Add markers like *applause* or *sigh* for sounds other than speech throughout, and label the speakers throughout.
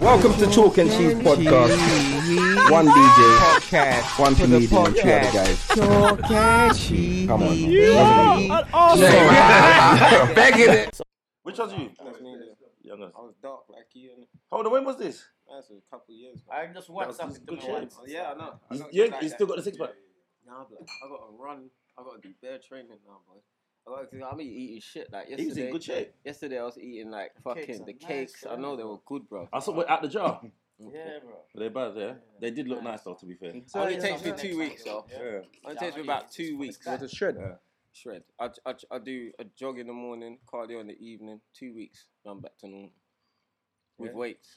Speaker 1: Welcome to Chalk and Cheese Podcast. One DJ,
Speaker 2: podcast.
Speaker 1: one
Speaker 2: For the
Speaker 1: comedian, and two other
Speaker 2: podcast.
Speaker 1: guys.
Speaker 2: Talk and cheese.
Speaker 1: Come on.
Speaker 2: *laughs*
Speaker 3: Begging it.
Speaker 4: Which was you?
Speaker 5: I was good.
Speaker 4: Youngest.
Speaker 5: I was dark like you and
Speaker 4: Hold on, when was this?
Speaker 5: that's a couple of years.
Speaker 2: I just want something to
Speaker 4: good
Speaker 2: my wife.
Speaker 4: shit.
Speaker 5: yeah, I know. I
Speaker 4: You,
Speaker 5: know
Speaker 4: you,
Speaker 5: it's like
Speaker 4: you
Speaker 5: that.
Speaker 4: still got the six pack?
Speaker 5: Nah, but I gotta run. I gotta do bear training now, boy. I gotta, 'cause I'm eating shit like
Speaker 4: He
Speaker 5: yesterday.
Speaker 4: was in good shape.
Speaker 5: Yesterday I was eating like
Speaker 2: cakes
Speaker 5: fucking
Speaker 2: are
Speaker 5: the
Speaker 2: nice,
Speaker 5: cakes. I
Speaker 2: though.
Speaker 5: know they were good, bro.
Speaker 4: I saw what at the jar.
Speaker 2: Yeah, bro.
Speaker 4: They bad, yeah. They did look nice though. To be fair.
Speaker 2: So
Speaker 5: only
Speaker 2: yeah,
Speaker 5: takes me
Speaker 2: something
Speaker 5: two
Speaker 2: like
Speaker 5: weeks,
Speaker 2: that.
Speaker 5: though.
Speaker 4: Yeah.
Speaker 5: Only
Speaker 2: Yeah,
Speaker 5: takes
Speaker 2: I
Speaker 5: me
Speaker 2: know
Speaker 5: about
Speaker 2: you-
Speaker 5: two weeks.
Speaker 2: it's
Speaker 5: a
Speaker 1: shred.
Speaker 5: shred. I, I, I do a jog in the morning, cardio in the evening. Two weeks, and I'm back to normal with
Speaker 1: Yeah.
Speaker 5: weights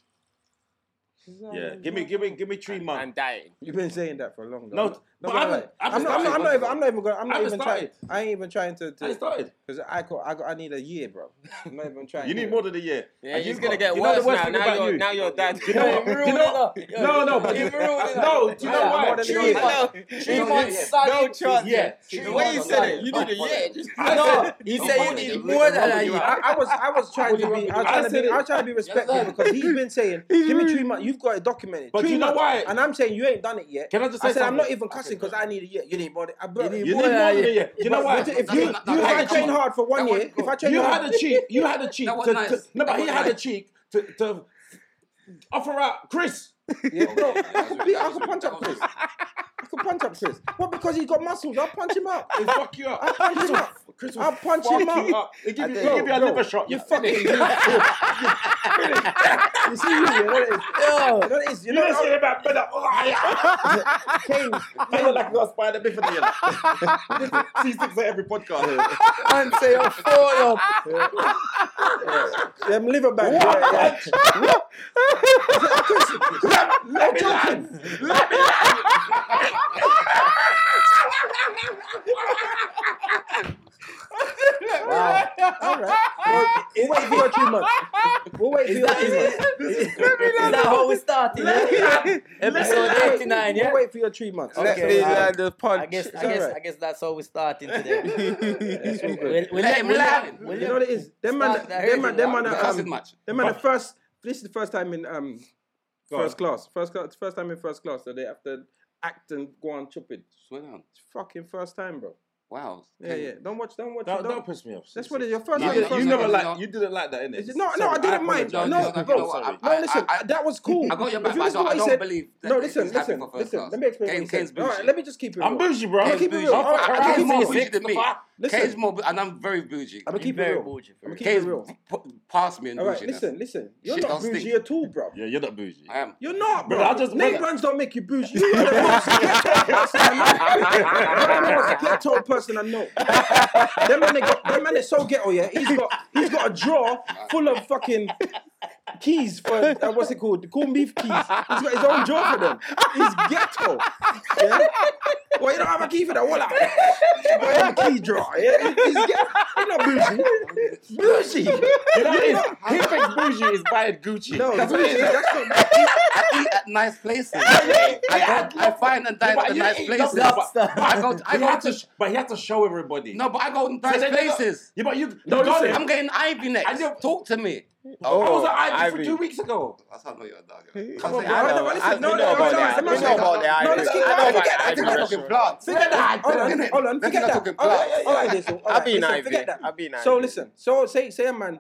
Speaker 4: Yeah. Give me, give me, give me three months.
Speaker 5: and dieting.
Speaker 1: You've been saying that for a long time.
Speaker 4: No, but I
Speaker 1: I'm,
Speaker 4: haven't- I
Speaker 1: I'm,
Speaker 4: haven't
Speaker 1: not, I'm, not, I'm not even. I'm not even. Going, I'm
Speaker 4: I
Speaker 1: not
Speaker 4: haven't
Speaker 1: even trying.
Speaker 4: started.
Speaker 1: I ain't even trying to.
Speaker 4: I just
Speaker 1: Because
Speaker 4: started.
Speaker 1: I got, I got. I need a year, bro. I'm not even trying.
Speaker 4: You need more than a
Speaker 1: *laughs*
Speaker 4: year.
Speaker 5: Yeah,
Speaker 4: And
Speaker 5: he's
Speaker 4: you
Speaker 5: gonna
Speaker 4: got-
Speaker 5: get
Speaker 4: you know the
Speaker 5: worse
Speaker 4: worst
Speaker 5: now.
Speaker 4: thing
Speaker 5: Now
Speaker 4: about
Speaker 5: you're
Speaker 4: you?
Speaker 5: now you're dad.
Speaker 4: You know what?
Speaker 5: You've
Speaker 4: You know-
Speaker 5: ruined it.
Speaker 4: No, no, but
Speaker 1: *laughs*
Speaker 5: You've
Speaker 4: you-
Speaker 5: ruined it.
Speaker 4: no. Do you know
Speaker 1: Yeah,
Speaker 4: why?
Speaker 1: more than a
Speaker 4: Do
Speaker 1: year.
Speaker 4: you
Speaker 1: Yeah.
Speaker 4: know why?
Speaker 5: Three months.
Speaker 2: No chance.
Speaker 4: Yeah.
Speaker 5: The way you said it, you need a year. Just-
Speaker 4: I said-
Speaker 2: He
Speaker 5: Don't
Speaker 2: said you
Speaker 5: bother
Speaker 2: need
Speaker 5: them.
Speaker 2: more than a
Speaker 5: Don't
Speaker 2: year.
Speaker 5: bother
Speaker 1: I, I was I was trying to be I was trying to be I was trying to be respectful because he's been saying give me three months you've got it documented
Speaker 4: But
Speaker 1: three
Speaker 4: you know
Speaker 1: months,
Speaker 4: why?
Speaker 1: and I'm saying you ain't done it yet
Speaker 4: Can I just say
Speaker 1: I said I'm not
Speaker 4: something?
Speaker 1: even cussing because I need a year you need more than, I, bro,
Speaker 4: You need more than a year. You know
Speaker 1: But-
Speaker 4: why?
Speaker 1: but If you, you,
Speaker 3: that- that-
Speaker 1: if I
Speaker 3: that-
Speaker 1: train
Speaker 3: that-
Speaker 1: hard for one
Speaker 3: that
Speaker 1: year,
Speaker 3: was
Speaker 1: if I train
Speaker 4: You
Speaker 1: hard,
Speaker 4: had a cheek. You had a cheek.
Speaker 3: That was
Speaker 4: to,
Speaker 3: nice.
Speaker 4: to, no,
Speaker 3: That
Speaker 4: but he
Speaker 3: was
Speaker 4: had a
Speaker 3: nice.
Speaker 4: cheek to, to offer out Chris.
Speaker 1: yeah, bro, I could beat- I could punch up Chris. I could punch up Chris. What? Because he got muscles. I'll punch him up.
Speaker 4: He'll fuck you
Speaker 1: I'll
Speaker 4: up.
Speaker 1: punch him up.
Speaker 4: *laughs* Chris will
Speaker 1: I'll punch
Speaker 4: fuck
Speaker 1: him
Speaker 4: you
Speaker 1: up.
Speaker 4: up. He'll give you,
Speaker 1: I
Speaker 4: he'll give you a
Speaker 1: know,
Speaker 4: liver
Speaker 1: no,
Speaker 4: shot.
Speaker 1: You
Speaker 4: yeah. *laughs*
Speaker 1: fucking. You see you. You know what it is? You know what it is? You
Speaker 4: You
Speaker 1: know
Speaker 4: *laughs* don't say
Speaker 1: how
Speaker 4: about better. Oh,
Speaker 1: Kane.
Speaker 4: I look like I got spider bit for the C6 for every podcast.
Speaker 2: And say you're full up.
Speaker 1: Them liver bags. yeah, yeah.
Speaker 4: Let me land.
Speaker 1: Wow. All right. Well, We'll wait for your three months. We'll wait for your three months.
Speaker 2: Is that how we started? yeah? Episode
Speaker 1: We'll wait-
Speaker 2: 89, yeah?
Speaker 1: We'll wait for your three months.
Speaker 2: Okay.
Speaker 1: That's all
Speaker 2: me
Speaker 1: right.
Speaker 2: land
Speaker 3: the
Speaker 2: I guess, I guess, I guess that's how we started today.
Speaker 1: It's *laughs* all good.
Speaker 2: We'll, we'll let him laugh. We'll
Speaker 1: You know what it is? Them man,
Speaker 2: Start the
Speaker 1: them man, them
Speaker 2: hurting
Speaker 1: man,
Speaker 2: now.
Speaker 1: are,
Speaker 3: That's it
Speaker 1: um,
Speaker 3: much.
Speaker 1: them man, are first. This is the first time in um,
Speaker 4: Go
Speaker 1: first class. First class. First time in first class. So they have to act and go on chopping.
Speaker 3: Swear down.
Speaker 1: It's fucking first time, bro.
Speaker 3: Wow.
Speaker 1: Yeah, yeah. Don't watch. Don't watch.
Speaker 4: Don't,
Speaker 1: don't-
Speaker 4: don't piss me off.
Speaker 1: That's what it is. Your first time.
Speaker 3: No, no,
Speaker 1: is
Speaker 3: you
Speaker 1: first
Speaker 3: never
Speaker 1: time.
Speaker 3: like-
Speaker 4: you didn't like that, innit?
Speaker 1: It's- No, no, I didn't mind.
Speaker 3: apologize.
Speaker 1: No,
Speaker 3: No,
Speaker 1: bro.
Speaker 3: no, I-
Speaker 1: No, listen.
Speaker 3: I- I-
Speaker 1: That was cool.
Speaker 3: I got your
Speaker 1: If
Speaker 3: back,
Speaker 1: you
Speaker 3: but
Speaker 1: listen
Speaker 3: I
Speaker 1: to
Speaker 3: don't,
Speaker 1: what
Speaker 3: I
Speaker 1: he
Speaker 3: don't
Speaker 1: said-
Speaker 3: believe that
Speaker 1: No,
Speaker 3: it- it's
Speaker 1: listen, listen,
Speaker 3: happening for first
Speaker 1: listen.
Speaker 3: class.
Speaker 1: Let me explain.
Speaker 3: Kane-
Speaker 1: what he
Speaker 3: Kane's
Speaker 1: said. All right,
Speaker 3: bougie.
Speaker 1: let me just keep it.
Speaker 4: I'm
Speaker 1: real.
Speaker 4: bougie, bro.
Speaker 1: Keep it
Speaker 3: Kane's
Speaker 1: real.
Speaker 3: bougie.
Speaker 1: All right,
Speaker 3: I-
Speaker 1: I'm
Speaker 3: I-
Speaker 1: gonna
Speaker 3: Kane's
Speaker 1: keep it
Speaker 3: more
Speaker 1: real.
Speaker 3: bougie than me.
Speaker 1: Listen.
Speaker 3: Kane's more, and I'm very bougie.
Speaker 1: I'm gonna keep it
Speaker 2: very
Speaker 1: real.
Speaker 2: bougie for
Speaker 1: I'm gonna
Speaker 2: real.
Speaker 1: keep it
Speaker 3: Kane's
Speaker 1: real.
Speaker 3: p- past me in
Speaker 1: All right,
Speaker 3: bouginess.
Speaker 1: listen, listen. You're
Speaker 3: Shit
Speaker 1: not
Speaker 3: don't
Speaker 1: bougie
Speaker 3: stink.
Speaker 1: at all, bro.
Speaker 4: Yeah, *laughs* you're not bougie.
Speaker 3: I am.
Speaker 1: You're not, bro.
Speaker 4: Bro, I just-
Speaker 1: Name
Speaker 4: bro.
Speaker 1: brands don't make you bougie. *laughs* You're the most *laughs* ghetto most ghetto person I know. That man, they got, that man is so ghetto. Yeah, he's got he's got a drawer full of fucking keys for uh, what's it called? The corned beef keys. He's got his own drawer for them. He's ghetto. Yeah. Well, you don't have a key for that. What? You don't have a key drawer. Yeah. He's ghetto. He's not bougie. Bougie.
Speaker 4: You know what it is? He thinks bougie is buying Gucci.
Speaker 1: No,
Speaker 4: That's what it
Speaker 1: bougie.
Speaker 4: is.
Speaker 1: That's not.
Speaker 3: I eat at nice places. I, go, I find and dine
Speaker 4: But
Speaker 3: at
Speaker 4: you
Speaker 3: nice
Speaker 4: ain't
Speaker 3: places.
Speaker 4: nothing,
Speaker 3: But
Speaker 4: but-
Speaker 3: I go, I
Speaker 4: He
Speaker 3: go
Speaker 4: had
Speaker 3: to,
Speaker 4: to, but he had to show everybody.
Speaker 3: no, but I go to
Speaker 4: So
Speaker 3: nice
Speaker 4: they- they got-
Speaker 3: places.
Speaker 4: Yeah, but you.
Speaker 3: You
Speaker 4: No,
Speaker 3: got
Speaker 4: listen.
Speaker 3: it. I'm getting Ivy next.
Speaker 4: I don't-
Speaker 3: Talk to me.
Speaker 4: I
Speaker 2: Oh,
Speaker 4: was at Ivy for
Speaker 2: Ivy.
Speaker 4: two weeks ago.
Speaker 3: That's how I know you're a dog.
Speaker 1: Come on,
Speaker 3: Can't
Speaker 1: bro.
Speaker 3: say
Speaker 1: I know,
Speaker 2: I-
Speaker 1: listen, no, no,
Speaker 2: we know
Speaker 1: no,
Speaker 2: about
Speaker 1: no,
Speaker 2: that.
Speaker 1: I'm
Speaker 2: We
Speaker 1: not
Speaker 2: know
Speaker 1: saying-
Speaker 2: about that.
Speaker 1: No, let's keep
Speaker 2: I know
Speaker 1: going.
Speaker 2: about
Speaker 1: Forget
Speaker 2: that.
Speaker 1: that.
Speaker 2: I
Speaker 3: You're a fucking plant.
Speaker 1: Forget that. Hold on,
Speaker 3: Innit?
Speaker 1: hold on,
Speaker 3: That's
Speaker 1: forget
Speaker 3: not
Speaker 1: that.
Speaker 3: talking
Speaker 1: All right,
Speaker 3: class.
Speaker 1: all right, listen, all right,
Speaker 2: I've been
Speaker 1: listen,
Speaker 2: Ivy.
Speaker 1: forget that.
Speaker 2: I've been
Speaker 1: So
Speaker 2: Ivy.
Speaker 1: listen, so say say a man,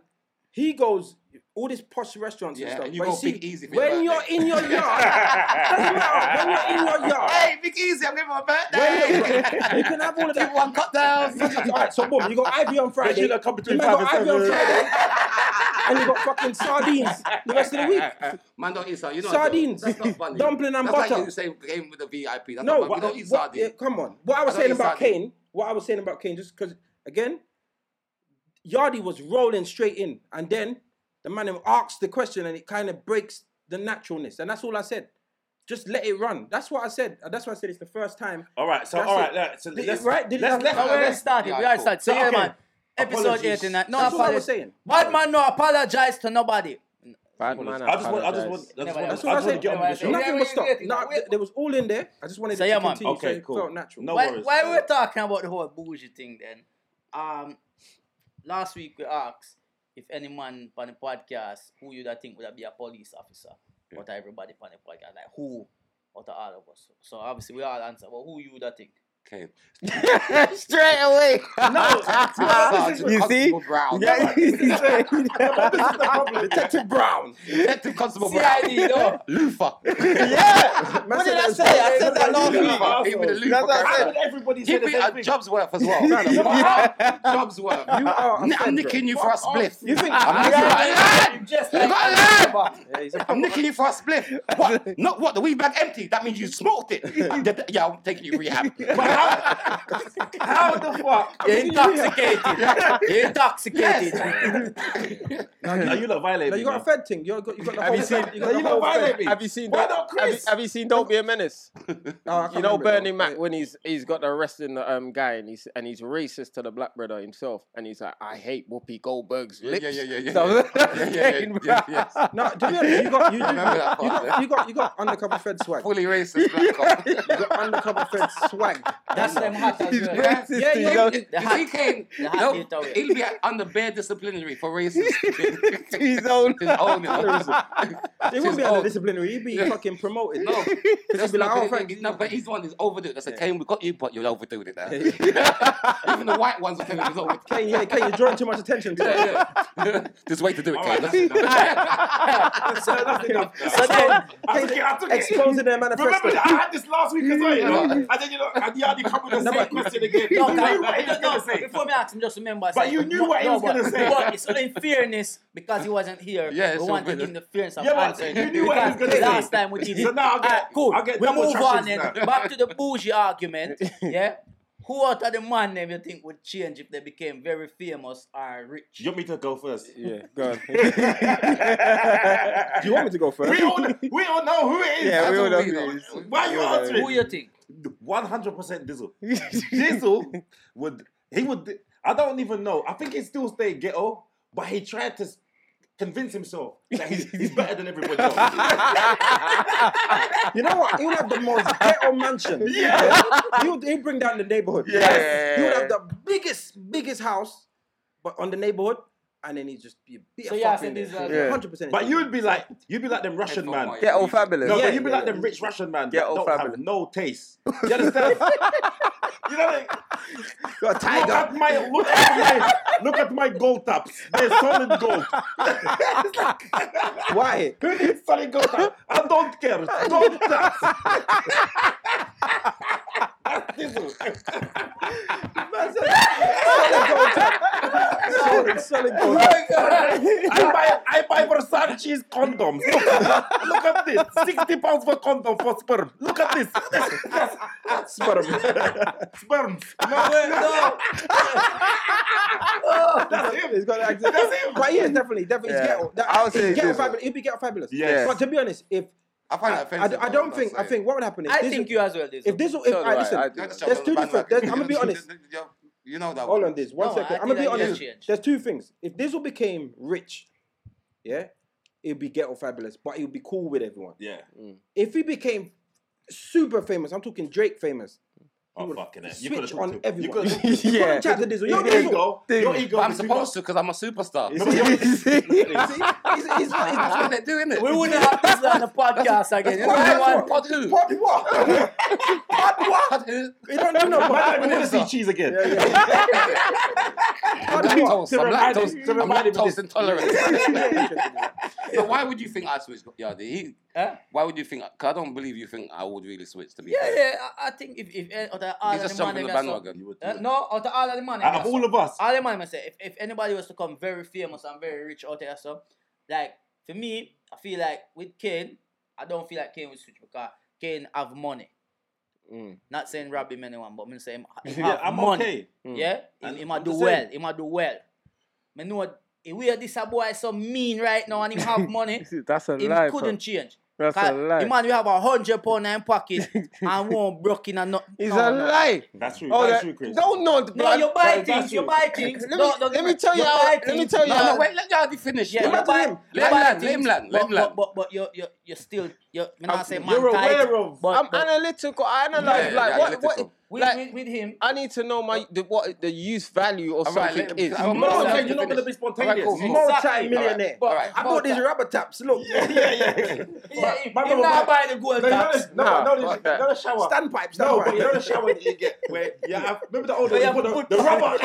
Speaker 1: he goes all these posh restaurants and
Speaker 3: Yeah,
Speaker 1: stuff.
Speaker 3: and you
Speaker 1: but
Speaker 3: go
Speaker 1: see,
Speaker 3: Big Easy for your
Speaker 1: when you're
Speaker 3: birthday.
Speaker 1: in your yard, *laughs* doesn't matter. When you're in your yard,
Speaker 3: Hey, Big Easy, I'm giving my
Speaker 1: when
Speaker 3: birthday.
Speaker 1: you're- you can have all of
Speaker 3: Give
Speaker 1: that.
Speaker 3: one cut down.
Speaker 6: *laughs*
Speaker 1: All right, so boom, you got Ivy on Friday.
Speaker 4: They should have come between
Speaker 1: you man
Speaker 4: five
Speaker 1: got Ivy
Speaker 4: and
Speaker 1: on
Speaker 4: seven.
Speaker 1: Friday, and you got fucking sardines the rest of the week.
Speaker 3: Man, don't eat sardines. You know
Speaker 1: Sardines,
Speaker 3: That's not funny.
Speaker 1: dumpling and
Speaker 3: That's like
Speaker 1: butter.
Speaker 3: you say game with the VIP. That's
Speaker 1: No,
Speaker 3: not funny.
Speaker 1: what,
Speaker 3: we don't eat
Speaker 1: what- yeah,
Speaker 3: sardines.
Speaker 1: come on. What I was
Speaker 3: I don't
Speaker 1: saying
Speaker 3: eat
Speaker 1: about
Speaker 3: sardine.
Speaker 1: Kane, what I was saying about Kane, just because again, Yardi was rolling straight in, and then the man him asked the question, and it kind of breaks the naturalness, and that's all I said. Just let it run. That's what I said. and That's why I said it's the first time.
Speaker 4: All right, so
Speaker 1: That's
Speaker 4: all
Speaker 1: it.
Speaker 4: right, let- so
Speaker 1: Did-
Speaker 4: let's
Speaker 1: right? Did-
Speaker 4: let's, let's,
Speaker 1: No,
Speaker 2: Oh, we
Speaker 4: let's-
Speaker 2: already started. We already started. So,
Speaker 4: So,
Speaker 2: yeah,
Speaker 4: okay.
Speaker 2: man. Episode
Speaker 4: Apologies.
Speaker 2: 89. No
Speaker 1: That's all I was
Speaker 2: apologies.
Speaker 1: saying.
Speaker 2: Bad man, no apologize to nobody.
Speaker 4: I just want, I just want, I just want, I
Speaker 1: That's all
Speaker 4: just
Speaker 1: I
Speaker 4: want to
Speaker 1: said.
Speaker 4: get on with the show.
Speaker 2: Yeah,
Speaker 1: Nothing
Speaker 2: we
Speaker 1: was stopped.
Speaker 2: agree.
Speaker 1: No, th- there was all in there. I just wanted
Speaker 2: So,
Speaker 1: it
Speaker 2: yeah,
Speaker 1: to
Speaker 2: man.
Speaker 1: continue.
Speaker 4: Okay,
Speaker 1: so it
Speaker 4: cool.
Speaker 1: Felt natural. *laughs*
Speaker 4: No.
Speaker 2: Why,
Speaker 4: worries.
Speaker 2: why we're talking about the whole bougie thing then? Um, last week we asked if any man on the podcast, who you that think would be a police officer? Or to everybody on the podcast, like who? Or to all of us. So obviously we all answer. But who you that think?
Speaker 3: Okay.
Speaker 6: *laughs* Straight away. *laughs*
Speaker 3: Sergeant
Speaker 6: You see?
Speaker 3: Constable Brown.
Speaker 6: Yeah,
Speaker 1: *laughs*
Speaker 4: this is the problem.
Speaker 3: Detective Brown. Detective Constable Brown.
Speaker 2: CID,
Speaker 3: *laughs*
Speaker 2: no.
Speaker 3: Loofer.
Speaker 6: oh. *laughs* yeah.
Speaker 1: Man
Speaker 6: What did
Speaker 1: said
Speaker 6: I
Speaker 1: that
Speaker 6: say?
Speaker 1: as
Speaker 6: I said that
Speaker 1: well.
Speaker 6: last week.
Speaker 1: Loofer.
Speaker 3: Even the
Speaker 6: That's what I
Speaker 3: Loofer.
Speaker 6: said.
Speaker 4: But Everybody
Speaker 3: Give
Speaker 4: said
Speaker 3: me
Speaker 4: the
Speaker 3: a
Speaker 4: same thing.
Speaker 3: job's worth as
Speaker 6: *laughs*
Speaker 3: well. job's worth.
Speaker 1: You are.
Speaker 3: N- I'm
Speaker 1: offended, bro.
Speaker 3: nicking you for a spliff.
Speaker 1: You
Speaker 2: *laughs*
Speaker 1: think?
Speaker 3: I'm nicking you-
Speaker 2: You just
Speaker 3: You gotta learn.
Speaker 1: Yeah, he's a-
Speaker 3: I'm nicking you for a spliff. *laughs* What? Not what? The weed bag empty? That means you smoked *laughs* it. I'm dead- yeah, I'm taking you *laughs* rehab.
Speaker 2: How the fuck? You're intoxicated. You're intoxicated.
Speaker 4: Are you
Speaker 1: No,
Speaker 4: not violating?
Speaker 1: you got a fed thing. You got, you got the
Speaker 5: Have
Speaker 1: whole.
Speaker 5: you seen-
Speaker 1: Fed, you got the
Speaker 4: you
Speaker 1: whole
Speaker 4: know,
Speaker 1: Fed.
Speaker 4: violate me.
Speaker 5: Have you seen?
Speaker 4: Why
Speaker 5: Don't,
Speaker 4: not
Speaker 5: have, you,
Speaker 4: Chris?
Speaker 5: have you seen? Don't be a menace.
Speaker 1: Oh, I can't
Speaker 5: You know
Speaker 1: remember it
Speaker 5: Bernie
Speaker 1: now.
Speaker 5: Mac when he's he's got the arresting the um guy and he's and he's racist to the black brother himself and he's like I hate Whoopi Goldberg's
Speaker 3: Yeah,
Speaker 5: lips.
Speaker 3: yeah, yeah, yeah, yeah,
Speaker 5: *laughs* So-
Speaker 3: yeah, yeah, yeah, *laughs* yeah, yes.
Speaker 1: No, to be honest, you got you, you,
Speaker 3: Remember
Speaker 1: you,
Speaker 3: that part,
Speaker 1: got, you got you got undercover Fed swag. You
Speaker 3: *laughs* Fully racist *laughs* black cop.
Speaker 1: got undercover Fed swag.
Speaker 2: That's them
Speaker 4: *laughs*
Speaker 2: hot as well.
Speaker 1: Yeah, yeah,
Speaker 3: If-
Speaker 6: He's,
Speaker 3: if he came,
Speaker 2: The hat
Speaker 3: no,
Speaker 2: is down.
Speaker 3: he'll be under bare disciplinary for *laughs* racist.
Speaker 6: he's own.
Speaker 3: His own, you know.
Speaker 1: He
Speaker 3: He's
Speaker 1: wouldn't be
Speaker 3: old.
Speaker 1: under disciplinary. He'd be
Speaker 3: Yeah.
Speaker 1: fucking promoted.
Speaker 3: *laughs* No,
Speaker 1: He'd
Speaker 3: that's
Speaker 1: be like,
Speaker 3: not
Speaker 1: oh,
Speaker 3: good.
Speaker 1: thanks.
Speaker 3: no, but he's the one who's overdoing it. That's like, Kane, we got you, but you're overdoing it *laughs* now. *laughs* Even the white ones are telling him he's overdoing it.
Speaker 1: Kane, yeah, Kane, you're drawing too much attention to that. *laughs*
Speaker 3: Yeah, yeah. *laughs* There's a way to do it, Kane. That's
Speaker 1: uh, So then,
Speaker 4: I took it. I took it.
Speaker 1: exposing their
Speaker 4: Remember
Speaker 1: manifesto.
Speaker 4: that I had this last week as well, you know. And then you know, and he had to come with the same question again.
Speaker 2: No,
Speaker 4: You
Speaker 2: no,
Speaker 4: knew *laughs* what he was
Speaker 2: no,
Speaker 4: gonna
Speaker 2: no.
Speaker 4: say.
Speaker 2: Before me ask him, just remember. I
Speaker 4: But
Speaker 2: said,
Speaker 4: you knew
Speaker 2: no,
Speaker 4: what he
Speaker 2: no,
Speaker 4: was
Speaker 2: but-
Speaker 4: gonna say.
Speaker 2: But it's so in fairness, because he wasn't here,
Speaker 3: Yeah,
Speaker 2: we
Speaker 3: so
Speaker 2: want to
Speaker 3: good.
Speaker 2: give him the fairness of
Speaker 4: Yeah, but
Speaker 2: answering.
Speaker 4: you knew what he was
Speaker 2: Because
Speaker 4: gonna
Speaker 2: Last
Speaker 4: say.
Speaker 2: time we did it.
Speaker 4: So now I'll get-
Speaker 2: Alright, cool.
Speaker 4: I'll get
Speaker 2: we
Speaker 4: double
Speaker 2: move on
Speaker 4: trashings
Speaker 2: then.
Speaker 4: now.
Speaker 2: Back to the bougie
Speaker 4: *laughs*
Speaker 2: argument. Yeah. Who out of the man name you think would change if they became very famous or rich?
Speaker 4: You want me to go first?
Speaker 5: *laughs* yeah, go on.
Speaker 1: Do you want me to go first?
Speaker 4: We all, we all know who it is.
Speaker 6: Yeah, we all know
Speaker 3: we
Speaker 6: who
Speaker 3: know.
Speaker 6: it is.
Speaker 4: Why are you answering?
Speaker 2: Who you think?
Speaker 4: One hundred percent Dizzle.
Speaker 5: *laughs*
Speaker 4: Dizzle *laughs* would he would I don't even know. I think he still stayed ghetto, but he tried to s- convince himself that he's, he's better than everybody else.
Speaker 1: You know what? He would have the most ghetto mansion.
Speaker 4: *laughs* Yeah.
Speaker 1: He would he'd bring down the neighborhood.
Speaker 4: Yes.
Speaker 1: He would have the biggest, biggest house, but on the neighborhood, and then he'd just be a bit
Speaker 2: So
Speaker 1: of
Speaker 2: yeah, I
Speaker 1: fuck in
Speaker 2: said this
Speaker 1: there.
Speaker 2: was-
Speaker 6: Yeah.
Speaker 1: 100%.
Speaker 4: But you'd be like you'd be like them Russian
Speaker 3: Headphone
Speaker 4: man.
Speaker 3: wire.
Speaker 6: Get old fabulous.
Speaker 4: No,
Speaker 1: Yeah,
Speaker 4: but you'd be
Speaker 1: yeah,
Speaker 4: like
Speaker 1: yeah.
Speaker 4: them rich Russian man
Speaker 6: Yeah,
Speaker 4: that
Speaker 6: old
Speaker 4: don't
Speaker 6: fabulous.
Speaker 4: have no taste. You understand? you know, like,
Speaker 1: got a
Speaker 4: look *laughs*
Speaker 1: tiger.
Speaker 4: at my look at my look at my gold taps. They're solid gold.
Speaker 1: Why?
Speaker 4: Who needs solid gold taps? I don't care. Gold taps.
Speaker 1: solid, solid gold.
Speaker 4: I buy I buy Versace's condoms. Look, look at this. Sixty pounds for condom for sperm. Look at this.
Speaker 1: sperm.
Speaker 4: *laughs* Sperm.
Speaker 2: No, wait, no.
Speaker 4: That's him.
Speaker 1: He's got an accent.
Speaker 4: That's him.
Speaker 1: But he is definitely, definitely,
Speaker 6: Yeah.
Speaker 1: he's ghetto. That,
Speaker 6: I would
Speaker 1: he's
Speaker 6: say
Speaker 1: ghetto
Speaker 6: this one.
Speaker 1: fabulous. He'd be ghetto fabulous.
Speaker 4: Yes.
Speaker 1: But to be honest, if
Speaker 3: I find
Speaker 1: I,
Speaker 3: that
Speaker 1: I,
Speaker 3: offensive.
Speaker 1: I
Speaker 3: though,
Speaker 1: don't
Speaker 3: that's
Speaker 1: think, I
Speaker 3: it.
Speaker 1: think what would happen is
Speaker 2: I
Speaker 1: this
Speaker 2: think
Speaker 1: is,
Speaker 2: you as well. Dizzle.
Speaker 1: if this if
Speaker 5: So do
Speaker 1: I,
Speaker 5: I,
Speaker 1: listen,
Speaker 5: I do.
Speaker 3: Don't just
Speaker 1: There's
Speaker 3: jump
Speaker 1: two
Speaker 3: on the
Speaker 1: different-
Speaker 3: bandwagon.
Speaker 1: there's- I'ma be honest.
Speaker 3: You- You know that
Speaker 1: hold
Speaker 3: one.
Speaker 1: on this one
Speaker 2: No,
Speaker 1: second.
Speaker 2: I
Speaker 1: I'm gonna
Speaker 2: think
Speaker 1: be
Speaker 2: that you
Speaker 1: honest.
Speaker 2: change.
Speaker 1: There's two things. If Dizzle became rich, yeah, it'd be ghetto fabulous, but he'd be cool with everyone.
Speaker 4: Yeah.
Speaker 1: If he became super famous, I'm talking Drake famous. he
Speaker 4: Oh
Speaker 1: would
Speaker 4: fucking it. You
Speaker 1: switch
Speaker 4: could've talked
Speaker 1: on
Speaker 4: to him. You
Speaker 1: everyone. *laughs*
Speaker 4: could've talked to him.
Speaker 1: You
Speaker 6: Yeah.
Speaker 1: couldn't chat to Dizzle. Your
Speaker 4: Your
Speaker 1: ego.
Speaker 4: ego. Your ego.
Speaker 3: But I'm
Speaker 4: is too
Speaker 3: supposed to because I'm a superstar.
Speaker 4: much. No, but *laughs* your-
Speaker 1: He's, he's, he's,
Speaker 3: That's what they're doing it.
Speaker 2: we wouldn't have this
Speaker 4: *laughs*
Speaker 2: on the podcast again. You know
Speaker 1: that's
Speaker 2: what?
Speaker 1: what-
Speaker 3: Pod who?
Speaker 1: Pod
Speaker 3: *laughs*
Speaker 1: what?
Speaker 3: Pod who?
Speaker 1: You don't do no
Speaker 4: I
Speaker 1: pod.
Speaker 4: don't want to see cheese again.
Speaker 1: Yeah, yeah.
Speaker 3: I'm lactose.
Speaker 4: To
Speaker 3: I'm
Speaker 4: remind him-
Speaker 3: lactose.
Speaker 4: to
Speaker 3: I'm
Speaker 4: remind him
Speaker 3: lactose
Speaker 1: *laughs*
Speaker 4: this-
Speaker 3: intolerant.
Speaker 1: Yeah.
Speaker 3: So why would you think I switched Yardi? He-
Speaker 2: Huh?
Speaker 3: Why would you think? Cause I don't believe you think I would really switch to be
Speaker 2: Yeah,
Speaker 3: fair.
Speaker 2: yeah. I, I think if if eh, out of all
Speaker 3: You
Speaker 2: of
Speaker 3: just
Speaker 2: the
Speaker 3: jump
Speaker 2: money,
Speaker 3: on the
Speaker 2: that's all-
Speaker 3: bandwagon. You would do
Speaker 2: Eh,
Speaker 3: it.
Speaker 2: no, out of all of the money,
Speaker 4: Out
Speaker 2: that's
Speaker 4: of all of us.
Speaker 2: all the money, I say, if, if anybody was to come very famous and very rich out there, so like for me, I feel like with Kane, I don't feel like Kane would switch because Kane have money.
Speaker 5: Mm.
Speaker 2: Not saying rob him anyone, but I'm saying him
Speaker 4: *laughs* *laughs* Yeah,
Speaker 2: have
Speaker 4: I'm
Speaker 2: money.
Speaker 4: okay.
Speaker 5: Mm.
Speaker 2: Yeah, him,
Speaker 4: And
Speaker 2: him a
Speaker 4: I'm
Speaker 2: do
Speaker 4: the
Speaker 2: well.
Speaker 4: same.
Speaker 2: Him a do well. Me know if we are this a boy so mean right now and him
Speaker 4: *laughs*
Speaker 2: have money,
Speaker 6: That's a
Speaker 2: him
Speaker 6: lie.
Speaker 2: couldn't
Speaker 6: fam.
Speaker 2: change.
Speaker 6: That's a
Speaker 2: The
Speaker 6: lie.
Speaker 2: man we have a hundred pound in him
Speaker 6: *laughs*
Speaker 2: pocket and won't broke in and not.
Speaker 6: It's
Speaker 2: no,
Speaker 6: a
Speaker 2: no.
Speaker 6: lie.
Speaker 4: That's true.
Speaker 6: Oh,
Speaker 4: That's
Speaker 6: that-
Speaker 4: true, Chris.
Speaker 6: don't know.
Speaker 2: No,
Speaker 6: blood.
Speaker 2: you buy
Speaker 4: That's
Speaker 2: things. You
Speaker 4: true.
Speaker 2: buy things.
Speaker 6: Let me-
Speaker 2: No, don't
Speaker 6: let
Speaker 2: get
Speaker 6: me tell you
Speaker 2: buy
Speaker 6: how- let me
Speaker 2: things.
Speaker 6: tell you
Speaker 3: No,
Speaker 6: how-
Speaker 3: no, wait. Let Yardi finish.
Speaker 2: Yeah,
Speaker 3: Yeah.
Speaker 2: you buy,
Speaker 1: him.
Speaker 2: you
Speaker 3: Let him
Speaker 2: buy
Speaker 3: land, let
Speaker 2: things,
Speaker 3: him land, let
Speaker 2: but,
Speaker 3: him land.
Speaker 2: But, but, but you're, you're, you're still you're, me not say man
Speaker 1: You're
Speaker 2: tight,
Speaker 1: aware of.
Speaker 2: but,
Speaker 5: I'm
Speaker 2: but
Speaker 5: analytical. I analyze
Speaker 3: Yeah,
Speaker 5: like
Speaker 3: yeah,
Speaker 5: what, what
Speaker 3: analytical.
Speaker 2: with,
Speaker 5: like-
Speaker 2: with, with him,
Speaker 5: I need to know my the, what the use value of
Speaker 3: All right,
Speaker 5: something
Speaker 3: let him-
Speaker 5: is.
Speaker 3: I'm
Speaker 1: No,
Speaker 3: gonna
Speaker 1: okay,
Speaker 3: let him
Speaker 1: you're not
Speaker 3: finish.
Speaker 1: gonna be spontaneous.
Speaker 3: All right, cool,
Speaker 1: *laughs*
Speaker 3: cool.
Speaker 1: Multi-millionaire.
Speaker 3: All right.
Speaker 1: I bought these rubber taps. Look,
Speaker 4: *laughs*
Speaker 2: yeah, if,
Speaker 1: my
Speaker 2: if
Speaker 1: brother-
Speaker 2: not buy the gold
Speaker 4: No, you know
Speaker 2: tax,
Speaker 4: this-
Speaker 2: *laughs*
Speaker 4: no,
Speaker 5: Nah,
Speaker 4: no, this-
Speaker 5: fuck that.
Speaker 4: you know the shower.
Speaker 1: standpipes.
Speaker 4: No, but you know the
Speaker 1: standpipes.
Speaker 4: shower that you get *laughs* where yeah, I, remember the old
Speaker 2: Where
Speaker 4: one,
Speaker 2: you
Speaker 4: you put the, the rubber.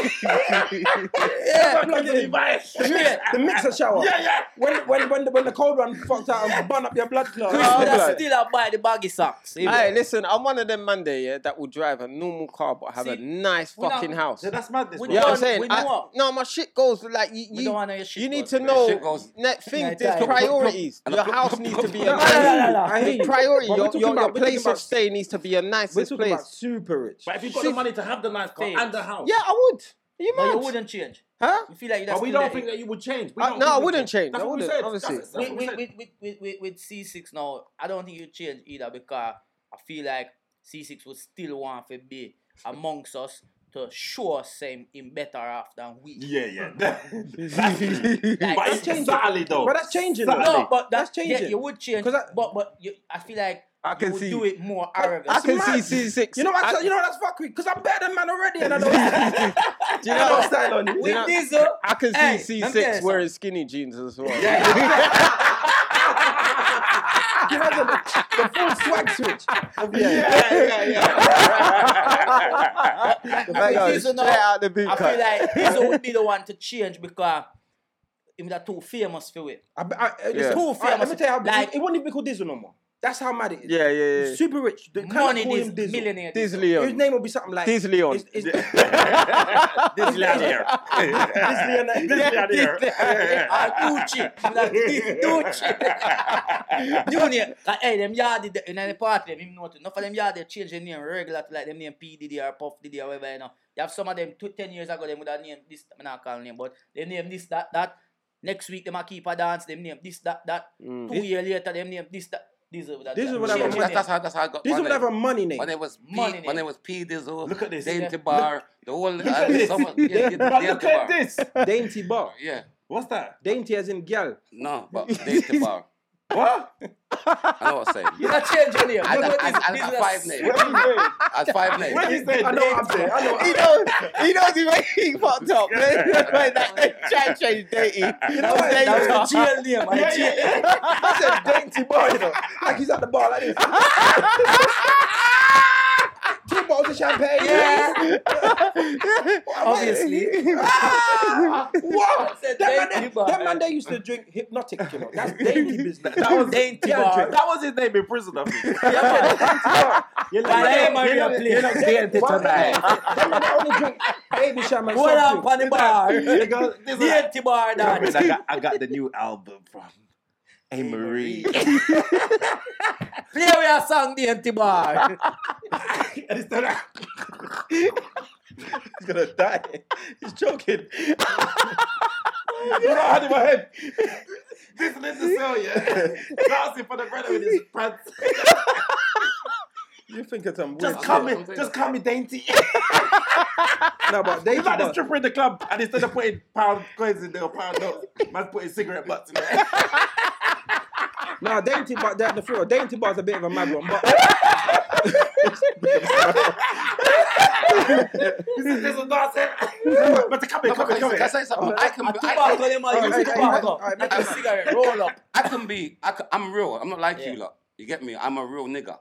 Speaker 4: *laughs*
Speaker 2: yeah,
Speaker 1: Plug it in. the mixer shower.
Speaker 4: Yeah, yeah.
Speaker 1: When when when the, when the cold one fucked out and burn up your blood clots.
Speaker 2: *laughs*
Speaker 5: Chris,
Speaker 2: I'd
Speaker 5: Blood.
Speaker 2: still I buy the baggy socks. you know.
Speaker 5: Hey, listen, I'm one of them man there, yeah, that will drive a normal car but have a
Speaker 2: See,
Speaker 5: nice
Speaker 2: we not-
Speaker 5: fucking house.
Speaker 4: Yeah, that's madness.
Speaker 2: We
Speaker 5: You know
Speaker 4: bro.
Speaker 5: what I'm
Speaker 2: don't-
Speaker 5: saying?
Speaker 2: we
Speaker 5: I-
Speaker 2: know.
Speaker 5: no, my shit goes like you.
Speaker 2: We
Speaker 5: You,
Speaker 2: don't want to shit.
Speaker 5: you need
Speaker 2: boy.
Speaker 5: to
Speaker 3: Shit
Speaker 5: know
Speaker 3: goes-
Speaker 5: net things.
Speaker 2: Yeah,
Speaker 5: There's
Speaker 2: yeah.
Speaker 5: priorities.
Speaker 3: And
Speaker 5: Your
Speaker 3: the-
Speaker 5: house needs to be a
Speaker 1: No, no, *laughs*
Speaker 5: nice.
Speaker 1: no, no, no. I hear
Speaker 5: The
Speaker 1: you.
Speaker 5: priority,
Speaker 1: But we're
Speaker 5: your,
Speaker 1: talking
Speaker 5: your,
Speaker 1: about-
Speaker 5: your
Speaker 1: we're talking
Speaker 5: place
Speaker 1: about-
Speaker 5: of stay needs to be a
Speaker 1: We're
Speaker 5: nicest
Speaker 1: talking
Speaker 5: place.
Speaker 1: about super rich.
Speaker 4: But if you've got the money to have the nice car
Speaker 2: Things.
Speaker 4: and the house,
Speaker 5: yeah, I would. Are you
Speaker 2: No,
Speaker 5: mad?
Speaker 2: you wouldn't change.
Speaker 5: Huh?
Speaker 1: *laughs*
Speaker 2: You feel like you
Speaker 4: but we don't think that you would change. We
Speaker 5: Uh,
Speaker 4: don't
Speaker 5: no,
Speaker 4: think
Speaker 5: I
Speaker 4: you
Speaker 5: wouldn't change.
Speaker 4: That's
Speaker 5: I
Speaker 4: what we
Speaker 5: wouldn't,
Speaker 4: said.
Speaker 5: obviously.
Speaker 4: That's- that's
Speaker 2: with,
Speaker 4: what we
Speaker 2: with,
Speaker 4: said.
Speaker 2: with, with, with, with, with C6 now, I don't think you change either because I feel like C6 would still want to be amongst us to show us him, him better off than we.
Speaker 4: Yeah, yeah. *laughs* that's
Speaker 2: Like,
Speaker 4: but it's
Speaker 1: changing.
Speaker 4: Saturday though.
Speaker 1: But that's changing.
Speaker 4: Saturday.
Speaker 1: though.
Speaker 2: no, but
Speaker 1: That's
Speaker 2: that's,
Speaker 1: changing.
Speaker 2: changing. Yeah, you would change,
Speaker 1: 'Cause I-
Speaker 2: but but you, I feel like
Speaker 5: I
Speaker 2: you
Speaker 5: can
Speaker 2: would
Speaker 5: see.
Speaker 2: do it more
Speaker 5: I
Speaker 2: arrogant.
Speaker 5: can
Speaker 1: mad.
Speaker 5: see C6.
Speaker 1: You know
Speaker 5: I-
Speaker 1: what? You know that's fuckery because I'm better than man already and I know *laughs* I
Speaker 5: do you
Speaker 1: know
Speaker 5: know?
Speaker 1: style on you.
Speaker 5: you know-
Speaker 2: With Diesel,
Speaker 5: I can see
Speaker 2: Hey, let me tell you
Speaker 5: C6
Speaker 2: something.
Speaker 5: wearing skinny jeans as well.
Speaker 1: *laughs* You know the, the full swag switch.
Speaker 2: like,
Speaker 5: Like,
Speaker 2: with
Speaker 5: yo,
Speaker 2: Diesel
Speaker 5: straight
Speaker 2: now,
Speaker 5: out the boot
Speaker 2: I
Speaker 5: cut.
Speaker 2: feel
Speaker 5: *laughs*
Speaker 2: like Diesel would be the one to change because him that too famous for it.
Speaker 1: I, I, I, listen,
Speaker 5: Yeah. Too
Speaker 1: all right, let me
Speaker 2: famous.
Speaker 1: tell you how
Speaker 2: Like-
Speaker 1: it wouldn't even be called Dizzle no more. That's how mad it is.
Speaker 5: yeah, yeah, yeah.
Speaker 1: Super rich. They cannot
Speaker 2: Money
Speaker 1: call
Speaker 2: this
Speaker 1: him Dizzle.
Speaker 2: millionaire.
Speaker 5: This
Speaker 1: His
Speaker 5: Leon.
Speaker 1: name will be something like
Speaker 5: This Leon.
Speaker 1: It's, it's,
Speaker 4: *laughs*
Speaker 1: *laughs*
Speaker 4: This Leonier.
Speaker 1: This Leon-
Speaker 4: This Leonier.
Speaker 2: Ah, Gucci. I'm like, Gucci. Junior. Like, hey, them yard did in the party, them, him know to. Enough of them yard, they change their name regular to like them name P. Diddy or Puff Diddy or whatever, you know. You have some of them two, 10 years ago, them would have named this, I'm not calling name, but they name this, that, that. Next week, them a keep a dance, them name this, that, that. Two years later, them name this, that. This is what
Speaker 1: This is what
Speaker 3: That's,
Speaker 1: Whatever,
Speaker 3: that's, that's, how, that's how I got
Speaker 1: Dizzle
Speaker 3: my
Speaker 1: would have
Speaker 3: name.
Speaker 1: a money name.
Speaker 3: My name was P.
Speaker 2: Money
Speaker 3: My
Speaker 2: name.
Speaker 3: name was P. Dizzle.
Speaker 4: Look at this.
Speaker 3: Dainty
Speaker 4: *laughs*
Speaker 3: Bar. The whole. Look
Speaker 4: at this.
Speaker 3: Someone, yeah,
Speaker 4: *laughs*
Speaker 3: yeah,
Speaker 4: But
Speaker 3: Dainty
Speaker 4: look
Speaker 3: Bar.
Speaker 4: at this.
Speaker 1: Dainty bar.
Speaker 3: Yeah.
Speaker 4: What's that?
Speaker 1: Dainty as in gal.
Speaker 3: No,
Speaker 4: *laughs*
Speaker 3: but Dainty Bar.
Speaker 4: What?
Speaker 3: I know what I'm saying.
Speaker 2: You not change your name.
Speaker 3: I
Speaker 2: You
Speaker 3: had
Speaker 2: know
Speaker 3: I had-
Speaker 2: this-
Speaker 3: I
Speaker 2: this
Speaker 3: had
Speaker 2: is a
Speaker 3: five names.
Speaker 4: What you
Speaker 1: *laughs*
Speaker 4: saying?
Speaker 3: I had five names.
Speaker 4: What you saying?
Speaker 1: I know what I'm saying. I
Speaker 6: *laughs*
Speaker 1: know.
Speaker 4: *laughs*
Speaker 6: He knows. He knows he made he fucked up. man. *laughs* Like that try to change dating. You know what
Speaker 2: That was
Speaker 6: I'm
Speaker 2: the
Speaker 6: saying?
Speaker 2: jail name. I
Speaker 4: Yeah, yeah,
Speaker 2: jail-
Speaker 4: yeah.
Speaker 1: I said dainty bar, you know. Like he's at the bar like this. Two bottles of champagne.
Speaker 2: Yeah.
Speaker 1: Obviously.
Speaker 2: Obviously.
Speaker 1: What? That
Speaker 2: said
Speaker 1: man,
Speaker 2: dainty
Speaker 1: there-
Speaker 2: bar.
Speaker 1: Ah! that man there used to drink hypnotic, you know. That's dainty business.
Speaker 4: That was
Speaker 2: Dainty
Speaker 1: Yeah,
Speaker 2: bar.
Speaker 1: drink.
Speaker 4: That was his name in prison.
Speaker 1: *laughs*
Speaker 4: I think. You're
Speaker 2: By the
Speaker 4: like,
Speaker 2: name of your place.
Speaker 1: *laughs*
Speaker 4: dainty
Speaker 1: Why- That man there only drink baby sham and
Speaker 2: What
Speaker 1: soft
Speaker 2: up
Speaker 1: drink.
Speaker 2: on the bar?
Speaker 4: They go, this is-
Speaker 2: Dainty bar, that.
Speaker 4: I got, I got the new album
Speaker 1: *laughs*
Speaker 4: from A. Marie.
Speaker 2: Play with your song,
Speaker 1: *laughs*
Speaker 2: Dainty bar.
Speaker 4: *laughs* And it's that-
Speaker 1: He's gonna die. He's joking.
Speaker 4: you know, I had in my head. This is Cecilia. Dancing for the brother with his pants.
Speaker 1: You think it's some weird
Speaker 4: Just
Speaker 1: shit.
Speaker 4: call me, just call me dainty. *laughs*
Speaker 1: No, but dainty
Speaker 4: It's like the
Speaker 1: bar.
Speaker 4: stripper in the club, and instead of putting pound coins in there, or pound notes, man's putting cigarette butts in there.
Speaker 1: No, dainty bar down the floor. Dainty bar's a bit of a mad one, but
Speaker 4: This is this is dancing. But to come in,
Speaker 3: No,
Speaker 4: come
Speaker 3: because-
Speaker 4: in, come
Speaker 3: Can I
Speaker 4: in.
Speaker 3: say something? I can
Speaker 2: A
Speaker 3: be.
Speaker 2: tobacco,
Speaker 3: I,
Speaker 2: them man, you
Speaker 1: Alright,
Speaker 2: use
Speaker 1: alright,
Speaker 2: tobacco.
Speaker 1: alright,
Speaker 2: Make a cigarette roll up.
Speaker 3: I can be. I can, I'm real. I'm not like you
Speaker 2: Yeah.
Speaker 3: lot. You get me? I'm a real
Speaker 4: *laughs*
Speaker 3: nigga.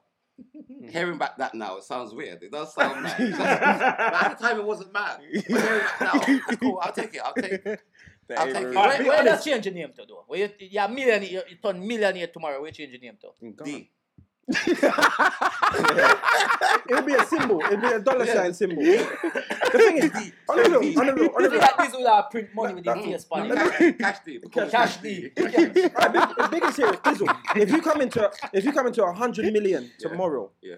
Speaker 3: Hearing back that now, it sounds weird. It does sound mad. It does-
Speaker 4: *laughs*
Speaker 3: but at the time, it wasn't mad. Hearing back now, it's cool. I'll take it. I'll take
Speaker 4: *laughs*
Speaker 3: it. I'll take it.
Speaker 4: Alright,
Speaker 2: Where,
Speaker 4: be
Speaker 2: where
Speaker 4: honest.
Speaker 2: does change your name to, though? Where you, you're millionaire, you, you turn millionaire tomorrow, where you change your name to?
Speaker 3: D.
Speaker 1: it'll be a symbol. It'll be a dollar sign symbol. The thing
Speaker 3: *laughs*
Speaker 1: is, on the look, on the look, on the
Speaker 2: Look
Speaker 1: look.
Speaker 2: at this will have print money with the face on it.
Speaker 3: Cash D. Cash D. Cash,
Speaker 2: Cash D.
Speaker 1: Right, but the biggest here is Dizzle. If you come into if you come into a hundred million tomorrow,
Speaker 3: *laughs* Yeah.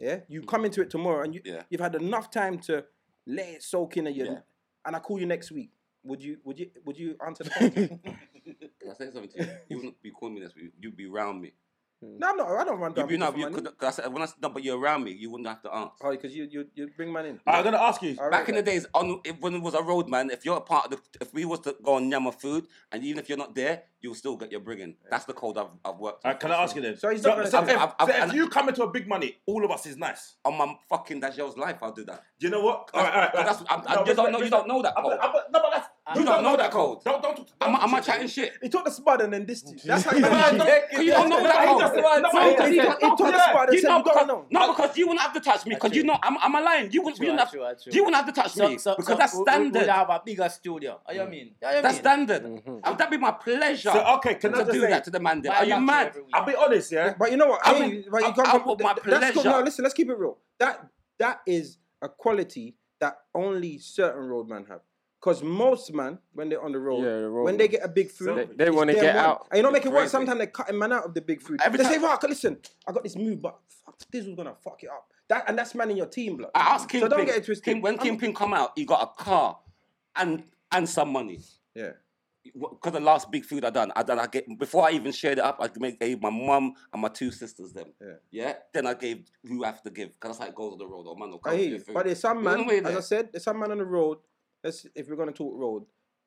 Speaker 1: yeah, you come into it tomorrow and you
Speaker 3: Yeah.
Speaker 1: you've had enough time to let it soak in and you
Speaker 3: Yeah.
Speaker 1: and I call you next week. Would you would you
Speaker 3: *laughs*
Speaker 1: would you answer the phone?
Speaker 3: Can I say something to you? You wouldn't be calling me this. You'd be round me.
Speaker 1: No, I'm not. I don't run
Speaker 3: You,
Speaker 1: down.
Speaker 3: you know,
Speaker 1: people
Speaker 3: you
Speaker 1: for money.
Speaker 3: could, cause I said, when I said, no, but you're around me, you wouldn't have to answer.
Speaker 1: Oh, because you, you you bring man in.
Speaker 4: I'm gonna ask you.
Speaker 1: All right,
Speaker 3: Back in the
Speaker 1: then.
Speaker 3: days, on if, when it was a road, man, if you're a part of the, if we was to go on Yama food, and even if you're not there, you'll still get your bringing. That's the code I've, I've worked
Speaker 4: All right, Uh, can I ask you then?
Speaker 1: So he's not gonna
Speaker 4: so,
Speaker 1: say-
Speaker 4: if,
Speaker 3: I've-
Speaker 4: so
Speaker 3: I've-
Speaker 4: if you come into a big money, all of us is nice.
Speaker 3: on my fucking that's yours life. I'll do that.
Speaker 4: You know what? All right, all right. all right.
Speaker 3: That's- I'm- I'm-
Speaker 4: No,
Speaker 3: you don't
Speaker 4: respect,
Speaker 3: know. You
Speaker 4: respect.
Speaker 3: don't know that
Speaker 4: I'm,
Speaker 3: code.
Speaker 4: I'm, no, but that's,
Speaker 3: You don't know that code.
Speaker 4: Don't don't. don't
Speaker 3: I'm, I'm not
Speaker 4: shit.
Speaker 3: chatting shit.
Speaker 1: He took the spud and then this. That's how.
Speaker 3: *laughs*
Speaker 1: you
Speaker 3: You don't know that
Speaker 4: He
Speaker 3: code.
Speaker 4: just said-
Speaker 3: No,
Speaker 4: no, he
Speaker 3: because
Speaker 4: just
Speaker 3: you
Speaker 4: said-
Speaker 3: don't
Speaker 1: he
Speaker 3: know.
Speaker 1: told us about it,
Speaker 3: You
Speaker 1: said
Speaker 3: know
Speaker 1: we don't
Speaker 3: because-
Speaker 1: know.
Speaker 3: No, because you wouldn't have to touch me. Because you know, I'm, I'm a lion. You wouldn't,
Speaker 2: True,
Speaker 3: you wouldn't have,
Speaker 2: true, true.
Speaker 3: you wouldn't have to touch
Speaker 2: So,
Speaker 3: me
Speaker 2: so,
Speaker 3: because
Speaker 2: so
Speaker 3: that's
Speaker 2: we- we-
Speaker 3: standard. Mm.
Speaker 2: We'd have a bigger studio. You know what I mean? You know what I
Speaker 3: that's
Speaker 2: mean?
Speaker 3: standard. And That'd be my pleasure.
Speaker 4: So okay, can I
Speaker 3: to
Speaker 4: just
Speaker 3: do
Speaker 4: say?
Speaker 3: that to the man there.
Speaker 2: Mm-hmm. Why
Speaker 3: Are you
Speaker 2: not
Speaker 3: mad?
Speaker 2: every week?
Speaker 4: I'll be honest, yeah.
Speaker 1: But you know what?
Speaker 3: I
Speaker 1: Hey,
Speaker 3: mean,
Speaker 1: but you
Speaker 3: I-
Speaker 1: can't
Speaker 3: I
Speaker 1: come-
Speaker 3: want my
Speaker 1: th- that's cool.
Speaker 3: pleasure.
Speaker 1: No, listen. Let's keep it real. That that is a quality that only certain roadmen have. Cause most man, when they're on the road,
Speaker 5: Yeah, the road
Speaker 1: when they
Speaker 5: man.
Speaker 1: get a big food,
Speaker 5: They- they
Speaker 1: it's
Speaker 5: wanna
Speaker 1: them
Speaker 5: get
Speaker 1: one.
Speaker 5: out.
Speaker 1: And you know, make
Speaker 5: It's
Speaker 1: it work.
Speaker 5: crazy.
Speaker 1: Sometimes they're cutting man out of the big food.
Speaker 3: Every
Speaker 1: they say,
Speaker 3: time-
Speaker 1: "Fuck, listen, I got this move, but fuck, this was gonna fuck it up." That and that's man in your team, blood.
Speaker 3: I asked Kingpin.
Speaker 1: So don't get it twisted.
Speaker 3: King, when
Speaker 1: I'm-
Speaker 3: Kingpin come out, he got a car and and some money.
Speaker 1: yeah.
Speaker 3: Because the last big food I done, I done. I get before I even shared it up. I make gave my mum and my two sisters them.
Speaker 1: Yeah.
Speaker 3: Then I gave who I have to give. Because that's how it goes on the road. Or man will come
Speaker 1: I
Speaker 3: for
Speaker 1: hear
Speaker 3: your
Speaker 1: you.
Speaker 3: food.
Speaker 1: But there's some
Speaker 3: There's no
Speaker 1: man,
Speaker 3: way
Speaker 1: as I
Speaker 3: there.
Speaker 1: said, there's some man on the road. Let's, if we're gonna talk road,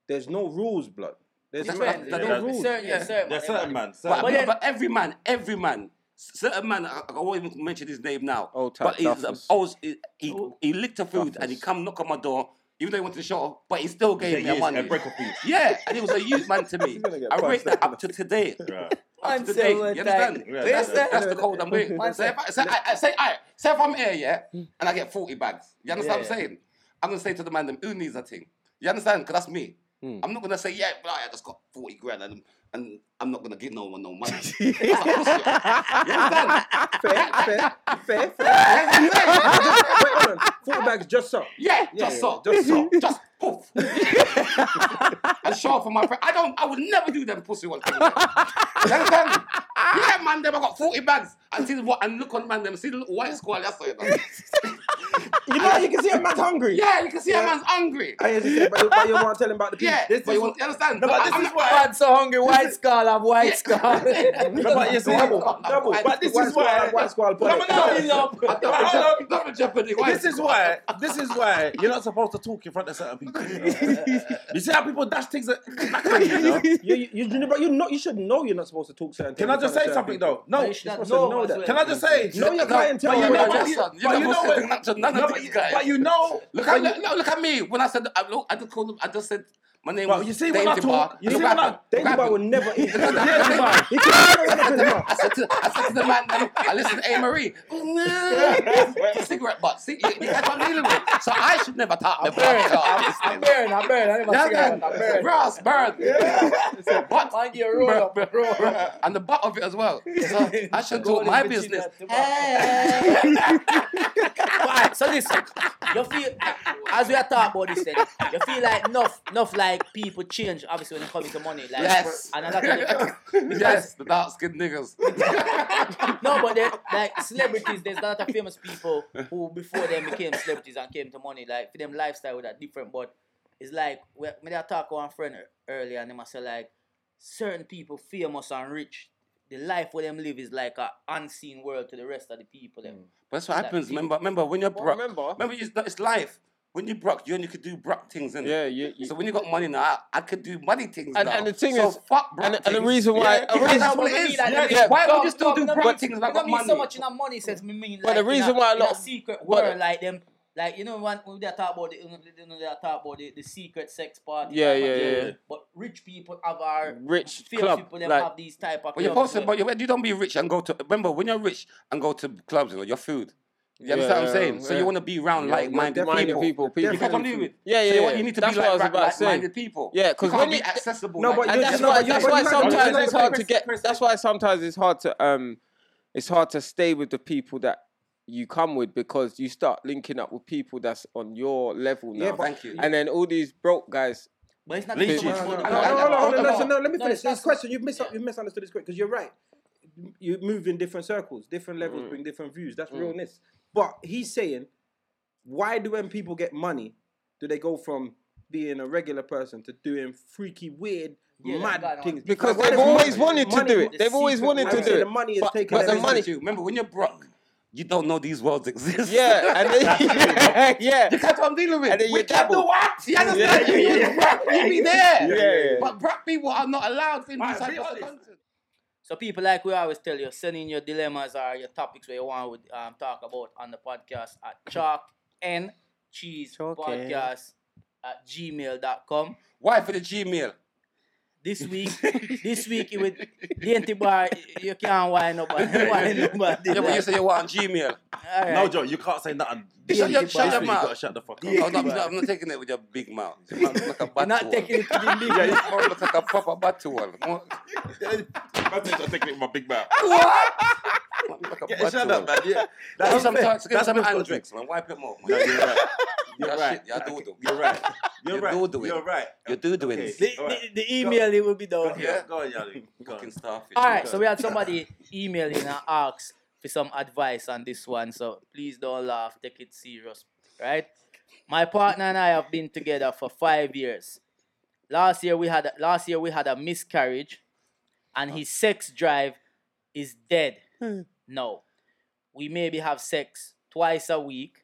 Speaker 1: there's no rules, blood. There's
Speaker 3: That's
Speaker 1: man,
Speaker 3: right.
Speaker 1: there's
Speaker 4: Yeah,
Speaker 1: no rules.
Speaker 2: Certain, yeah, certain.
Speaker 4: There's certain man.
Speaker 3: But,
Speaker 4: Certain
Speaker 3: but,
Speaker 4: man.
Speaker 2: then-
Speaker 3: every man, every man, certain man, I, I won't even mention his name now.
Speaker 5: Old type
Speaker 3: but he's a,
Speaker 5: duffers.
Speaker 3: old, he, he, he licked the food and he
Speaker 5: Duffers.
Speaker 3: come knock on my door, even though he wanted to show off, but he still
Speaker 4: Yeah,
Speaker 3: gave me
Speaker 4: yeah,
Speaker 3: a money.
Speaker 4: yeah, break up for you.
Speaker 3: Yeah, and he was a youth man to me.
Speaker 1: gonna get
Speaker 3: I rate
Speaker 1: punched
Speaker 3: that up to today.
Speaker 4: Right.
Speaker 3: Up to
Speaker 2: Until
Speaker 3: today. You
Speaker 2: we're
Speaker 3: understand?
Speaker 4: Yeah,
Speaker 3: That's,
Speaker 4: yeah, yeah.
Speaker 3: the, that's the code I'm doing.
Speaker 2: One
Speaker 3: So if I, *laughs* say, I, I- say, I, say if I'm here, yeah, and I get 40 bags, you understand what
Speaker 2: Yeah.
Speaker 3: I'm saying? I'm going to say to the man, them, who needs that thing? You understand? Because that's me. I'm not going to say, yeah, but I just got 40 grand and, and I'm not going to give no one no *laughs* money. That's like, pussy. you understand?
Speaker 1: fair, fair, fair,
Speaker 3: *laughs*
Speaker 1: fair. Wait, hold on. Forty bags just so.
Speaker 3: Yeah,
Speaker 1: Yeah,
Speaker 3: just
Speaker 1: yeah,
Speaker 3: so,
Speaker 1: yeah,
Speaker 3: just so, just *laughs* poof. and show off for my friend. I don't, I would never do them pussy ones. you understand? *laughs* me? Yeah, man, them I got 40 bags. And see what, and look on man, them, see the little white squad, that's what it is.
Speaker 1: You know, you can see a man's hungry.
Speaker 3: Yeah, you can see a man's angry.
Speaker 1: I just said, but, but you want to tell him about the people.
Speaker 3: Yeah,
Speaker 4: This
Speaker 3: but
Speaker 4: is-
Speaker 3: you, want- you understand?
Speaker 4: No, but
Speaker 3: I-
Speaker 4: this
Speaker 3: I'm
Speaker 4: is
Speaker 3: not-
Speaker 4: why.
Speaker 2: Bad so hungry, white skull, have
Speaker 3: *laughs*
Speaker 2: white skull.
Speaker 4: No, but you
Speaker 2: *laughs*
Speaker 4: see,
Speaker 3: Double, double.
Speaker 4: but this
Speaker 1: White
Speaker 4: is
Speaker 1: squad,
Speaker 4: why.
Speaker 1: white squad,
Speaker 4: No,
Speaker 1: boy.
Speaker 4: but no,
Speaker 3: Double jeop-
Speaker 4: but
Speaker 3: double
Speaker 4: hold
Speaker 3: jeop-
Speaker 4: on.
Speaker 3: double jeopardy, white
Speaker 4: *laughs* This is
Speaker 3: squad.
Speaker 4: why. This is why you're not supposed to talk in front of certain people. You, know? You see how people dash things. At, back at you, you know?
Speaker 1: You, you, you, know, but you know, you should know you're not supposed to talk certain.
Speaker 4: Can I just say something though? No.
Speaker 2: You should not
Speaker 1: supposed to
Speaker 2: know
Speaker 1: know
Speaker 2: as
Speaker 1: that.
Speaker 2: well.
Speaker 4: Can I just say?
Speaker 1: Know your
Speaker 4: No,
Speaker 1: clientele.
Speaker 4: But you know
Speaker 1: already.
Speaker 3: Yes, you're
Speaker 4: what? But you know
Speaker 3: not sitting
Speaker 4: what?
Speaker 3: next to none
Speaker 4: No,
Speaker 3: of
Speaker 4: but
Speaker 3: these
Speaker 4: you-
Speaker 3: guys.
Speaker 4: But you know.
Speaker 3: Look
Speaker 4: but
Speaker 3: at
Speaker 4: you-
Speaker 3: look, no, look at me. When I said I, look, I just called him. I just said my name
Speaker 4: Well,
Speaker 3: was
Speaker 4: you see, when I
Speaker 3: Danger
Speaker 4: talk-
Speaker 3: Bar.
Speaker 4: you
Speaker 3: Look
Speaker 4: see,
Speaker 3: what
Speaker 4: when I-
Speaker 3: happened.
Speaker 1: Danger
Speaker 3: Look
Speaker 1: Bar
Speaker 3: what
Speaker 1: will never
Speaker 4: *laughs*
Speaker 1: eat. *laughs*
Speaker 3: happened.
Speaker 1: He can never run up in the
Speaker 3: I
Speaker 1: mouth.
Speaker 3: said to I said to the man, um, I listened to Anne
Speaker 4: *laughs*
Speaker 3: Marie. Oh, no. The cigarette butt. See, you, you that's what I'm dealing with. So I should never talk about
Speaker 2: *laughs* I'm,
Speaker 3: it.
Speaker 2: I'm burn, I'm burn. I never
Speaker 3: Yeah,
Speaker 2: cigarette,
Speaker 3: man.
Speaker 2: I'm burn.
Speaker 3: Ross, burn. What?
Speaker 2: Man, you
Speaker 5: *laughs*
Speaker 2: roll up,
Speaker 3: Bruh,
Speaker 2: bro.
Speaker 3: bruh. And the butt of it as well. So I should do my business. *laughs*
Speaker 2: Alright, so listen, you feel as we are talking about this thing, you feel like enough, enough like people change obviously when it comes to money. Like
Speaker 3: Yes.
Speaker 2: and a lot of
Speaker 3: *laughs*
Speaker 2: the-
Speaker 3: Yes, the dark skinned niggas.
Speaker 2: *laughs* no, but they- like celebrities, there's a lot of famous people who before them became celebrities and came to money. Like for them lifestyle was that different, but it's like when when I talk to one friend ear- earlier and them I say like certain people famous and rich. The life where them live is like a unseen world to the rest of the people. Them.
Speaker 3: But that's what
Speaker 2: Like
Speaker 3: happens.
Speaker 2: people-
Speaker 3: Remember, remember when you're
Speaker 5: Well,
Speaker 3: broke.
Speaker 5: remember.
Speaker 3: remember it's, it's life. When you broke, you only could do broke things, innit?
Speaker 5: Yeah, you- you-
Speaker 3: so when you got money now, I, I could do money things
Speaker 5: And-
Speaker 3: now.
Speaker 5: and the thing
Speaker 3: so
Speaker 5: is-
Speaker 3: fuck broke
Speaker 5: and, the- and the
Speaker 3: things.
Speaker 5: reason why,
Speaker 4: Yeah,
Speaker 5: a
Speaker 3: Because
Speaker 5: reason-
Speaker 3: that's what it
Speaker 2: Because
Speaker 3: is.
Speaker 2: that's what it is.
Speaker 3: Yeah, Why
Speaker 2: No,
Speaker 3: would you still
Speaker 2: no,
Speaker 3: do
Speaker 2: no,
Speaker 3: broke
Speaker 2: but-
Speaker 3: things if
Speaker 2: I
Speaker 3: I got
Speaker 2: don't mean
Speaker 3: money?
Speaker 2: so much in a money sense. Me mean, like,
Speaker 5: the
Speaker 2: in
Speaker 5: reason
Speaker 2: a,
Speaker 5: why a
Speaker 2: in
Speaker 5: lot
Speaker 2: a
Speaker 5: of-
Speaker 2: secret
Speaker 5: but-
Speaker 2: world, like them, like you know, when when they talk about the, you know, you know, they talk about the, the secret sex party.
Speaker 5: Yeah,
Speaker 2: like,
Speaker 5: yeah,
Speaker 2: but-
Speaker 5: yeah.
Speaker 2: But rich people have our
Speaker 5: Rich
Speaker 2: famous
Speaker 5: club,
Speaker 2: people. Them
Speaker 5: like-
Speaker 2: have these type of.
Speaker 3: But you're
Speaker 2: clubs
Speaker 3: posting,
Speaker 2: where-
Speaker 3: but you, you don't be rich and go to. Remember, when you're rich and go to clubs, you know, your food. You
Speaker 5: Yeah,
Speaker 3: understand what I'm saying? So
Speaker 5: yeah.
Speaker 3: you want to be around
Speaker 5: Yeah,
Speaker 3: like-minded
Speaker 5: minded
Speaker 3: people.
Speaker 5: people,
Speaker 3: You
Speaker 5: people.
Speaker 3: can't
Speaker 1: Definitely.
Speaker 3: believe it.
Speaker 5: Yeah, yeah,
Speaker 3: So you,
Speaker 5: yeah.
Speaker 3: you need to
Speaker 5: That's
Speaker 3: be
Speaker 5: what I
Speaker 3: like,
Speaker 5: was
Speaker 3: right,
Speaker 5: about to say.
Speaker 3: like-minded people.
Speaker 5: Yeah, 'cause
Speaker 3: You
Speaker 5: when
Speaker 3: can't be
Speaker 5: you-
Speaker 3: accessible.
Speaker 1: No,
Speaker 3: like
Speaker 1: but
Speaker 3: that.
Speaker 5: and
Speaker 1: you-
Speaker 5: that's
Speaker 1: no,
Speaker 5: why
Speaker 1: but you-
Speaker 5: that's
Speaker 1: but
Speaker 5: why
Speaker 1: you have to-
Speaker 5: sometimes
Speaker 1: you
Speaker 5: it's
Speaker 1: have
Speaker 5: hard
Speaker 1: to-
Speaker 5: to get that's why sometimes it's hard to um it's hard to stay with the people that you come with because you start linking up with people that's on your level now.
Speaker 1: Yeah, but-
Speaker 3: Thank you.
Speaker 5: And then all these broke guys
Speaker 2: But it's not
Speaker 4: Leech
Speaker 2: so much.
Speaker 4: is-
Speaker 2: for the-
Speaker 1: No,
Speaker 3: I
Speaker 1: no,
Speaker 3: don't- I
Speaker 1: no,
Speaker 3: don't-
Speaker 1: hold on, hold on,
Speaker 3: I don't
Speaker 1: listen,
Speaker 3: know.
Speaker 1: no, let me
Speaker 2: No,
Speaker 1: finish
Speaker 2: it's
Speaker 1: this
Speaker 2: not-
Speaker 1: question. You've, mis-
Speaker 2: yeah.
Speaker 1: you've misunderstood this question because you're right. You move in different circles, different
Speaker 5: Mm.
Speaker 1: levels bring different views. That's realness. But he's saying, why do when people get money, do they go from being a regular person to doing freaky, weird,
Speaker 2: Yeah, that's
Speaker 1: mad
Speaker 2: God, no.
Speaker 1: things
Speaker 5: Because
Speaker 1: what
Speaker 5: they've
Speaker 1: is
Speaker 5: always
Speaker 1: money?
Speaker 5: wanted to
Speaker 1: Money
Speaker 5: do
Speaker 1: is
Speaker 5: it.
Speaker 2: the
Speaker 5: They've always
Speaker 2: secret
Speaker 5: wanted
Speaker 1: I
Speaker 5: to
Speaker 1: would say
Speaker 5: do
Speaker 1: the
Speaker 5: it.
Speaker 1: money is
Speaker 3: But,
Speaker 1: taking
Speaker 3: but the
Speaker 1: everything.
Speaker 3: money. Remember, when you're broke, you don't know these worlds exist.
Speaker 5: Yeah, and then, *laughs* yeah,
Speaker 3: *laughs*
Speaker 5: yeah,
Speaker 3: That's what I'm dealing with.
Speaker 5: And then
Speaker 3: we
Speaker 5: you
Speaker 3: can do
Speaker 5: dabble.
Speaker 3: what? You understand?
Speaker 4: yeah,
Speaker 3: you
Speaker 4: yeah,
Speaker 3: use rap, you
Speaker 5: *laughs*
Speaker 3: be there.
Speaker 5: yeah.
Speaker 3: But black people are not allowed in
Speaker 4: Alright,
Speaker 3: this type
Speaker 4: be
Speaker 3: of
Speaker 4: honest.
Speaker 3: country.
Speaker 2: So people, like we always tell you, send in your dilemmas or your topics where you want to um, talk about on the podcast at chalk and cheese
Speaker 5: Chalk and-
Speaker 2: podcast at gmail.com.
Speaker 3: Why for the Gmail?
Speaker 2: This week, this week it with Dainty Bar, you can't wind
Speaker 4: *laughs*
Speaker 2: up on wind up on *laughs* this.
Speaker 3: Yeah, but you say you want Gmail.
Speaker 2: All right.
Speaker 4: No, Joe, you can't say nothing.
Speaker 3: Shut your- shut your
Speaker 4: you
Speaker 3: mouth.
Speaker 4: gotta shut the fuck up.
Speaker 3: No, no, I'm, not, I'm not taking it with your big mouth. Your mouth look like a
Speaker 2: You're
Speaker 3: bat
Speaker 2: not
Speaker 3: to
Speaker 2: taking it to the league.
Speaker 4: *laughs*
Speaker 3: yeah, yeah. More look like a proper bat to one. More-
Speaker 4: I'm taking it with my big mouth.
Speaker 3: What? Like a
Speaker 4: Yeah,
Speaker 3: bat
Speaker 4: shut
Speaker 3: to one.
Speaker 4: up, man. Yeah,
Speaker 3: Give me some,
Speaker 4: fair.
Speaker 3: give me
Speaker 4: *laughs* That's
Speaker 3: some
Speaker 4: fair.
Speaker 3: Andrex, man. Wipe him off,
Speaker 4: No,
Speaker 3: man.
Speaker 4: you're right.
Speaker 3: Yeah,
Speaker 4: You're right.
Speaker 3: shit, yeah,
Speaker 4: Okay,
Speaker 3: doodle.
Speaker 4: You're
Speaker 3: *laughs*
Speaker 4: right. You're
Speaker 3: You
Speaker 4: right.
Speaker 3: doodle it.
Speaker 4: You're right.
Speaker 3: You're doodling.
Speaker 4: Okay.
Speaker 2: The,
Speaker 4: All right.
Speaker 2: the, the email it will be down here.
Speaker 4: Yeah, go
Speaker 3: *laughs*
Speaker 4: on, Yannick. Go on.
Speaker 3: Fucking starfish.
Speaker 2: All right, so we had somebody emailing and ask for some advice on this one. So please don't laugh, take it serious, right? My partner and I have been together for five years. Last year we had a, last year we had a miscarriage, and his sex drive is dead. no, we maybe have sex twice a week.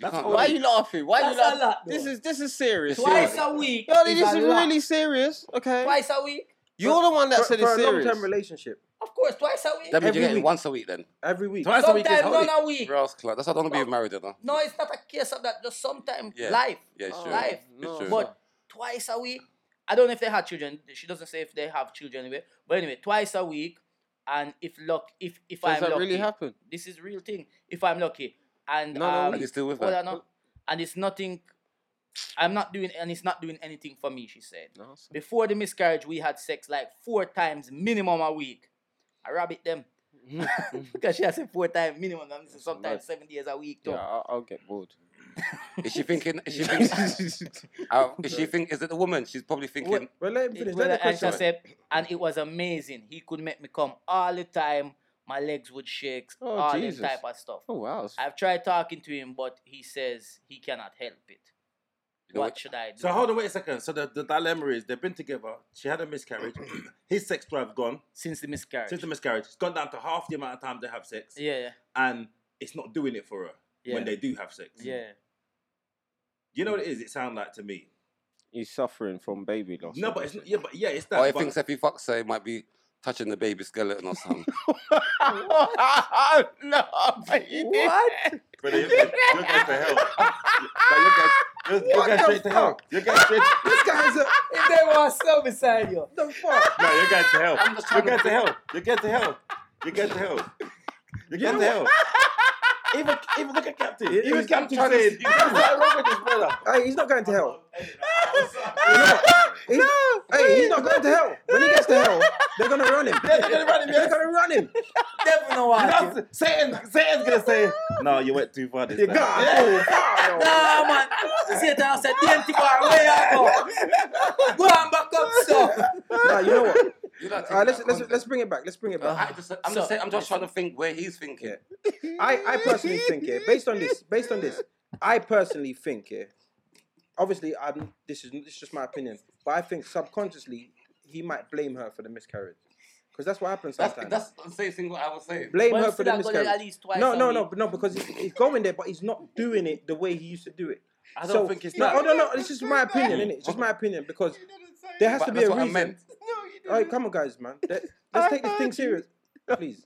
Speaker 3: That's
Speaker 5: Why are you laughing? Why are you
Speaker 2: That's a
Speaker 5: laughing?
Speaker 2: lot, though.
Speaker 5: This is this is serious.
Speaker 2: Twice
Speaker 5: yeah.
Speaker 2: a week.
Speaker 5: No,
Speaker 2: is
Speaker 5: this
Speaker 2: a
Speaker 5: is
Speaker 2: lot.
Speaker 5: really serious. Okay,
Speaker 2: twice a week.
Speaker 5: you're the one that
Speaker 1: for,
Speaker 5: said
Speaker 1: for
Speaker 5: it's
Speaker 1: a long-term
Speaker 5: serious.
Speaker 1: relationship,
Speaker 2: Of course, twice a week.
Speaker 3: That means
Speaker 1: Every
Speaker 3: you get it
Speaker 1: week.
Speaker 3: once a week then.
Speaker 1: every week.
Speaker 4: Twice a week is
Speaker 2: Sometimes
Speaker 4: holy.
Speaker 2: none a week.
Speaker 3: Ross Clark. That's why I don't want to be married, you know.
Speaker 2: No, it's not a case of that. Just sometimes
Speaker 3: Yeah.
Speaker 2: life.
Speaker 3: Yeah, sure.
Speaker 2: Life.
Speaker 5: no.
Speaker 3: It's true.
Speaker 2: But twice a week, I don't know if they had children. She doesn't say if they have children anyway. But anyway, twice a week, and if luck, if if
Speaker 5: Does
Speaker 2: I'm
Speaker 5: that
Speaker 2: lucky,
Speaker 5: really happen?
Speaker 2: this is real thing. If I'm lucky, and
Speaker 5: No, no,
Speaker 2: um,
Speaker 3: Are you still with
Speaker 2: hold
Speaker 3: her?
Speaker 2: on, no. and it's nothing. I'm not doing, and it's not doing anything for me. She said.
Speaker 5: No, sir.
Speaker 2: Before the miscarriage, we had sex like four times minimum a week. I rabbit them
Speaker 5: Mm-hmm,
Speaker 2: *laughs* because she has said four times minimum. And this is sometimes seven days a week.
Speaker 5: yeah,
Speaker 2: Though.
Speaker 5: I'll, I'll get bored.
Speaker 3: Is she thinking? Is she thinking? uh, is she think? Is it a woman? She's probably thinking.
Speaker 2: What-
Speaker 1: Well, let him
Speaker 2: It
Speaker 1: finish.
Speaker 2: was
Speaker 1: Let the
Speaker 2: an
Speaker 1: question.
Speaker 2: intercept, and it was amazing. He could make me come all the time. My legs would shake,
Speaker 5: Oh,
Speaker 2: all
Speaker 5: Jesus.
Speaker 2: this type of stuff.
Speaker 5: Oh wow. it's-
Speaker 2: I've tried talking to him, but he says he cannot help it.
Speaker 3: know
Speaker 2: What
Speaker 3: what-
Speaker 2: should I do?
Speaker 4: So hold on, wait a second. So the, the dilemma is they've been together. She had a miscarriage. *clears throat* His sex drive gone
Speaker 2: Since the miscarriage.
Speaker 4: since the miscarriage. It's gone down to half the amount of time they have sex,
Speaker 2: yeah, yeah,
Speaker 4: and it's not doing it for her
Speaker 2: Yeah.
Speaker 4: when they do have
Speaker 5: Mm.
Speaker 4: sex.
Speaker 2: yeah.
Speaker 4: You know what it is? It sounds like to me.
Speaker 5: He's suffering from baby loss.
Speaker 4: No, but it's not, yeah, but yeah, it's that.
Speaker 3: Or he
Speaker 4: but-
Speaker 3: thinks if he fucks her, he might be touching the baby skeleton or something.
Speaker 6: no,
Speaker 5: Oh,
Speaker 6: but you did.
Speaker 5: *laughs*
Speaker 4: But you're, going- you're going to hell. No, you're going, you're, you're going straight to hell. You're going straight.
Speaker 1: *laughs* This guy's a
Speaker 2: If they want so beside you.
Speaker 1: the fuck.
Speaker 4: No, you're going to hell.
Speaker 3: I'm just
Speaker 4: You're
Speaker 3: trying
Speaker 4: going
Speaker 3: to.
Speaker 4: to hell. You're going to hell. You're going to hell. You're going to hell. Even, even look at Captain. Even
Speaker 1: he's
Speaker 4: Captain saying, "What's wrong with this brother?"
Speaker 1: Hey, he's not going to
Speaker 4: *laughs*
Speaker 1: hell. He's, Hey, he's not going to hell. When he gets to hell, they're gonna run him.
Speaker 4: Yeah, they're gonna *laughs* run him, yeah.
Speaker 1: They're gonna run him.
Speaker 2: Devil know
Speaker 4: You
Speaker 2: what.
Speaker 4: know, Satan, Satan's gonna say, "No, you went too far this time." *laughs*
Speaker 1: God,
Speaker 4: Yeah.
Speaker 1: oh, fuck.
Speaker 2: *laughs* Nah, man. Satan said, "Dainty bar, where I go? Go and back up, so."
Speaker 1: Nah, you know what?
Speaker 3: You don't
Speaker 1: All right, let's
Speaker 3: think that
Speaker 1: let's
Speaker 3: context.
Speaker 1: let's bring it back. Let's bring it back.
Speaker 3: I just, I'm
Speaker 2: So-
Speaker 3: just saying, I'm just trying to think where he's thinking.
Speaker 1: I, I personally think here, based on this, based on this, I personally think here. Obviously, I'm. This is this is just my opinion, but I think subconsciously he might blame her for the miscarriage, because that's what happens
Speaker 3: That's
Speaker 1: sometimes.
Speaker 3: that's the same thing what I was saying.
Speaker 1: blame
Speaker 2: But
Speaker 1: her
Speaker 2: still
Speaker 1: for the
Speaker 2: I go there
Speaker 1: miscarriage.
Speaker 2: at least twice
Speaker 1: no,
Speaker 2: a
Speaker 1: no,
Speaker 2: week.
Speaker 1: no, no, because he- he's going there, but he's not doing it the way he used to do it.
Speaker 4: I don't
Speaker 1: So-
Speaker 4: think it's
Speaker 1: no,
Speaker 4: that.
Speaker 1: oh, no, no. It's just my opinion, innit? It's just my opinion because there has
Speaker 3: But
Speaker 1: to be
Speaker 3: that's
Speaker 1: a
Speaker 3: what I
Speaker 1: reason.
Speaker 3: meant.
Speaker 1: All right, come on, guys, man. Let, us take this thing serious, please.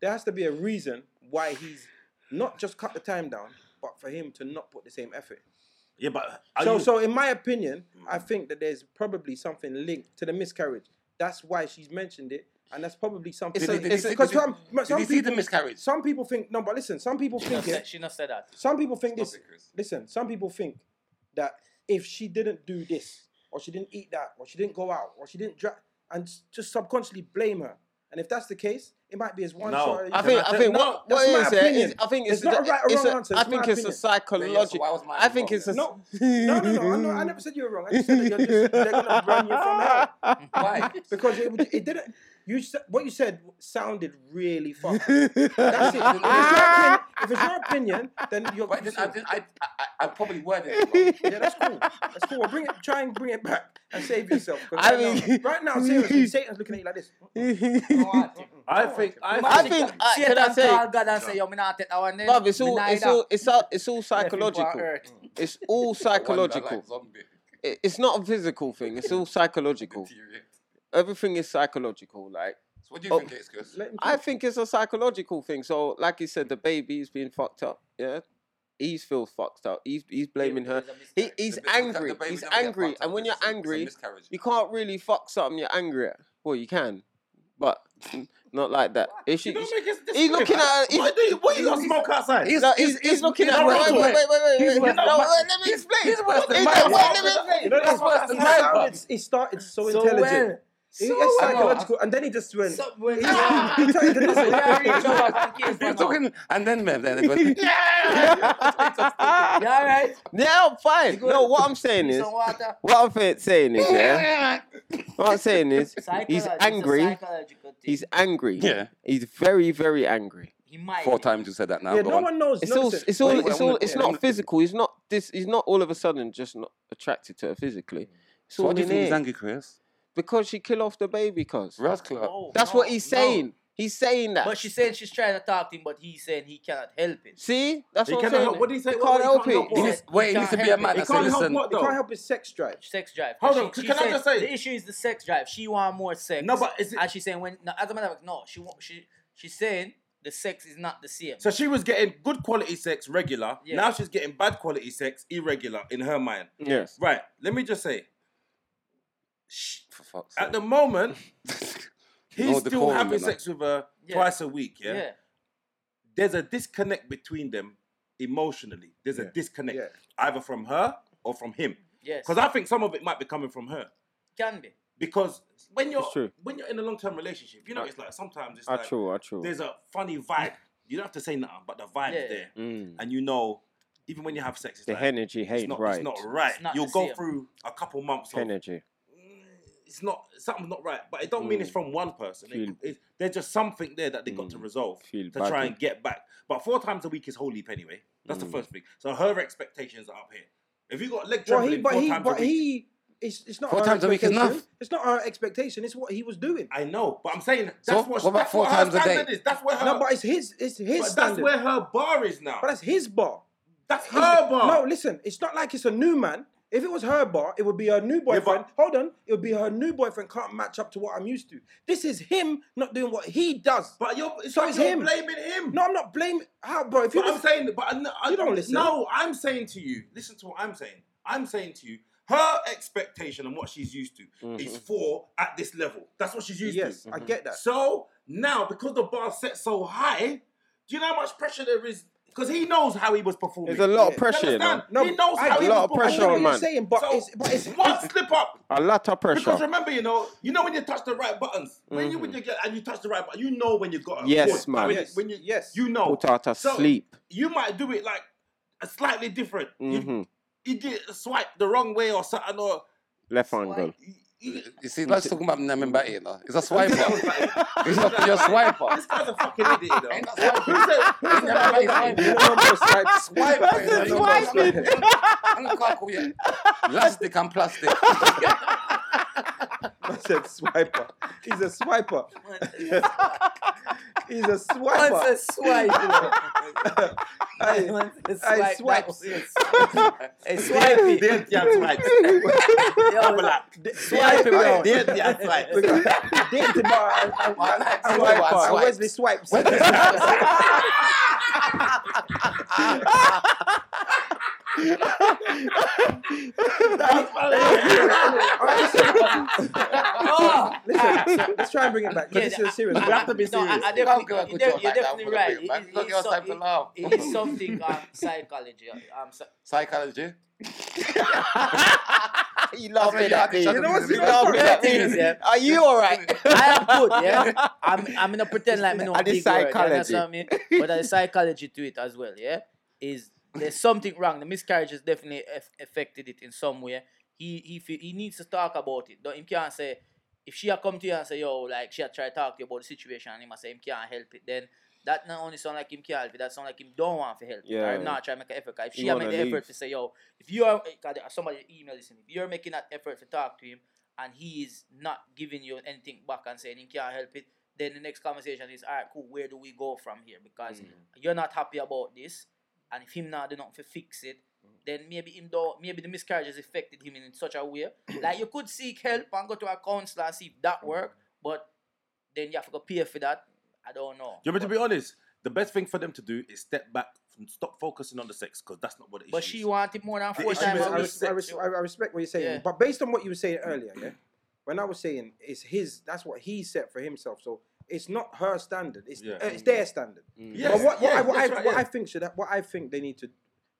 Speaker 1: There has to be a reason why he's not just cut the time down, but for him to not put the same effort.
Speaker 4: Yeah, but are
Speaker 1: so,
Speaker 4: you,
Speaker 1: so in my opinion, I think that there's probably something linked to the miscarriage. That's why she's mentioned it, and that's probably something.
Speaker 3: Did he- did he see-
Speaker 1: Because
Speaker 3: did he-
Speaker 1: some,
Speaker 3: Did
Speaker 1: some
Speaker 3: he see
Speaker 1: people,
Speaker 3: the miscarriage?
Speaker 1: some people think no, but listen, some people
Speaker 2: She not
Speaker 1: think it.
Speaker 2: said- She not said that.
Speaker 1: Some people think this.
Speaker 3: Stop it, Chris.
Speaker 1: Listen, some people think that if she didn't do this, or she didn't eat that, or she didn't go out, or she didn't dra- and s- just subconsciously blame her. And if that's the case, it might be as one
Speaker 4: No.
Speaker 1: shot.
Speaker 5: I think, I think
Speaker 1: No,
Speaker 5: what,
Speaker 1: that's
Speaker 5: what
Speaker 1: my
Speaker 5: is it
Speaker 1: opinion.
Speaker 5: is I think it's,
Speaker 1: There's not a right or
Speaker 5: it's
Speaker 1: wrong answer,
Speaker 5: I
Speaker 1: it's my
Speaker 5: think it's a
Speaker 1: opinion.
Speaker 3: Yeah, so
Speaker 5: psychological.
Speaker 3: why was mine
Speaker 5: I think
Speaker 3: wrong
Speaker 5: it's a
Speaker 3: then?
Speaker 1: no, no, no, no, I know- I
Speaker 5: *laughs*
Speaker 1: never said you were wrong. I just said that you're just, they're gonna run you from hell
Speaker 3: *laughs* Why?
Speaker 1: because it, would- it didn't. You sa- what you said sounded really fucked. up. That's it. If it's, your opinion, if it's your opinion, then you're.
Speaker 3: But then I, did, I, I, I- I probably worded it
Speaker 5: *laughs*
Speaker 3: wrong.
Speaker 1: yeah, that's cool. That's cool. Well, bring it. Try and bring it back and save yourself. 'cause
Speaker 5: I
Speaker 1: right,
Speaker 5: mean-
Speaker 1: now, right now,
Speaker 5: *laughs*
Speaker 1: seriously, Satan's looking at you like this.
Speaker 4: I think.
Speaker 5: I
Speaker 4: I think.
Speaker 5: think, uh, can I
Speaker 2: Satan
Speaker 5: say,
Speaker 2: call God and say, yo, me not take that one then.
Speaker 5: love, it's
Speaker 2: Me
Speaker 5: all,
Speaker 2: nah
Speaker 5: it's
Speaker 2: either.
Speaker 5: all, it's all, it's all
Speaker 2: Left people on
Speaker 5: psychological.
Speaker 2: earth.
Speaker 5: It's
Speaker 2: *laughs*
Speaker 5: all psychological.
Speaker 3: Wonder like zombie.
Speaker 5: It- It's not a physical thing. It's
Speaker 1: *laughs*
Speaker 5: all psychological.
Speaker 3: Period.
Speaker 5: Everything is psychological. Like
Speaker 3: So what do you
Speaker 5: Oh.
Speaker 3: think it is, Chris?
Speaker 1: Let him
Speaker 5: I
Speaker 1: talk.
Speaker 5: think it's a psychological thing. So, like you said, the baby's being fucked up. Yeah, he feels fucked up. He's he's blaming her.
Speaker 2: It's a miscarriage.
Speaker 5: He, he's
Speaker 3: The baby-
Speaker 5: angry.
Speaker 3: the baby
Speaker 5: He's
Speaker 3: never get
Speaker 5: angry.
Speaker 3: fucked up.
Speaker 5: And when you're
Speaker 3: It's a- it's a
Speaker 5: angry,
Speaker 3: miscarriage.
Speaker 5: you can't really fuck something you're angry at. Well, you can, but *laughs* not like that. If she,
Speaker 4: Don't make us
Speaker 5: he's looking at her. He's,
Speaker 4: What do you? What you gonna smoke outside?
Speaker 5: no, he's, he's looking at her.
Speaker 4: he's
Speaker 5: Wait,
Speaker 4: worse
Speaker 5: wait, wait, wait, wait. wait.
Speaker 4: worse
Speaker 5: No,
Speaker 4: than
Speaker 5: wait, let me explain.
Speaker 3: He's worse than
Speaker 5: He's
Speaker 3: my
Speaker 5: like,
Speaker 3: brother. *laughs*
Speaker 5: wait, let me
Speaker 4: You
Speaker 5: explain.
Speaker 4: know that's
Speaker 3: It's worse than
Speaker 1: He
Speaker 3: my brother.
Speaker 1: started, he started so, intelligent. He-
Speaker 2: So
Speaker 1: it's
Speaker 2: well.
Speaker 1: psychological, and then he just went.
Speaker 2: So-
Speaker 1: *laughs*
Speaker 2: when-
Speaker 1: he,
Speaker 2: Yeah.
Speaker 1: he turned
Speaker 5: *laughs*
Speaker 1: into this.
Speaker 2: Yeah, reach out and kiss
Speaker 3: You're
Speaker 2: them
Speaker 3: talking, and then man, then it
Speaker 5: *laughs*
Speaker 3: went,
Speaker 2: out. You alright?
Speaker 5: Yeah, I'm fine.
Speaker 2: Good.
Speaker 5: No, what I'm saying
Speaker 2: Need
Speaker 5: is,
Speaker 2: some water?
Speaker 5: what I'm fa- saying
Speaker 3: *laughs*
Speaker 5: is, yeah,
Speaker 3: yeah,
Speaker 5: what I'm saying is,
Speaker 2: Psychology-
Speaker 5: he's
Speaker 2: it's a
Speaker 5: angry.
Speaker 2: psychological thing.
Speaker 5: He's angry.
Speaker 3: yeah.
Speaker 5: He's very, very angry.
Speaker 2: He might.
Speaker 3: Four
Speaker 2: be.
Speaker 3: times you said that now.
Speaker 1: Yeah,
Speaker 3: go
Speaker 1: no
Speaker 3: on.
Speaker 1: one knows.
Speaker 5: It's all,
Speaker 1: nonsense.
Speaker 5: it's all,
Speaker 3: Wait, wait,
Speaker 5: it's all,
Speaker 3: wait,
Speaker 5: it's
Speaker 3: wait,
Speaker 5: not
Speaker 3: wait.
Speaker 5: physical. He's not this. He's not all of a sudden just not attracted to her physically. It's
Speaker 3: So
Speaker 5: all
Speaker 3: what do you
Speaker 5: in
Speaker 3: think he's
Speaker 5: here
Speaker 3: angry, Chris?
Speaker 5: because she kill off the baby. Cause
Speaker 3: Ross Clark.
Speaker 2: No,
Speaker 5: that's
Speaker 2: no,
Speaker 5: what he's
Speaker 2: no.
Speaker 5: saying. He's saying that.
Speaker 2: But she's saying she's trying to talk to him, but he's saying he cannot help it.
Speaker 5: See, that's
Speaker 4: He
Speaker 5: what I'm
Speaker 4: cannot
Speaker 5: saying.
Speaker 4: help- what did he say?
Speaker 5: You
Speaker 4: What-
Speaker 5: can't
Speaker 4: he
Speaker 5: help
Speaker 4: can't help
Speaker 5: it.
Speaker 3: He
Speaker 4: what?
Speaker 3: needs- wait, he
Speaker 2: He
Speaker 3: needs to
Speaker 2: can't
Speaker 3: be a
Speaker 2: help
Speaker 3: man. I
Speaker 2: it.
Speaker 4: He
Speaker 3: say,
Speaker 4: can't help
Speaker 3: listen,
Speaker 4: what
Speaker 1: He can't
Speaker 4: though?
Speaker 1: help his sex drive.
Speaker 2: Sex drive.
Speaker 4: Hold
Speaker 2: And
Speaker 4: on, can I
Speaker 2: said-
Speaker 4: just say-
Speaker 2: the issue is the sex drive. She want more sex.
Speaker 4: No, but is it-
Speaker 2: and she's saying when no, as a matter of fact, no, she won't. She she's saying the sex is not the same.
Speaker 4: So she was getting good quality sex regular.
Speaker 2: Yeah.
Speaker 4: Now she's getting bad quality sex irregular in her mind.
Speaker 5: Yes.
Speaker 4: Right. Let me just say, sh-
Speaker 3: for fuck's
Speaker 4: at
Speaker 3: sake.
Speaker 5: *laughs*
Speaker 4: the moment, he's
Speaker 3: No
Speaker 4: still
Speaker 3: decorum,
Speaker 4: having
Speaker 3: you know.
Speaker 4: sex with her
Speaker 2: Yeah.
Speaker 4: twice a week.
Speaker 2: yeah.
Speaker 4: Yeah? There's a disconnect between them emotionally. There's a disconnect
Speaker 1: Yeah.
Speaker 4: either from her or from him.
Speaker 2: yes,
Speaker 4: Because I think some of it might be coming from her.
Speaker 2: can be.
Speaker 4: Because when you're
Speaker 5: It's true.
Speaker 4: when you're in a long term relationship, you know, it's like sometimes
Speaker 3: Ah,
Speaker 4: it's
Speaker 5: I
Speaker 4: like
Speaker 5: true. I true.
Speaker 4: there's a funny vibe. You don't have to say nothing, but the vibe's
Speaker 2: Yeah.
Speaker 4: there,
Speaker 5: Mm.
Speaker 4: and you know, even when you have sex, it's
Speaker 5: The
Speaker 4: like,
Speaker 5: energy
Speaker 4: it's
Speaker 5: hate
Speaker 4: not,
Speaker 5: right.
Speaker 4: it's not right.
Speaker 2: It's not
Speaker 4: You'll
Speaker 2: the
Speaker 4: go
Speaker 2: same.
Speaker 4: through a couple months of
Speaker 5: Energy.
Speaker 4: "Mm, it's not something's not right, but it don't mean it's from one person. It-
Speaker 5: Feel-
Speaker 4: it- there's just something there that they got to
Speaker 5: Mm.
Speaker 4: resolve
Speaker 5: Feel
Speaker 4: to
Speaker 5: bad,
Speaker 4: try
Speaker 5: yeah.
Speaker 4: and get back. But four times a week is whole leap anyway. That's the
Speaker 5: Mm.
Speaker 4: first thing. So her expectations are up here. If you got leg
Speaker 1: Well, he,
Speaker 4: trembling
Speaker 1: but
Speaker 4: four
Speaker 1: he,
Speaker 4: times
Speaker 1: but
Speaker 4: a week,
Speaker 1: he, it's, it's not
Speaker 3: Four
Speaker 1: our
Speaker 3: times a week is
Speaker 1: expectation.
Speaker 3: enough.
Speaker 1: It's not our expectation. It's what he was doing.
Speaker 4: I know, but I'm saying that's
Speaker 3: So,
Speaker 4: what,
Speaker 3: what about
Speaker 4: that's
Speaker 3: four
Speaker 4: what her
Speaker 3: times a day?
Speaker 4: standard is. That's where her,
Speaker 1: No, but it's his, it's his
Speaker 4: but that's
Speaker 1: standard.
Speaker 4: where her bar is now.
Speaker 1: but that's his bar.
Speaker 4: that's her bar.
Speaker 1: No, listen, it's not like it's a new man. If it was her bar, it would be her new
Speaker 4: but-
Speaker 1: boyfriend. Hold on, it would be her new boyfriend can't match up to what I'm used to. This is him not doing what he does.
Speaker 4: But you're, it's
Speaker 1: So
Speaker 4: like
Speaker 1: it's
Speaker 4: you're
Speaker 1: him.
Speaker 4: blaming him.
Speaker 1: no, I'm not blaming. How, bro? If you
Speaker 4: But I'm
Speaker 1: don't,
Speaker 4: saying, but I,
Speaker 5: oh,
Speaker 4: I,
Speaker 1: You don't listen.
Speaker 4: No, I'm saying to you, listen to what I'm saying. I'm saying to you, her expectation and what she's used to
Speaker 5: Mm-hmm.
Speaker 4: is four at this level. That's what she's used
Speaker 1: yes,
Speaker 4: to.
Speaker 1: I get that.
Speaker 4: So now, because the bar set so high, do you know how much pressure there is? Because he knows how he was performing.
Speaker 5: There's a lot of
Speaker 4: You
Speaker 5: pressure, you know.
Speaker 4: understand? he knows how
Speaker 1: get
Speaker 4: he
Speaker 5: A lot
Speaker 4: was
Speaker 5: of
Speaker 1: I
Speaker 5: pressure
Speaker 1: get what
Speaker 5: on
Speaker 4: performing.
Speaker 1: you're
Speaker 5: man.
Speaker 1: saying, but
Speaker 4: So
Speaker 1: it's, but
Speaker 4: *laughs*
Speaker 1: it's
Speaker 4: one slip up.
Speaker 5: A lot of *laughs*
Speaker 4: Because
Speaker 5: pressure. Mm-hmm.
Speaker 4: remember, you know, you know when you touch the right buttons, when you when you get and you touch the right button, you know when you got a
Speaker 5: Yes,
Speaker 4: good.
Speaker 5: man.
Speaker 4: When, you-
Speaker 1: Yes,
Speaker 4: when you
Speaker 1: yes.
Speaker 4: you know.
Speaker 5: Put out a sleep.
Speaker 4: You might do it like a slightly different.
Speaker 5: Mm-hmm.
Speaker 4: You, you did a swipe the wrong way or something or.
Speaker 5: Left angle.
Speaker 4: you- you-
Speaker 3: You see, that's talking about Namin Batty, you know. He's a
Speaker 4: this
Speaker 3: swiper. He's a pure swiper.
Speaker 4: guy's a fucking idiot.
Speaker 5: *laughs*
Speaker 4: You know?
Speaker 3: Ain't
Speaker 4: *laughs*
Speaker 3: that swiper?
Speaker 4: Who said- who said that
Speaker 3: Namin
Speaker 1: *laughs*
Speaker 4: about
Speaker 3: Batty's
Speaker 4: him?
Speaker 3: swiper.
Speaker 4: *laughs*
Speaker 3: Swiper, you know,
Speaker 5: a
Speaker 3: you know,
Speaker 5: swiping.
Speaker 3: you know, I'm not cocky yet. Plastic and
Speaker 4: *laughs*
Speaker 3: plastic.
Speaker 1: I said swiper. He's a swiper. *laughs* He's a swiper.
Speaker 2: Once a swipe.
Speaker 1: Hey,
Speaker 2: Once a
Speaker 1: I
Speaker 2: swipe.
Speaker 1: swipe.
Speaker 2: that was it. Hey, swipe it.
Speaker 4: They had their swipes.
Speaker 2: Yo,
Speaker 5: *laughs*
Speaker 2: Swipe it, bro.
Speaker 4: They had their swipes.
Speaker 1: Dating bar and- and-
Speaker 3: One night
Speaker 1: and
Speaker 3: stand,
Speaker 1: Wiper,
Speaker 3: one
Speaker 1: and
Speaker 3: swipe.
Speaker 1: Wesley swipes.
Speaker 3: *laughs*
Speaker 2: Oh,
Speaker 4: Ah.
Speaker 1: Listen, so let's try and bring it back. 'cause
Speaker 2: Yeah,
Speaker 1: this is serious.
Speaker 2: I-
Speaker 1: one.
Speaker 4: to be
Speaker 2: no, I- I
Speaker 4: serious.
Speaker 2: Oh, definitely-
Speaker 3: Don't give a
Speaker 2: you're
Speaker 3: good
Speaker 2: def-
Speaker 3: job
Speaker 2: you're
Speaker 3: like that,
Speaker 2: definitely
Speaker 3: I'm gonna
Speaker 2: right.
Speaker 3: be a man.
Speaker 2: It-
Speaker 3: Don't
Speaker 2: it-
Speaker 3: give us
Speaker 2: it's
Speaker 3: time to
Speaker 2: some-
Speaker 3: laugh.
Speaker 2: it- It's something um, psychology. Um, so-
Speaker 3: Psychology.
Speaker 5: You
Speaker 3: laughing at me.
Speaker 1: You know what's
Speaker 3: You
Speaker 1: you know what's
Speaker 2: laughing at
Speaker 1: fucked
Speaker 2: me. Yeah.
Speaker 5: Are you all right?
Speaker 2: I am good,
Speaker 5: *laughs*
Speaker 2: yeah. I'm I'm gonna pretend like me know
Speaker 5: And the
Speaker 2: big word. You
Speaker 5: psychology.
Speaker 2: understand me? But the psychology to it as well, yeah. Is there's something wrong? The miscarriage has definitely aff- affected it in some way. He he fe- he needs to talk about it. Don't him can't say if she had come to you and say, yo, like she had tried to talk to you about the situation and him a say him can't help it, then that not only sound like him can't help it, that sound like him don't want to help it.
Speaker 5: Yeah.
Speaker 2: Or him not trying to make an effort. 'Cause If
Speaker 5: He
Speaker 2: she had
Speaker 5: wanna
Speaker 2: made the
Speaker 5: leave.
Speaker 2: effort to say, yo, if you are 'cause somebody email this to me, if you're making that effort to talk to him and he is not giving you anything back and saying he can't help it, then the next conversation is, all right, cool, where do we go from here? Because
Speaker 1: Mm.
Speaker 2: you're not happy about this, and if him not do nothing to fix it,
Speaker 1: Mm.
Speaker 2: then maybe him though maybe the miscarriage has affected him in such
Speaker 1: *clears throat*
Speaker 2: a way. like you could seek help and go to a counselor and see if that
Speaker 1: Mm.
Speaker 2: work, but then you have to go pay for that. I don't know.
Speaker 4: Yeah, but to
Speaker 2: But-
Speaker 4: be honest, the best thing for them to do is step back, stop focusing on the sex because that's not what it is.
Speaker 2: but she wanted more than four
Speaker 4: issue is
Speaker 2: times
Speaker 1: I,
Speaker 2: a week.
Speaker 4: res-
Speaker 1: I, res- I I respect what you're saying,
Speaker 2: Yeah.
Speaker 1: but based on what you were saying earlier, yeah, when I was saying it's his, that's what he set for himself. So it's not her standard; it's
Speaker 4: Yeah.
Speaker 1: uh, it's their standard.
Speaker 3: Mm.
Speaker 4: Yes,
Speaker 1: but what, what,
Speaker 4: yeah,
Speaker 1: I, what, I,
Speaker 4: that's right,
Speaker 1: what
Speaker 4: yeah.
Speaker 1: I think should what I think they need to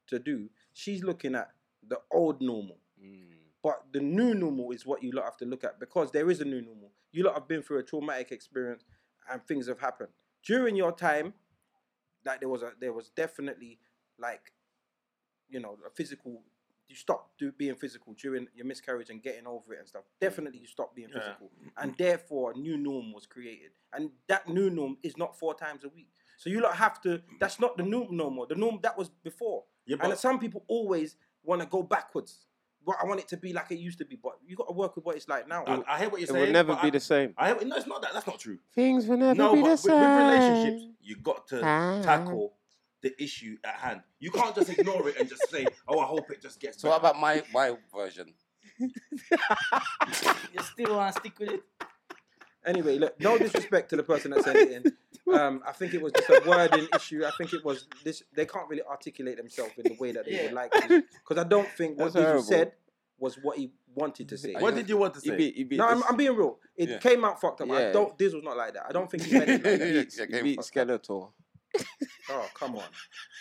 Speaker 1: to do. She's looking at the old normal,
Speaker 5: Mm.
Speaker 1: but the new normal is what you lot have to look at because there is a new normal. You lot have been through a traumatic experience, and things have happened during your time. Like there was a there was definitely like you know a physical. You stopped do, being physical during your miscarriage and getting over it and stuff. Definitely, you stopped being
Speaker 4: Yeah.
Speaker 1: physical, and therefore a new norm was created. And that new norm is not four times a week. So you lot have to. That's not the norm no more. The norm that was before.
Speaker 4: Yeah,
Speaker 1: and
Speaker 4: but-
Speaker 1: some people always want to go backwards. But I want it to be like it used to be. But you got to work with what it's like now.
Speaker 4: I, I hear what you're
Speaker 5: It
Speaker 4: saying.
Speaker 5: will never
Speaker 4: but
Speaker 5: be
Speaker 4: I,
Speaker 5: the same.
Speaker 4: I hear, no, it's not that. That's not true.
Speaker 5: Things will never
Speaker 4: no,
Speaker 5: be
Speaker 4: but
Speaker 5: the
Speaker 4: with, with
Speaker 5: same.
Speaker 4: relationships, you got to
Speaker 5: Ah.
Speaker 4: tackle the issue at hand. You can't just ignore it and just say, "Oh, I hope it just gets."
Speaker 3: So what
Speaker 4: better."
Speaker 3: about my my version?
Speaker 2: You still want to stick with it?
Speaker 1: Anyway, look,
Speaker 3: *laughs*
Speaker 1: no disrespect to the person that sent it in. Um, I think it was just a wording issue. I think it was this. They can't really articulate themselves in the way that they would like to. Because I don't think what
Speaker 5: That's
Speaker 1: Dizzle
Speaker 5: horrible.
Speaker 1: said was what he wanted to say.
Speaker 4: what did you want to
Speaker 5: You
Speaker 4: say?
Speaker 5: beat- *laughs* you beat
Speaker 1: no, I'm,
Speaker 5: this-
Speaker 1: I'm being real. It
Speaker 3: Yeah.
Speaker 1: came out fucked up. I
Speaker 5: Yeah.
Speaker 1: don't. Dizzle's not like that. I don't think he
Speaker 3: *laughs*
Speaker 1: meant it. Like that.
Speaker 5: you beat-
Speaker 3: Yeah,
Speaker 5: you
Speaker 3: game
Speaker 5: beat
Speaker 3: fucked
Speaker 5: Skeletor.
Speaker 1: Oh come on!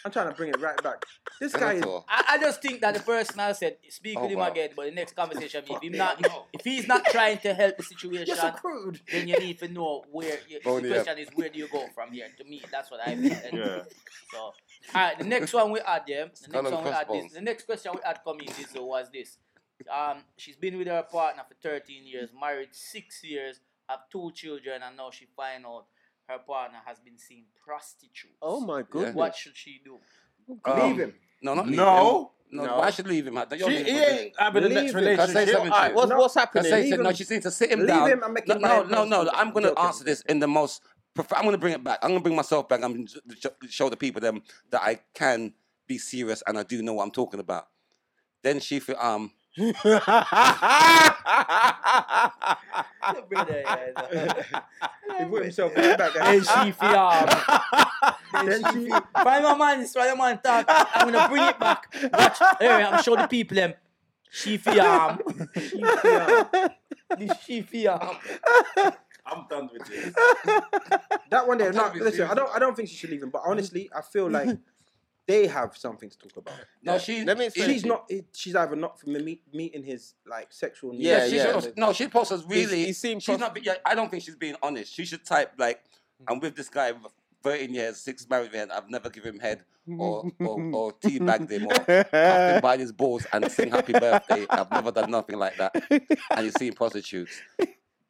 Speaker 1: I'm trying to bring it right back. This guy is.
Speaker 3: Skeletor.
Speaker 2: I, I just think that the person I said speak
Speaker 3: Oh,
Speaker 2: with him
Speaker 3: wow.
Speaker 2: again, but the next conversation, if him
Speaker 3: Fucking
Speaker 2: not,
Speaker 3: hell.
Speaker 2: if he's not trying to help the situation,
Speaker 1: You're so crude.
Speaker 2: then you need to know where. You,
Speaker 3: Boney
Speaker 2: the
Speaker 3: up.
Speaker 2: question is where do you go from here? To me, that's what I mean.
Speaker 4: Yeah.
Speaker 2: So, all right, the next one we had them. The
Speaker 3: Skull and
Speaker 2: next one we had this.
Speaker 3: crossbones.
Speaker 2: The next question we had coming this though was this. Um, she's been with her partner for 13 years, married six years, have two children, and now she find out her partner has been seeing prostitutes.
Speaker 5: Oh my goodness.
Speaker 2: What should she do? *laughs*
Speaker 1: Leave
Speaker 3: Um,
Speaker 1: him.
Speaker 3: No, not leave
Speaker 4: No.
Speaker 3: him. No, I should leave him. I-
Speaker 4: She
Speaker 3: you're leaving
Speaker 4: he
Speaker 3: him.
Speaker 4: ain't having a
Speaker 1: Leave
Speaker 4: next
Speaker 1: him. Can
Speaker 3: I say
Speaker 4: relationship.
Speaker 3: something to
Speaker 4: Alright,
Speaker 3: you?
Speaker 1: What's,
Speaker 4: no.
Speaker 1: what's
Speaker 3: I
Speaker 1: happening?
Speaker 3: say *laughs*
Speaker 5: *laughs*
Speaker 1: Leave
Speaker 3: said, no,
Speaker 1: him.
Speaker 3: she needs to sit him
Speaker 1: Leave
Speaker 3: down.
Speaker 1: him and make
Speaker 3: no,
Speaker 1: him
Speaker 3: no,
Speaker 1: mind
Speaker 3: no, no,
Speaker 1: himself.
Speaker 3: I'm going to
Speaker 1: Joking.
Speaker 3: answer this in the most. prof- I'm going to bring it back. I'm going to bring myself back. I'm going to show the people them that I can be serious and I do know what I'm talking about. Then she feel um.
Speaker 2: Brother, yeah, no.
Speaker 1: He put himself right back.
Speaker 2: Then she feel. um,
Speaker 1: Then she-
Speaker 2: Find my man, this find my man talk. I'm gonna bring it back. Watch. Anyway, I'm showing the people them. She feel. um, She feel. This she feel. um,
Speaker 4: I'm done
Speaker 7: *laughs*
Speaker 4: with this.
Speaker 1: That one there. No,
Speaker 3: trying to be
Speaker 1: listen,
Speaker 3: serious
Speaker 1: I don't. I don't think she should leave him. But honestly, I feel like they have something to talk about.
Speaker 3: No, she.
Speaker 5: Let me explain.
Speaker 1: She's not. it- She's either not from me- meeting his like sexual needs.
Speaker 5: Yeah,
Speaker 3: Yeah, she
Speaker 5: yeah.
Speaker 3: should- no, she posts us really.
Speaker 5: He's- he seemed
Speaker 3: she's
Speaker 5: pos-
Speaker 3: not. be- Yeah, I don't think she's being honest. She should type like, "I'm with this guy, for 13 years, six married men. I've never given him head or or, or tea bagged him or
Speaker 5: Uh,
Speaker 3: nothing by his balls and sing happy birthday. I've never done nothing like that. And you see prostitutes.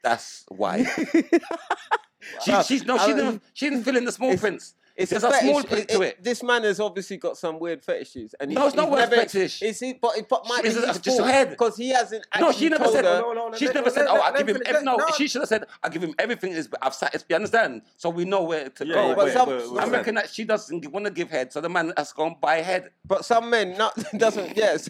Speaker 3: That's why.
Speaker 5: *laughs*
Speaker 3: she, she's no, she
Speaker 5: I-
Speaker 3: didn't. She didn't fill in the small
Speaker 5: it's-
Speaker 3: prints.
Speaker 5: It's
Speaker 3: There's a
Speaker 5: fetish.
Speaker 3: small print to it.
Speaker 5: This man has obviously got some weird fetishes, and
Speaker 3: No, it's not weird
Speaker 5: never,
Speaker 3: fetish.
Speaker 5: It's his, but it but might be
Speaker 3: It's
Speaker 5: his
Speaker 3: just her head.
Speaker 5: because he hasn't.
Speaker 3: No,
Speaker 5: actually
Speaker 3: she never
Speaker 5: told
Speaker 3: said.
Speaker 5: her-
Speaker 1: no, no, no,
Speaker 3: she's
Speaker 1: let-
Speaker 3: never
Speaker 1: let-
Speaker 3: said.
Speaker 1: let-
Speaker 3: Oh, I
Speaker 1: let
Speaker 3: give him.
Speaker 1: him
Speaker 3: Ev-
Speaker 1: finish.
Speaker 3: no,
Speaker 1: No.
Speaker 3: she should have said. I give him everything. Is I've satisfied. You understand? So we know where to
Speaker 4: Yeah,
Speaker 3: go.
Speaker 7: Oh,
Speaker 4: yeah,
Speaker 5: but
Speaker 4: wait,
Speaker 5: some-
Speaker 4: wait, wait,
Speaker 3: I'm
Speaker 4: wait.
Speaker 3: reckon that she doesn't want to give head, so the man has gone buy head.
Speaker 5: But some men not *laughs* doesn't. Yes,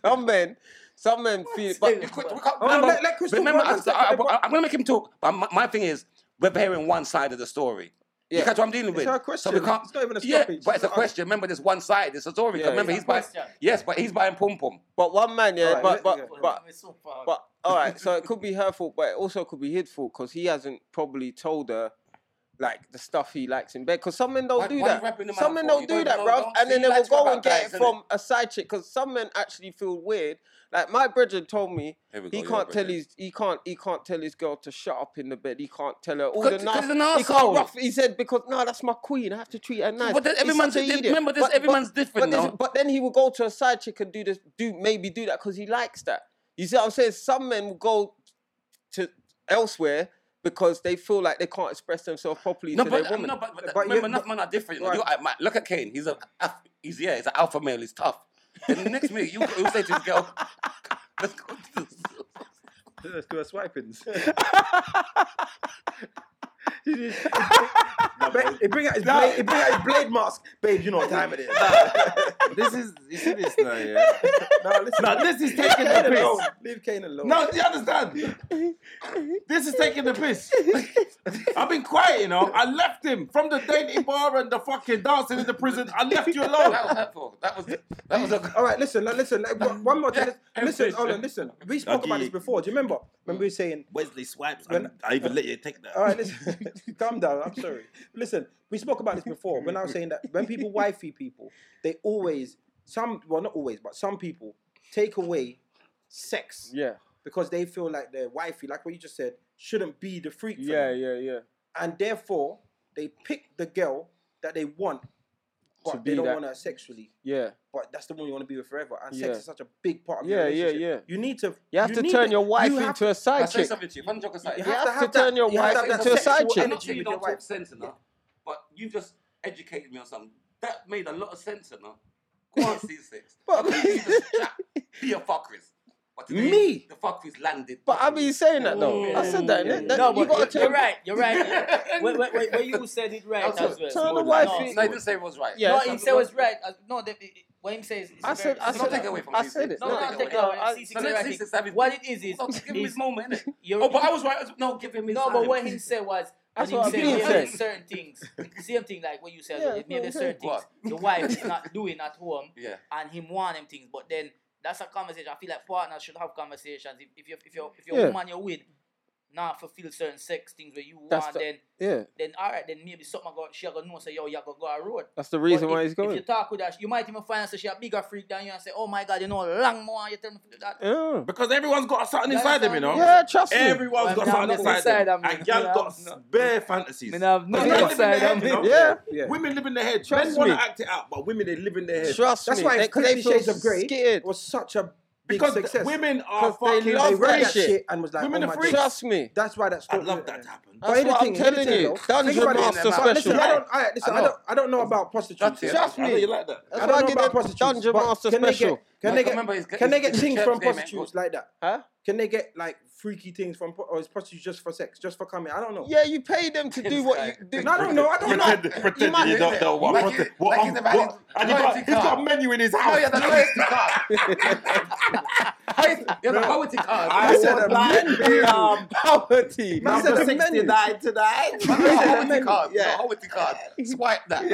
Speaker 5: some men, some men feel. But
Speaker 3: You could- we can't-
Speaker 1: Hold on,
Speaker 3: remember-
Speaker 1: let- let Crystal
Speaker 3: remember,
Speaker 1: Ball
Speaker 3: I-
Speaker 1: answer
Speaker 3: I-
Speaker 1: for the-
Speaker 3: I- I'm going to make him talk. But my, my thing is, we're hearing one side of the story.
Speaker 5: Yeah.
Speaker 3: You catch what I'm dealing with?
Speaker 1: her
Speaker 3: So
Speaker 1: question.
Speaker 3: we can't,
Speaker 1: It's not even a
Speaker 3: yeah,
Speaker 1: stoppage.
Speaker 3: but it's a
Speaker 1: It's not-
Speaker 3: question. Remember, there's one side. It's a story. 'cause
Speaker 5: Yeah,
Speaker 3: remember,
Speaker 2: it's a
Speaker 3: he's buying.
Speaker 2: question.
Speaker 3: Yes, but he's buying pom pom.
Speaker 5: but one man, yeah,
Speaker 1: Alright,
Speaker 5: but
Speaker 1: let-
Speaker 5: but but But all right, so it could be her fault, but it also could be his fault because he hasn't probably told her like the stuff he likes in bed. Because some men don't
Speaker 3: Why-
Speaker 5: do
Speaker 3: why you
Speaker 5: that.
Speaker 3: wrapping the man
Speaker 5: Some
Speaker 3: up
Speaker 5: men
Speaker 3: for?
Speaker 5: don't
Speaker 3: You
Speaker 5: do
Speaker 3: don't
Speaker 5: that,
Speaker 3: know-
Speaker 5: bruv.
Speaker 3: don't
Speaker 5: And
Speaker 3: see
Speaker 5: then they will
Speaker 3: that's what
Speaker 5: go
Speaker 3: about
Speaker 5: and get it
Speaker 3: guys, innit?
Speaker 5: from a side chick. Because some men actually feel weird. Like my brethren told me,
Speaker 3: Here we go,
Speaker 5: he
Speaker 3: your
Speaker 5: can't tell
Speaker 3: brethren.
Speaker 5: his he can't he can't tell his girl to shut up in the bed. He can't tell her all
Speaker 3: Cause-
Speaker 5: the
Speaker 3: cause he's an
Speaker 5: nasty. He
Speaker 3: arsehole.
Speaker 5: can't rough. He said because no, that's my queen. I have to treat her nice.
Speaker 3: But then
Speaker 5: He's
Speaker 3: every man's-
Speaker 5: such a idiot.
Speaker 3: remember this, every man's different,
Speaker 5: But, this-
Speaker 3: no?
Speaker 5: but then he will go to a side chick and do this, do maybe do that because he likes that. You see what I'm saying? Some men will go to elsewhere because they feel like they can't express themselves properly
Speaker 3: No,
Speaker 5: to
Speaker 3: but,
Speaker 5: their woman.
Speaker 3: no, but, but,
Speaker 1: But
Speaker 3: remember,
Speaker 1: you-
Speaker 3: enough men are different. you know.
Speaker 5: Right.
Speaker 3: You- I- my- look at Kane. He's a, alpha- he's yeah, he's an alpha male. He's tough. Then the next minute, you you say to this girl, *laughs* "Let's go." To this.
Speaker 7: Let's do a swiping.
Speaker 1: Ba- It bring out his blade, it bring out his blade mask, babe. You know what time it is.
Speaker 7: this is you see this now, yeah.
Speaker 1: No, listen.
Speaker 7: *laughs* Now this is taking the *laughs*
Speaker 1: Leave Kane alone.
Speaker 7: piss.
Speaker 1: Leave Kane alone.
Speaker 7: No, do you understand? this is taking the piss. I've been quiet, you know. I left him from the dating bar and the fucking dancing in the prison. I left you
Speaker 4: Oh.
Speaker 7: alone.
Speaker 3: That was hurtful. That was that was a.
Speaker 1: All right, listen, like, listen. Like, one one more thing. Listen,
Speaker 3: Emphasis.
Speaker 1: hold on, listen. We spoke about this before. Do you remember? Remember we were saying
Speaker 7: Wesley swipes.
Speaker 1: When-
Speaker 7: I even let you take that.
Speaker 1: All right, listen. *laughs* Calm down. I'm sorry. Listen, we spoke about this before when I was saying that when people wifey people, they always some well not always, but some people take away sex
Speaker 5: yeah,
Speaker 1: because they feel like their wifey, like what you just said, shouldn't be the freak. For
Speaker 5: yeah,
Speaker 1: them.
Speaker 5: yeah, yeah.
Speaker 1: And therefore, they pick the girl that they want, but
Speaker 5: To
Speaker 1: they
Speaker 5: be
Speaker 1: don't
Speaker 5: that-
Speaker 1: want her sexually.
Speaker 5: Yeah,
Speaker 1: But that's the one you want to be with forever. And
Speaker 5: Yeah.
Speaker 1: sex is such a big part of
Speaker 5: Yeah,
Speaker 1: your
Speaker 5: yeah,
Speaker 1: relationship.
Speaker 5: yeah.
Speaker 1: You need to.
Speaker 5: you have to
Speaker 1: need
Speaker 5: turn your wife
Speaker 1: you have
Speaker 5: into a
Speaker 3: I
Speaker 5: side
Speaker 3: say
Speaker 5: chick.
Speaker 3: something to you. Fun joke aside.
Speaker 1: You
Speaker 5: You
Speaker 1: have
Speaker 5: have,
Speaker 1: to have
Speaker 5: to
Speaker 1: that-
Speaker 5: turn your
Speaker 1: you have
Speaker 5: wife
Speaker 1: to have that
Speaker 5: into a side
Speaker 1: sexual
Speaker 5: chick.
Speaker 3: I'm not saying
Speaker 1: energy
Speaker 3: you
Speaker 1: with
Speaker 3: don't
Speaker 1: your
Speaker 3: talk
Speaker 1: wife.
Speaker 3: sense enough, but you just educated me on something. That made a lot of sense enough. Go on, C6.
Speaker 5: But-
Speaker 3: I mean, you just chat, be a fuckers. But today,
Speaker 5: Me?
Speaker 3: The fuckers landed.
Speaker 5: *laughs* But I've been saying that though. I said that. innit? that
Speaker 2: No,
Speaker 5: you
Speaker 2: but
Speaker 5: got
Speaker 2: you're,
Speaker 5: to
Speaker 2: you're
Speaker 5: turn.
Speaker 2: right.
Speaker 3: *laughs*
Speaker 2: You're right. wait, wait, wait, wait, you said it right
Speaker 3: Also,
Speaker 2: as well.
Speaker 5: turn the
Speaker 2: No,
Speaker 5: wifey-
Speaker 3: No, I didn't say it was right.
Speaker 5: Yeah.
Speaker 2: No, he said it was right. Uh, No, the, what him says. is
Speaker 5: I
Speaker 2: very-
Speaker 5: said. I
Speaker 3: It's not
Speaker 5: said.
Speaker 3: take away from
Speaker 5: I
Speaker 3: these
Speaker 5: said
Speaker 3: things.
Speaker 5: it.
Speaker 2: No,
Speaker 3: Not
Speaker 2: no,
Speaker 5: No,
Speaker 2: no,
Speaker 3: take
Speaker 2: take
Speaker 3: away.
Speaker 2: no,
Speaker 5: I-
Speaker 2: C6
Speaker 3: No,
Speaker 2: is
Speaker 3: no,
Speaker 2: right.
Speaker 3: C six, I mean-
Speaker 2: What it is is,
Speaker 3: So give him his
Speaker 2: is
Speaker 3: moment, innit?
Speaker 2: you're-
Speaker 3: Oh, but I was right. No, give him his
Speaker 2: no,
Speaker 3: time.
Speaker 2: but what him said was.
Speaker 5: That's
Speaker 2: when
Speaker 5: what
Speaker 2: him
Speaker 5: I'm
Speaker 2: said,
Speaker 5: being
Speaker 2: maybe
Speaker 5: said.
Speaker 2: certain things, same thing like what you said.
Speaker 5: Yeah,
Speaker 2: maybe
Speaker 5: that's
Speaker 2: there's
Speaker 5: what I'm
Speaker 2: certain things the wife is not doing at home,
Speaker 3: Yeah.
Speaker 2: and him want them things. But then that's a conversation. I feel like partners should have conversations. If, if you if you if you're
Speaker 5: Yeah.
Speaker 2: a woman you're with, now fulfill certain sex things where you
Speaker 5: That's
Speaker 2: want,
Speaker 5: the-
Speaker 2: then
Speaker 5: Yeah,
Speaker 2: then all right, then maybe something got she gonna know say yo you gonna go a road.
Speaker 5: that's the
Speaker 2: But
Speaker 5: reason
Speaker 2: if,
Speaker 5: why he's
Speaker 2: If you
Speaker 5: going.
Speaker 2: talk with her, you might even find out say she a bigger freak than you and say oh my god you know long more you tell me to do that.
Speaker 5: Yeah,
Speaker 7: Because everyone's got something
Speaker 2: Yeah,
Speaker 7: inside them, you know.
Speaker 2: that's
Speaker 5: yeah, trust me.
Speaker 7: Everyone's got
Speaker 2: Well,
Speaker 7: something
Speaker 2: I'm not
Speaker 7: inside
Speaker 2: inside,
Speaker 7: them.
Speaker 2: I'm-
Speaker 7: And y'all
Speaker 2: yeah,
Speaker 7: got
Speaker 2: I'm
Speaker 7: bare fantasies.
Speaker 2: have
Speaker 7: Because men live in their head, you know?
Speaker 5: Yeah,
Speaker 1: Yeah.
Speaker 7: Women live in their head.
Speaker 5: Trust
Speaker 7: men want
Speaker 5: me.
Speaker 7: to act it out, but women they live in their head.
Speaker 5: trust
Speaker 1: That's
Speaker 5: me.
Speaker 1: why
Speaker 5: they- 'cause they
Speaker 1: Fifty
Speaker 5: feel
Speaker 1: Shades of Grey
Speaker 5: scared.
Speaker 1: was such a big
Speaker 7: because the-
Speaker 1: success.
Speaker 7: women are
Speaker 5: 'Cause they
Speaker 7: fucking
Speaker 5: love
Speaker 1: they
Speaker 5: Love
Speaker 1: read
Speaker 5: that
Speaker 1: that
Speaker 5: shit.
Speaker 1: shit. and was like,
Speaker 7: Women
Speaker 1: oh
Speaker 7: are
Speaker 1: my
Speaker 7: freaks.
Speaker 1: God.
Speaker 5: Trust me.
Speaker 1: That's why that's.
Speaker 7: I love that happen.
Speaker 1: But
Speaker 5: That's
Speaker 1: here's the
Speaker 5: what I'm
Speaker 1: thing, here's the
Speaker 5: telling
Speaker 1: thing,
Speaker 5: you.
Speaker 1: though. Think
Speaker 5: Dungeon
Speaker 1: about it,
Speaker 5: Master
Speaker 1: man. Listen,
Speaker 5: Special.
Speaker 1: I don't, I, listen, I,
Speaker 7: I know.
Speaker 1: don't, I don't know about prostitutes.
Speaker 3: That's it.
Speaker 5: Trust
Speaker 7: I know you
Speaker 5: me.
Speaker 7: like that.
Speaker 1: I
Speaker 5: That's why
Speaker 1: don't
Speaker 5: I
Speaker 1: know
Speaker 5: did
Speaker 1: about
Speaker 5: that
Speaker 1: prostitutes.
Speaker 5: Dungeon
Speaker 1: but
Speaker 5: Master
Speaker 1: can
Speaker 5: Special.
Speaker 1: They
Speaker 3: Michael,
Speaker 1: get, can
Speaker 3: remember,
Speaker 1: they
Speaker 3: he's-
Speaker 1: get, can they get
Speaker 3: he's-
Speaker 1: things
Speaker 3: he's
Speaker 1: from
Speaker 3: there, man.
Speaker 1: prostitutes like that?
Speaker 5: Huh?
Speaker 1: Can they get like freaky things from, pro- or is prostitutes just for sex, just for coming? I don't know.
Speaker 5: Yeah, you pay them to do what you do.
Speaker 1: No, I
Speaker 5: *laughs*
Speaker 1: don't know. I don't know.
Speaker 4: Pretend, pretend
Speaker 5: might-
Speaker 4: you don't know what.
Speaker 3: Like
Speaker 4: prote-
Speaker 3: you-
Speaker 4: what,
Speaker 3: like
Speaker 4: um,
Speaker 3: you never had
Speaker 4: what
Speaker 3: a
Speaker 4: and he got,
Speaker 3: loyalty
Speaker 4: he's got
Speaker 3: card.
Speaker 4: a menu in his
Speaker 3: Oh,
Speaker 4: house.
Speaker 3: you're the loyalty
Speaker 4: *laughs*
Speaker 3: card. you're the poverty card.
Speaker 1: I said a
Speaker 7: blind
Speaker 1: menu.
Speaker 2: um,
Speaker 5: *laughs* Poverty.
Speaker 1: Man said a menu. *laughs*
Speaker 3: You're the poverty
Speaker 1: menu,
Speaker 3: card. You're the poverty card. Swipe that.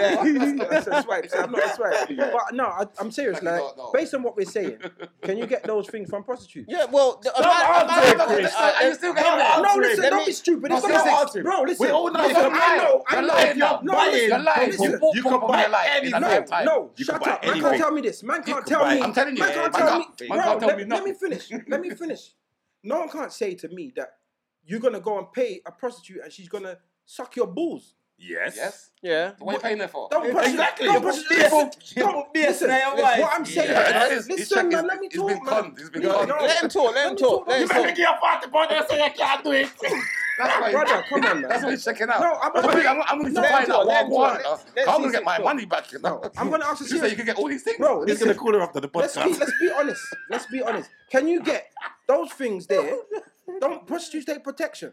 Speaker 1: That's a swipe. so I'm not a swipe. *laughs* But no, I, I'm serious.
Speaker 3: Like you
Speaker 1: Like,
Speaker 3: don't know.
Speaker 1: based on what we're saying, can you get those things from prostitutes?
Speaker 5: Yeah, well, the, a
Speaker 7: Don't
Speaker 5: man, a
Speaker 7: answer it,
Speaker 5: man,
Speaker 7: Chris.
Speaker 3: Are you still getting
Speaker 1: No,
Speaker 3: that?
Speaker 1: no, listen,
Speaker 5: Let
Speaker 1: don't
Speaker 5: me-
Speaker 1: be stupid. It's
Speaker 3: No,
Speaker 1: not
Speaker 3: listen.
Speaker 1: about bro. Listen,
Speaker 7: We all know
Speaker 1: listen,
Speaker 7: you're
Speaker 1: I know, I
Speaker 3: You're
Speaker 1: know.
Speaker 3: lying
Speaker 1: No,
Speaker 3: now.
Speaker 1: listen,
Speaker 7: *laughs*
Speaker 3: You're lying.
Speaker 1: listen.
Speaker 3: Pop,
Speaker 7: You
Speaker 3: pop,
Speaker 7: can
Speaker 3: pop,
Speaker 7: buy
Speaker 3: you're lying.
Speaker 7: any-
Speaker 3: At the
Speaker 1: No,
Speaker 3: same time.
Speaker 1: no,
Speaker 4: You
Speaker 1: shut
Speaker 4: can buy
Speaker 1: up. Man can't
Speaker 4: anything.
Speaker 1: tell me this. Man can't
Speaker 3: can
Speaker 1: tell
Speaker 4: buy-
Speaker 1: me.
Speaker 3: I'm telling you,
Speaker 1: Man can't
Speaker 3: man
Speaker 1: tell me.
Speaker 3: can't-
Speaker 1: Bro,
Speaker 3: man can't tell
Speaker 1: let,
Speaker 3: me
Speaker 1: let me
Speaker 3: nothing.
Speaker 1: finish. Let me finish. No one can't say to me that you're gonna go and pay a prostitute and she's gonna suck your balls.
Speaker 4: Yes.
Speaker 3: Yes.
Speaker 5: *laughs* yeah.
Speaker 3: What are you paying there for?
Speaker 1: Don't push
Speaker 7: Exactly.
Speaker 1: It. Don't push it. Listen, don't, listen.
Speaker 6: now, why?
Speaker 1: What I'm saying.
Speaker 3: Yeah, it
Speaker 1: man,
Speaker 3: is. He's
Speaker 1: Listen, man.
Speaker 3: checked. He's-
Speaker 1: Let me
Speaker 3: he's been
Speaker 1: talk, man.
Speaker 3: conned. He's been conned.
Speaker 1: No.
Speaker 5: Let him talk. Let him talk.
Speaker 1: Let
Speaker 5: Let him
Speaker 1: me
Speaker 5: talk.
Speaker 4: Making your party boy, they say you can't do it.
Speaker 3: That's why.
Speaker 1: Brother, come on,
Speaker 3: That's what
Speaker 1: man.
Speaker 3: he's checking out.
Speaker 1: No, I'm-
Speaker 3: I'm, I'm, I'm, I'm going to
Speaker 5: Let
Speaker 3: find
Speaker 5: him talk,
Speaker 3: out
Speaker 5: let
Speaker 3: what I
Speaker 5: him
Speaker 3: want.
Speaker 5: talk,
Speaker 3: uh,
Speaker 5: let-
Speaker 3: I'm
Speaker 5: let
Speaker 3: going to get
Speaker 5: C6
Speaker 3: my
Speaker 5: talk.
Speaker 3: money back. You know?
Speaker 1: I'm gonna ask you
Speaker 3: You say you
Speaker 1: serious,
Speaker 3: can get all these things.
Speaker 1: bro.
Speaker 4: He's
Speaker 1: Listen,
Speaker 4: gonna call her after the
Speaker 1: Let's be,
Speaker 4: podcast.
Speaker 1: let's be honest. Let's be honest. Can you get those things there? Don't prostitutes take protection.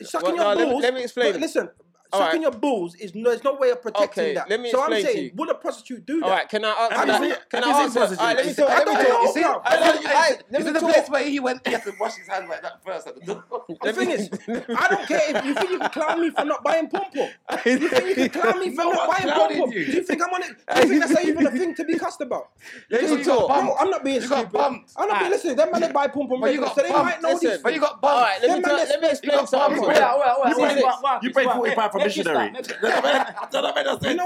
Speaker 1: It's Sucking
Speaker 5: Well, no,
Speaker 1: your
Speaker 5: let me-
Speaker 1: balls.
Speaker 5: let me explain
Speaker 1: but
Speaker 5: it.
Speaker 1: Listen,
Speaker 5: All
Speaker 1: sucking
Speaker 5: right.
Speaker 1: your balls is no. There's no way of protecting
Speaker 5: Okay,
Speaker 1: that.
Speaker 5: let me
Speaker 1: so I'm
Speaker 5: explain to
Speaker 1: saying,
Speaker 5: you.
Speaker 1: would a prostitute do
Speaker 5: All
Speaker 1: that?
Speaker 5: right, can I answer
Speaker 7: Have you
Speaker 5: that?
Speaker 7: seen-
Speaker 5: can
Speaker 7: have you
Speaker 5: I
Speaker 7: seen
Speaker 5: answer?
Speaker 7: Sausage
Speaker 5: All right, let me
Speaker 7: Street?
Speaker 5: talk.
Speaker 1: I
Speaker 5: Let me
Speaker 1: don't know.
Speaker 5: talk.
Speaker 1: You see,
Speaker 5: All
Speaker 1: I
Speaker 5: right, all right,
Speaker 3: This
Speaker 5: Let
Speaker 3: is
Speaker 5: me
Speaker 3: the
Speaker 5: talk.
Speaker 3: place where he went. He had to wash his hands like that first at the door.
Speaker 1: The thing is, I don't care if you think you can clown me for not buying pom pom. You think you can clown me for not buying pom pom? Do you think I'm on it? Do you think that's even a thing to be cussed about?
Speaker 5: Let me
Speaker 3: You got
Speaker 5: talk.
Speaker 3: bumped.
Speaker 1: No, I'm not being
Speaker 3: You got
Speaker 1: stupid. I'm
Speaker 3: bumped.
Speaker 1: not being listening. Them man they buy pom pom
Speaker 3: But you
Speaker 1: regular,
Speaker 3: got
Speaker 1: so they
Speaker 3: bumped.
Speaker 1: might know these.
Speaker 5: Listen.
Speaker 3: But you got
Speaker 2: All
Speaker 3: bummed.
Speaker 2: right,
Speaker 5: Let me
Speaker 1: Them man
Speaker 5: tell-
Speaker 1: that's-
Speaker 5: let me explain
Speaker 3: got bumped.
Speaker 5: something.
Speaker 2: Well, well, well, well,
Speaker 7: You
Speaker 2: well,
Speaker 7: paid-
Speaker 2: well, well,
Speaker 7: you
Speaker 2: well,
Speaker 7: paid
Speaker 2: well,
Speaker 7: 45 for
Speaker 2: make- make you
Speaker 7: missionary.
Speaker 2: stop, make you-
Speaker 1: You know what? You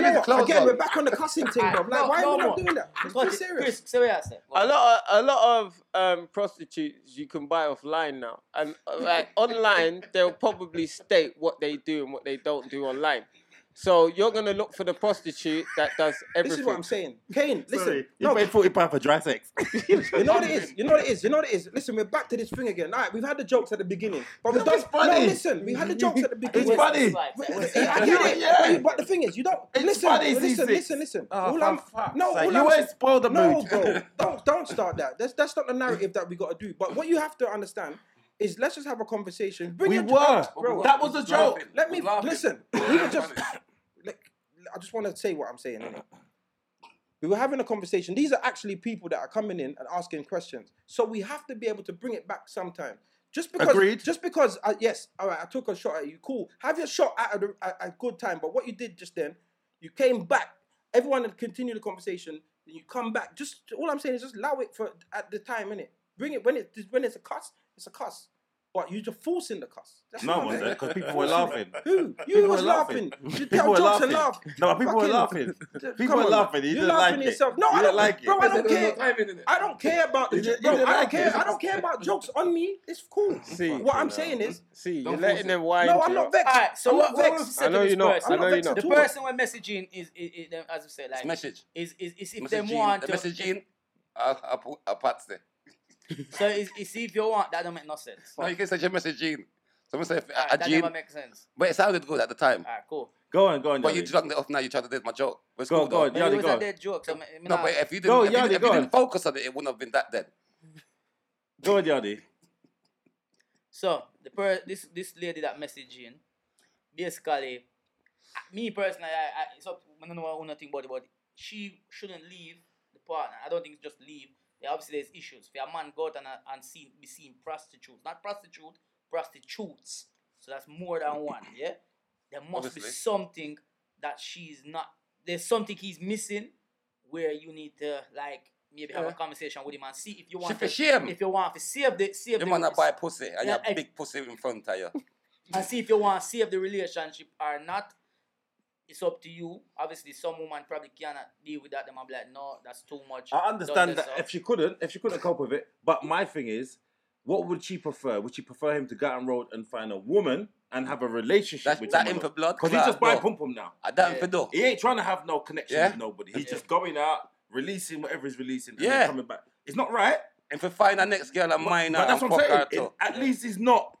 Speaker 1: know what?
Speaker 3: Close
Speaker 1: Again,
Speaker 3: up.
Speaker 1: we're back on the cussing thing, bro. Like,
Speaker 2: No,
Speaker 1: why
Speaker 2: no
Speaker 1: are we not
Speaker 2: more.
Speaker 1: doing that? Let's be
Speaker 2: Because-
Speaker 1: serious.
Speaker 2: Chris, say what you said.
Speaker 5: A lot, of, a lot of um, prostitutes you can buy offline now, and uh, like online they'll probably state what they do and what they don't do online. So you're gonna look for the prostitute that does
Speaker 1: This
Speaker 5: everything.
Speaker 1: is what I'm saying. Kane, listen.
Speaker 4: Sorry, you
Speaker 1: no,
Speaker 4: paid forty pound for dry sex.
Speaker 1: You know what it is. You know what it is. You know what it is. Listen, we're back to this thing again. All right, we've had the jokes at the beginning, but we
Speaker 7: No,
Speaker 1: don't.
Speaker 7: it's funny.
Speaker 1: No, listen, we had the jokes at the beginning.
Speaker 7: It's funny.
Speaker 1: But- I get it,
Speaker 7: Yeah.
Speaker 1: but you- But the thing is, you don't
Speaker 7: It's
Speaker 1: listen.
Speaker 7: funny,
Speaker 1: listen,
Speaker 7: it's
Speaker 1: listen,
Speaker 7: easy.
Speaker 1: listen,
Speaker 7: Oh,
Speaker 1: all
Speaker 7: for
Speaker 1: I'm,
Speaker 7: fuck's
Speaker 1: no,
Speaker 7: sake,
Speaker 1: all
Speaker 7: you
Speaker 1: I'm,
Speaker 7: won't spoil the
Speaker 1: no,
Speaker 7: mood. *laughs*
Speaker 1: bro, don't don't start that. That's that's not the narrative that we got to do. But what you have to understand is, let's just have a conversation. Bring
Speaker 7: We
Speaker 1: your
Speaker 7: were.
Speaker 1: jokes, bro.
Speaker 7: That was a joke.
Speaker 1: Let me
Speaker 3: Laughing.
Speaker 2: *laughs*
Speaker 1: listen. We were just. Like, I just want to say what I'm saying. innit? We were having a conversation. These are actually people that are coming in and asking questions. So we have to be able to bring it back sometime. Just because,
Speaker 7: Agreed.
Speaker 1: just because, uh, yes, all right, I took a shot at you. Cool. Have your shot at a, at a good time. But what you did just then, you came back. Everyone had continued the conversation. Then you come back. Just all I'm saying is just allow it for at the time, innit? Bring it when it when it's a cuss, it's a cuss. But you're just forcing the cuss. That's
Speaker 4: No,
Speaker 1: all I'm
Speaker 4: was
Speaker 1: saying.
Speaker 4: it? Because people were laughing.
Speaker 1: Who? You
Speaker 4: People
Speaker 1: was
Speaker 4: were laughing.
Speaker 1: laughing. You
Speaker 4: People
Speaker 1: tell
Speaker 4: were
Speaker 1: jokes
Speaker 4: laughing.
Speaker 1: and laugh.
Speaker 4: No, people were
Speaker 1: Fucking- *laughs*
Speaker 4: laughing. People
Speaker 1: Come
Speaker 4: were
Speaker 1: on.
Speaker 4: laughing. You
Speaker 1: You're
Speaker 4: didn't
Speaker 1: laughing
Speaker 4: like
Speaker 1: at
Speaker 4: it.
Speaker 1: yourself. No, I
Speaker 4: You didn't
Speaker 1: don't,
Speaker 4: like
Speaker 1: bro.
Speaker 4: it.
Speaker 1: I don't care. I don't care about the
Speaker 7: You
Speaker 1: jo-
Speaker 7: didn't- you
Speaker 1: bro.
Speaker 7: didn't
Speaker 1: I don't
Speaker 7: like it.
Speaker 1: care. I don't care about jokes on me. It's cool.
Speaker 5: See,
Speaker 1: what I'm saying is,
Speaker 5: See,
Speaker 3: Don't
Speaker 5: you're
Speaker 3: force
Speaker 5: letting
Speaker 3: it.
Speaker 5: them wind
Speaker 1: no,
Speaker 5: you
Speaker 1: I'm
Speaker 5: up.
Speaker 1: not vexed.
Speaker 2: All right, so
Speaker 1: I'm
Speaker 2: what,
Speaker 1: not
Speaker 2: what we've
Speaker 1: vexed.
Speaker 2: said
Speaker 5: I know
Speaker 2: to this
Speaker 5: you're not.
Speaker 2: person,
Speaker 5: I know you're not.
Speaker 2: the
Speaker 1: Talk.
Speaker 2: person we're messaging is, is, is, is as you say, like,
Speaker 3: Message.
Speaker 2: is, is, is if they
Speaker 3: Message Jean.
Speaker 2: want
Speaker 3: The
Speaker 2: to,
Speaker 3: message Jean. I'll put a part there.
Speaker 2: so is, is if you want, that don't make no sense.
Speaker 3: No, you can send your message Jean. Someone said
Speaker 2: Alright,
Speaker 3: a
Speaker 2: that
Speaker 3: Jean.
Speaker 2: never makes sense.
Speaker 3: But it sounded good at the time.
Speaker 2: All right, cool.
Speaker 4: Go on, go on.
Speaker 3: But you
Speaker 4: Johnny.
Speaker 3: drugged it off now, you tried to did my joke. But it's
Speaker 4: Go on,
Speaker 3: cool
Speaker 4: go
Speaker 3: though.
Speaker 4: on.
Speaker 2: But it
Speaker 4: Yardie,
Speaker 2: was
Speaker 4: go
Speaker 2: a
Speaker 4: on.
Speaker 2: dead joke. So, I mean,
Speaker 3: No, but if you didn't,
Speaker 4: Go,
Speaker 3: if you,
Speaker 4: Yardie,
Speaker 3: didn't- if
Speaker 4: go
Speaker 3: you
Speaker 4: on.
Speaker 3: didn't focus on it, it wouldn't have been that dead.
Speaker 4: Go on, Yardie.
Speaker 2: so the per- this this lady that messaging, basically, me personally, I, I, so, I don't know nothing about it, but she shouldn't leave the partner. I don't think it's just leave. Yeah, obviously, there's issues. If a man go out and, uh, and seen, be seen prostitutes, not prostitute, prostitutes. So that's more than one, yeah? There must be
Speaker 3: Obviously.
Speaker 2: something that she's not, there's something he's missing where you need to, like, maybe have a
Speaker 3: Yeah.
Speaker 2: conversation with him and see if you
Speaker 3: She
Speaker 2: want
Speaker 3: for
Speaker 2: to,
Speaker 3: shame.
Speaker 2: if you want to save the, save
Speaker 3: You
Speaker 2: the,
Speaker 3: want to buy pussy and you
Speaker 2: Yeah, eh.
Speaker 3: have
Speaker 2: I-
Speaker 3: big pussy in front of you.
Speaker 2: and see if you want to save the relationship or not. It's up to you. Obviously, some woman probably cannot deal with that. Them I'm like, no, that's too much.
Speaker 4: I
Speaker 2: Done
Speaker 4: understand
Speaker 2: this
Speaker 4: that
Speaker 2: up.
Speaker 4: if she couldn't, if she couldn't cope with it. But my thing is, what would she prefer? Would she prefer him to go out on road and find a woman and have a relationship
Speaker 3: That's
Speaker 4: with
Speaker 3: that him for blood.
Speaker 4: Because he's just by
Speaker 3: clot, no.
Speaker 4: pum pum now.
Speaker 3: I done
Speaker 2: Yeah.
Speaker 3: for do.
Speaker 4: He ain't trying to have no connection
Speaker 3: Yeah.
Speaker 4: with nobody. He's
Speaker 2: Yeah.
Speaker 4: just going out, releasing whatever he's releasing, and then
Speaker 3: Yeah.
Speaker 4: coming back. It's not right.
Speaker 3: If we find a next girl, I'm mine
Speaker 4: But
Speaker 3: and
Speaker 4: that's
Speaker 3: fuck
Speaker 4: what I'm saying.
Speaker 3: her too.
Speaker 4: It- at least it's not.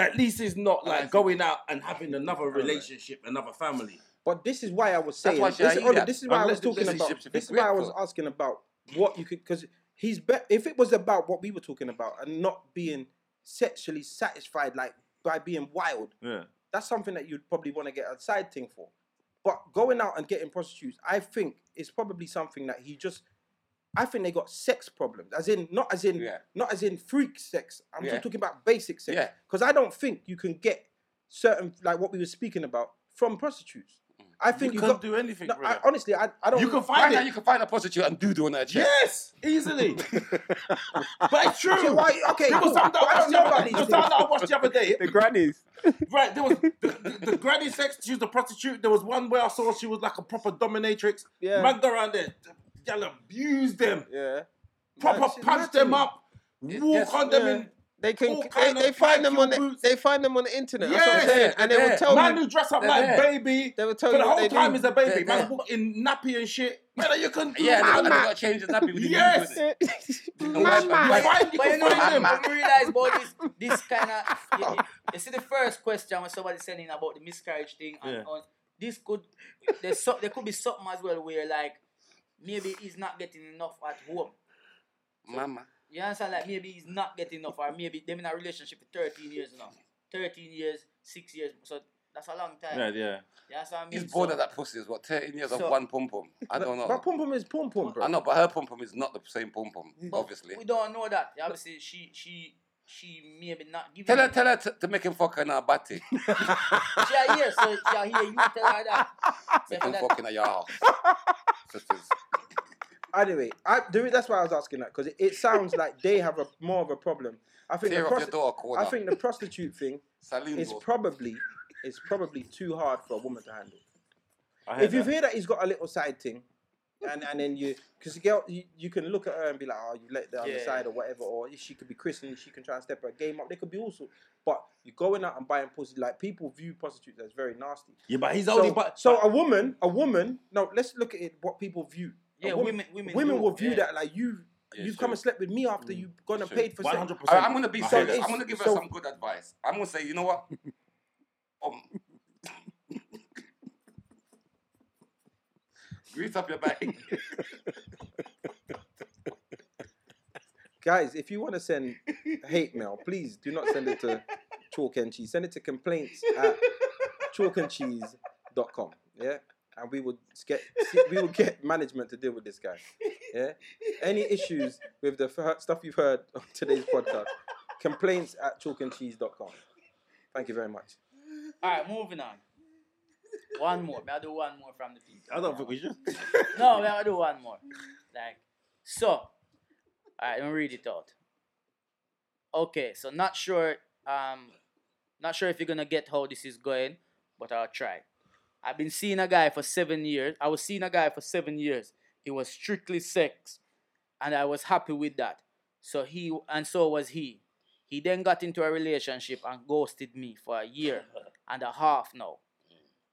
Speaker 4: At least it's not like going out and having another relationship, another family.
Speaker 1: But this is why I was
Speaker 3: That's
Speaker 1: saying.
Speaker 3: why
Speaker 1: This,
Speaker 3: she ain't
Speaker 1: Oli,
Speaker 3: that.
Speaker 1: this is why I was
Speaker 3: Unless the
Speaker 1: talking about.
Speaker 3: relationship should be
Speaker 1: This is why I was
Speaker 3: grateful.
Speaker 1: asking about what you could because he's be- if it was about what we were talking about and not being sexually satisfied like by being wild.
Speaker 4: Yeah.
Speaker 1: That's something that you'd probably want to get a side thing for. But going out and getting prostitutes, I think is probably something that he just. I think they got sex problems, as in not as in
Speaker 3: Yeah.
Speaker 1: not as in freak sex. I'm
Speaker 3: Yeah.
Speaker 1: just talking about basic sex.
Speaker 3: Yeah.
Speaker 1: Because I don't think you can get certain like what we were speaking about from prostitutes. I think
Speaker 4: Mm.
Speaker 1: you,
Speaker 4: You can't
Speaker 1: got.
Speaker 4: do anything.
Speaker 1: No, I,
Speaker 4: brother.
Speaker 1: honestly, I, I don't.
Speaker 4: you can
Speaker 3: Right
Speaker 4: find
Speaker 3: now,
Speaker 4: it.
Speaker 3: you can find a prostitute and do do on her chest.
Speaker 4: Yes,
Speaker 1: *laughs*
Speaker 4: easily. but it's true.
Speaker 1: So why? Okay,
Speaker 4: There
Speaker 1: cool.
Speaker 4: was something that
Speaker 1: But I
Speaker 4: I,
Speaker 1: don't know about
Speaker 4: watched
Speaker 1: these things.
Speaker 4: the other- there was something I watched the
Speaker 1: *laughs*
Speaker 4: other day.
Speaker 5: The grannies.
Speaker 4: Right, there was the, the, the granny sex. She was a prostitute. There was one where I saw she was like a proper dominatrix.
Speaker 5: Yeah.
Speaker 4: Man go around there, y'all abuse them,
Speaker 5: Yeah.
Speaker 4: proper
Speaker 1: Man, she's
Speaker 4: punch
Speaker 1: mad
Speaker 4: them
Speaker 1: to me.
Speaker 4: up,
Speaker 3: Yes,
Speaker 4: walk
Speaker 3: yes,
Speaker 4: on them
Speaker 5: yeah.
Speaker 4: in.
Speaker 5: They can.
Speaker 4: All
Speaker 5: They,
Speaker 4: kind
Speaker 5: they
Speaker 4: of
Speaker 5: find them on.
Speaker 4: vacuum
Speaker 5: The,
Speaker 4: boots.
Speaker 5: they find them on the internet. That's what I'm
Speaker 4: Yeah,
Speaker 5: saying. And they
Speaker 3: they're
Speaker 5: will
Speaker 3: there.
Speaker 5: tell
Speaker 4: man
Speaker 5: you.
Speaker 4: who dress up
Speaker 1: Eh,
Speaker 3: They're
Speaker 4: like
Speaker 3: there.
Speaker 4: baby
Speaker 5: They will
Speaker 4: for
Speaker 5: tell you
Speaker 4: the
Speaker 5: what
Speaker 4: whole
Speaker 5: they do.
Speaker 4: time is a baby.
Speaker 3: They're
Speaker 4: Man
Speaker 3: there.
Speaker 4: walk in nappy and shit. Man, you can
Speaker 3: Yeah, and they
Speaker 4: Mama.
Speaker 3: got to change the nappy with the
Speaker 4: Yes.
Speaker 3: music.
Speaker 4: You find you
Speaker 2: But you
Speaker 4: can
Speaker 2: know,
Speaker 4: find
Speaker 2: I,
Speaker 4: them.
Speaker 2: I realize about
Speaker 4: *laughs*
Speaker 2: this, this kind of. You, you- you see, the first question when somebody sending about the miscarriage thing, and
Speaker 4: Yeah.
Speaker 2: on, this could there's so, there could be something as well where like maybe he's not getting enough at home.
Speaker 3: Mama.
Speaker 2: You understand? Like maybe he's not getting enough, or maybe them in a relationship for 13 years now, 13 years, six years. So that's a long time.
Speaker 4: Yeah, yeah.
Speaker 2: You understand what I mean?
Speaker 3: He's bored
Speaker 2: So-
Speaker 3: of that pussy as well. 13 years
Speaker 2: So-
Speaker 3: of one pum pum. I don't
Speaker 1: But
Speaker 3: know.
Speaker 1: pom pom is pom pom, bro.
Speaker 3: I know, but her pum pum is not the same pum pum, obviously.
Speaker 2: We don't know that. Obviously, she she she maybe not giving.
Speaker 3: Tell her,
Speaker 2: it.
Speaker 3: tell her to, to make him fuck her in
Speaker 1: *laughs*
Speaker 3: her body.
Speaker 2: She a hear, so she a hear you tell her that. So
Speaker 3: Make
Speaker 2: for
Speaker 3: him
Speaker 2: that-
Speaker 3: fuck in
Speaker 1: *laughs*
Speaker 3: her ass. Sisters.
Speaker 1: Anyway, I, the re- that's why I was asking that because it, it sounds like they have a more of a problem. I think the
Speaker 3: Tear off your
Speaker 1: prosti-
Speaker 3: door corner.
Speaker 1: I think the prostitute thing
Speaker 3: Saloon
Speaker 1: is
Speaker 3: door.
Speaker 1: probably is probably too hard for a woman to handle.
Speaker 4: I heard
Speaker 1: If you
Speaker 4: that.
Speaker 1: hear that he's got a little side thing, and and then you because the girl you, you can look at her and be like, oh, you let her on the
Speaker 2: Yeah.
Speaker 1: side or whatever, or if she could be christening, she can try and step her game up. They could be also, but you're going out and buying pussy. Like people view prostitutes as very nasty.
Speaker 4: Yeah, but he's only
Speaker 1: So,
Speaker 4: but
Speaker 1: so a woman, a woman. No, let's look at it. What people view. A
Speaker 2: Yeah,
Speaker 1: woman-
Speaker 2: women, women,
Speaker 1: women
Speaker 2: do,
Speaker 1: will view
Speaker 2: yeah. mm,
Speaker 1: that like you.
Speaker 3: Yeah,
Speaker 1: you've
Speaker 3: true.
Speaker 1: come and slept with me after you've gone and
Speaker 3: True.
Speaker 1: paid for
Speaker 4: one
Speaker 1: sex.
Speaker 4: hundred
Speaker 3: I,
Speaker 4: percent.
Speaker 3: I'm gonna be
Speaker 1: So
Speaker 3: serious.
Speaker 1: it's-
Speaker 3: I'm gonna give her
Speaker 1: so-
Speaker 3: some good advice. I'm gonna say, you
Speaker 1: *laughs*
Speaker 3: know what? Um, *laughs* grease up your back.
Speaker 1: Guys, if you want to send hate mail, please do not send it to Chalk and Cheese. Send it to complaints at chalkandcheese.com. Yeah. And we would get we will get management to deal with this guy. Yeah. Any issues with the f- stuff you've heard on today's podcast, complaints at chalkandcheese.com. Thank you very
Speaker 3: *laughs*
Speaker 1: much.
Speaker 2: All right, moving on. One more. I'll do one more from the people.
Speaker 4: I don't think we should.
Speaker 2: No, I'll do one more. Like, so. All right, let me read it out. Okay, so not sure. Um, not sure if you're gonna get how this is going, but I'll try. I've been seeing a guy for seven years. I was seeing a guy for seven years. It was strictly sex, and I was happy with that. So he and so was he. He then got into a relationship and ghosted me for a year and a half now.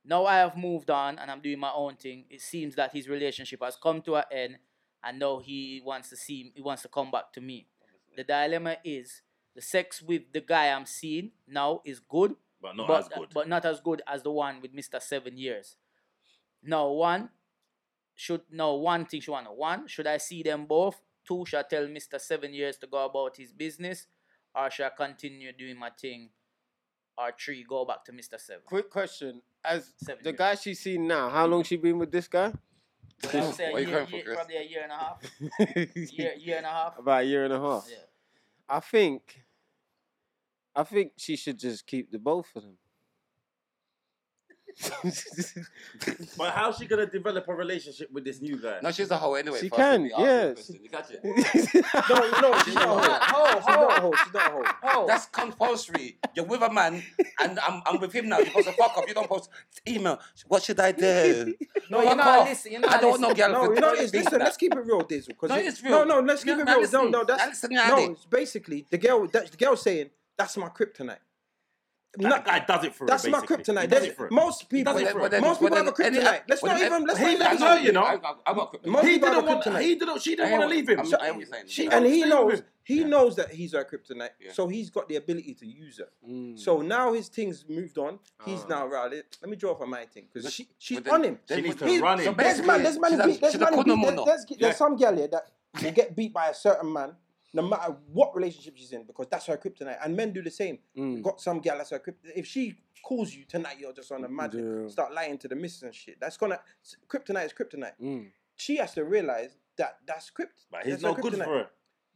Speaker 2: Now I have moved on and I'm doing my own thing. It seems that his relationship has come to an end and now he wants to see he wants to come back to me. The dilemma is the sex with the guy I'm seeing now is good,
Speaker 4: But not
Speaker 2: but,
Speaker 4: as good.
Speaker 2: but not as good as the one with Mr. Seven Years. Now one should no one thing she wanna one, should I see them both? Two, should I tell Mr. Seven Years to go about his business? Or should I continue doing my thing? Or three, go back to Mr. Seven.
Speaker 5: Quick question: As
Speaker 2: Seven
Speaker 5: the
Speaker 2: years.
Speaker 5: guy she's seen now, how long she been with this *laughs* guy?
Speaker 2: But I would say
Speaker 3: Where
Speaker 2: a
Speaker 3: you
Speaker 2: year,
Speaker 3: going for,
Speaker 2: year-
Speaker 3: Chris?
Speaker 2: probably a year and a half.
Speaker 5: About
Speaker 2: Year, year and a half.
Speaker 5: a year and a half.
Speaker 2: Yeah.
Speaker 5: I think. I think she should just keep the both of *laughs* them.
Speaker 4: But how's she gonna develop a relationship with this new guy?
Speaker 3: No, she's a hoe anyway.
Speaker 5: She
Speaker 3: first let
Speaker 5: can,
Speaker 3: me ask you a
Speaker 5: yes.
Speaker 3: question. You got it.
Speaker 1: No, no, she's not a
Speaker 2: Not
Speaker 1: hoe.
Speaker 2: ho,
Speaker 1: She's not a
Speaker 2: ho,
Speaker 1: hoe. She's not a hoe.
Speaker 2: ho.
Speaker 3: That's compulsory. You're with a man, and I'm, I'm with him now. You're supposed to fuck up. You don't post email. What should I do?
Speaker 2: No, you're
Speaker 3: Fuck
Speaker 2: not
Speaker 3: off.
Speaker 2: listening. You're
Speaker 3: I
Speaker 2: not
Speaker 3: don't know,
Speaker 2: listening.
Speaker 3: girl.
Speaker 1: No,
Speaker 3: if
Speaker 1: no,
Speaker 3: you
Speaker 1: it's,
Speaker 3: think
Speaker 1: listen,
Speaker 3: that.
Speaker 1: let's keep it real, Dizzle. 'cause
Speaker 3: No,
Speaker 1: it-
Speaker 3: it's real.
Speaker 1: No, no, let's
Speaker 3: No,
Speaker 1: keep it
Speaker 3: no,
Speaker 1: real.
Speaker 3: listen.
Speaker 1: no, no, that's
Speaker 3: No, listen,
Speaker 1: no.
Speaker 3: Yanni.
Speaker 1: It's basically the girl. That, the girl saying that's my kryptonite. No,
Speaker 4: That guy does it for
Speaker 1: that's
Speaker 4: her.
Speaker 1: my
Speaker 4: basically. He
Speaker 1: kryptonite.
Speaker 4: does
Speaker 1: There's-
Speaker 4: it for her.
Speaker 1: most people,
Speaker 3: But then- but then-
Speaker 1: most
Speaker 3: but
Speaker 1: people have a
Speaker 3: then any-
Speaker 1: kryptonite. Let's
Speaker 3: but
Speaker 1: not
Speaker 3: then-
Speaker 1: even let's
Speaker 4: he
Speaker 1: not even
Speaker 4: doesn't
Speaker 1: know,
Speaker 4: know, you know.
Speaker 3: I, I, I got kryptonite.
Speaker 1: Most
Speaker 4: He
Speaker 1: people have
Speaker 4: didn't
Speaker 1: a
Speaker 4: want. He
Speaker 1: kryptonite,
Speaker 4: didn't. She
Speaker 3: I
Speaker 4: didn't want to
Speaker 3: know-
Speaker 4: leave him.
Speaker 3: I'm-
Speaker 4: So-
Speaker 3: I know what you're saying.
Speaker 4: she
Speaker 1: and
Speaker 4: don't
Speaker 1: he
Speaker 4: stay
Speaker 1: knows
Speaker 4: with him.
Speaker 1: he knows that he's a kryptonite,
Speaker 3: Yeah.
Speaker 1: so he's got the ability to use her.
Speaker 4: Mm,
Speaker 1: So now his thing's moved on. He's
Speaker 4: Uh.
Speaker 1: now right. Let, let me draw for my thing because she she's
Speaker 3: But then-
Speaker 1: on him.
Speaker 3: then
Speaker 4: She needs
Speaker 3: we-
Speaker 4: to run him.
Speaker 1: There's man, there's man,
Speaker 3: She's
Speaker 1: who
Speaker 3: a-
Speaker 1: beat, there's
Speaker 3: she's a
Speaker 1: man, who beat, there's,
Speaker 3: Kunamono.
Speaker 1: there's, there's some girl here that will get beat by a certain man, no matter what relationship she's in, because that's her kryptonite. And men do the same.
Speaker 4: mm,
Speaker 1: Got some girl that's her kryptonite. If she calls you tonight, you're just on a mad
Speaker 5: Yeah.
Speaker 1: start lying to the missus and shit. That's gonna kryptonite is kryptonite.
Speaker 4: mm.
Speaker 1: She has to realize that that's krypt.
Speaker 4: But he's
Speaker 1: that's
Speaker 4: no
Speaker 1: her
Speaker 4: good for
Speaker 1: kryptonite.
Speaker 4: her.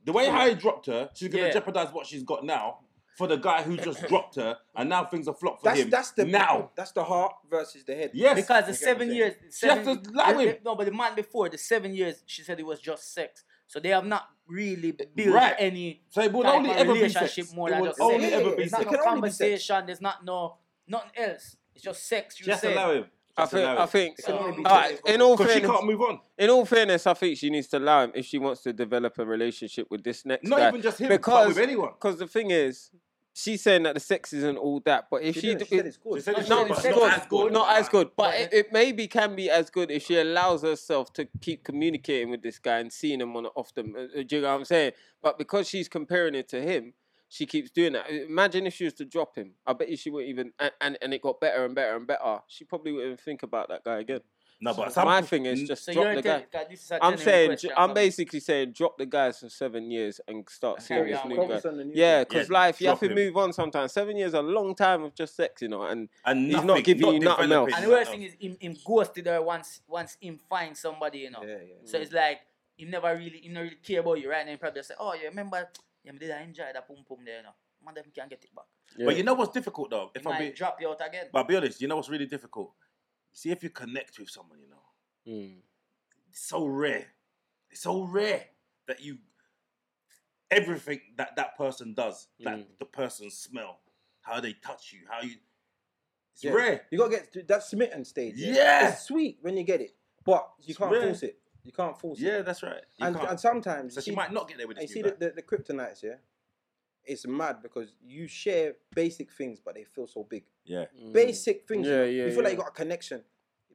Speaker 4: The way how he dropped her, she's gonna
Speaker 2: Yeah.
Speaker 4: jeopardize what she's got now for the guy who just dropped her, and now things are flopped for
Speaker 1: That's
Speaker 4: him.
Speaker 1: that's the
Speaker 4: now.
Speaker 1: That's the heart versus the head.
Speaker 4: Yes.
Speaker 2: Because the
Speaker 1: You get what I'm
Speaker 2: seven
Speaker 1: saying?
Speaker 2: years, seven,
Speaker 4: has to lie
Speaker 2: the-
Speaker 4: with him.
Speaker 2: no, but the man before the seven years, she said it was just sex. So they have not really built
Speaker 4: Right.
Speaker 2: any
Speaker 4: so it will
Speaker 2: type
Speaker 4: only
Speaker 2: of
Speaker 4: ever be
Speaker 2: relationship
Speaker 4: sex.
Speaker 2: more
Speaker 4: it
Speaker 2: than
Speaker 4: will
Speaker 2: just
Speaker 4: only
Speaker 2: sex.
Speaker 4: ever be
Speaker 2: There's
Speaker 1: It
Speaker 2: not
Speaker 4: sex.
Speaker 2: no
Speaker 1: can only be sex.
Speaker 2: conversation. There's not no nothing else. It's just sex. You
Speaker 4: Just
Speaker 2: say.
Speaker 4: allow him.
Speaker 5: I
Speaker 4: Just
Speaker 5: think.
Speaker 4: allow
Speaker 5: I
Speaker 4: him.
Speaker 5: think.
Speaker 2: can only be
Speaker 5: all right,
Speaker 1: two.
Speaker 5: in all
Speaker 4: Because she
Speaker 5: fairness,
Speaker 4: can't move on.
Speaker 5: in all fairness, I think she needs to allow him if she wants to develop a relationship with this next
Speaker 4: Not
Speaker 5: guy.
Speaker 4: even just him, but
Speaker 5: because
Speaker 4: with anyone.
Speaker 5: Because the thing is, she's saying that the sex isn't all that, but if
Speaker 1: She,
Speaker 5: she,
Speaker 1: didn't.
Speaker 5: d-
Speaker 1: she said it's good.
Speaker 4: She said
Speaker 2: No,
Speaker 4: it's
Speaker 2: she
Speaker 5: no,
Speaker 4: not,
Speaker 2: said
Speaker 4: but
Speaker 5: it's
Speaker 2: it's
Speaker 4: not as good.
Speaker 5: not as good, but
Speaker 2: But
Speaker 5: it, it maybe can be as good if she allows herself to keep communicating with this guy and seeing him on and off them. Uh, uh, do you know what I'm saying? But because she's comparing it to him, she keeps doing that. I- Imagine if she was to drop him. I bet you she wouldn't even. And, and, and it got better and better and better. She probably wouldn't even think about that guy again.
Speaker 4: No, but
Speaker 5: So
Speaker 4: some
Speaker 5: my thing is just
Speaker 2: So
Speaker 5: drop
Speaker 2: you're
Speaker 5: the
Speaker 2: telling
Speaker 5: guy.
Speaker 2: God, this is a
Speaker 5: I'm
Speaker 2: genuine
Speaker 5: saying,
Speaker 2: question,
Speaker 5: I'm
Speaker 2: so-
Speaker 5: basically saying, drop the guys for seven years and start seeing
Speaker 2: Carry
Speaker 5: this
Speaker 2: on,
Speaker 5: new guy.
Speaker 1: Focus on the new
Speaker 5: Yeah,
Speaker 1: thing.
Speaker 5: because
Speaker 4: Yeah,
Speaker 5: life, you have
Speaker 4: drop
Speaker 5: to
Speaker 4: him.
Speaker 5: move on sometimes. Seven years is a long time of just sex, you know, and
Speaker 4: and
Speaker 5: He's not
Speaker 4: nothing,
Speaker 5: giving you nothing
Speaker 4: developing.
Speaker 5: else.
Speaker 2: And the worst thing is him, him ghosted her once once him find somebody, you know.
Speaker 1: Yeah, yeah.
Speaker 2: So it's like he never really he not really care about you, right? And he probably say, Oh, you remember yeah, me did I enjoy that pum pum there, you know. Man them can't get it back.
Speaker 4: But you know what's difficult though?
Speaker 2: If
Speaker 4: If
Speaker 2: might
Speaker 4: I'm being,
Speaker 2: drop you out again.
Speaker 4: but I'll be honest, you know what's really difficult? See if you connect with someone, you know.
Speaker 5: Mm,
Speaker 4: It's so rare. It's so rare that you everything that that person does, that
Speaker 5: Mm.
Speaker 4: the person's smell, how they touch you, how you. It's
Speaker 1: Yeah.
Speaker 4: rare.
Speaker 1: You gotta get to that smitten stage.
Speaker 4: Yeah.
Speaker 1: It's sweet when you get it, but you
Speaker 4: It's
Speaker 1: can't
Speaker 4: rare.
Speaker 1: force it. You can't force it.
Speaker 4: Yeah, that's right. You
Speaker 1: And,
Speaker 4: can't.
Speaker 1: and sometimes
Speaker 4: so she
Speaker 1: see-
Speaker 4: might not get there with
Speaker 1: And you
Speaker 4: this.
Speaker 1: see
Speaker 4: new
Speaker 1: the,
Speaker 4: guy.
Speaker 1: the, the kryptonites, yeah? It's mad because you share basic things, but they feel so big.
Speaker 4: Yeah.
Speaker 5: mm.
Speaker 1: Basic things.
Speaker 5: Yeah,
Speaker 1: you, know,
Speaker 5: yeah,
Speaker 1: you feel like you
Speaker 5: yeah.
Speaker 1: got a connection,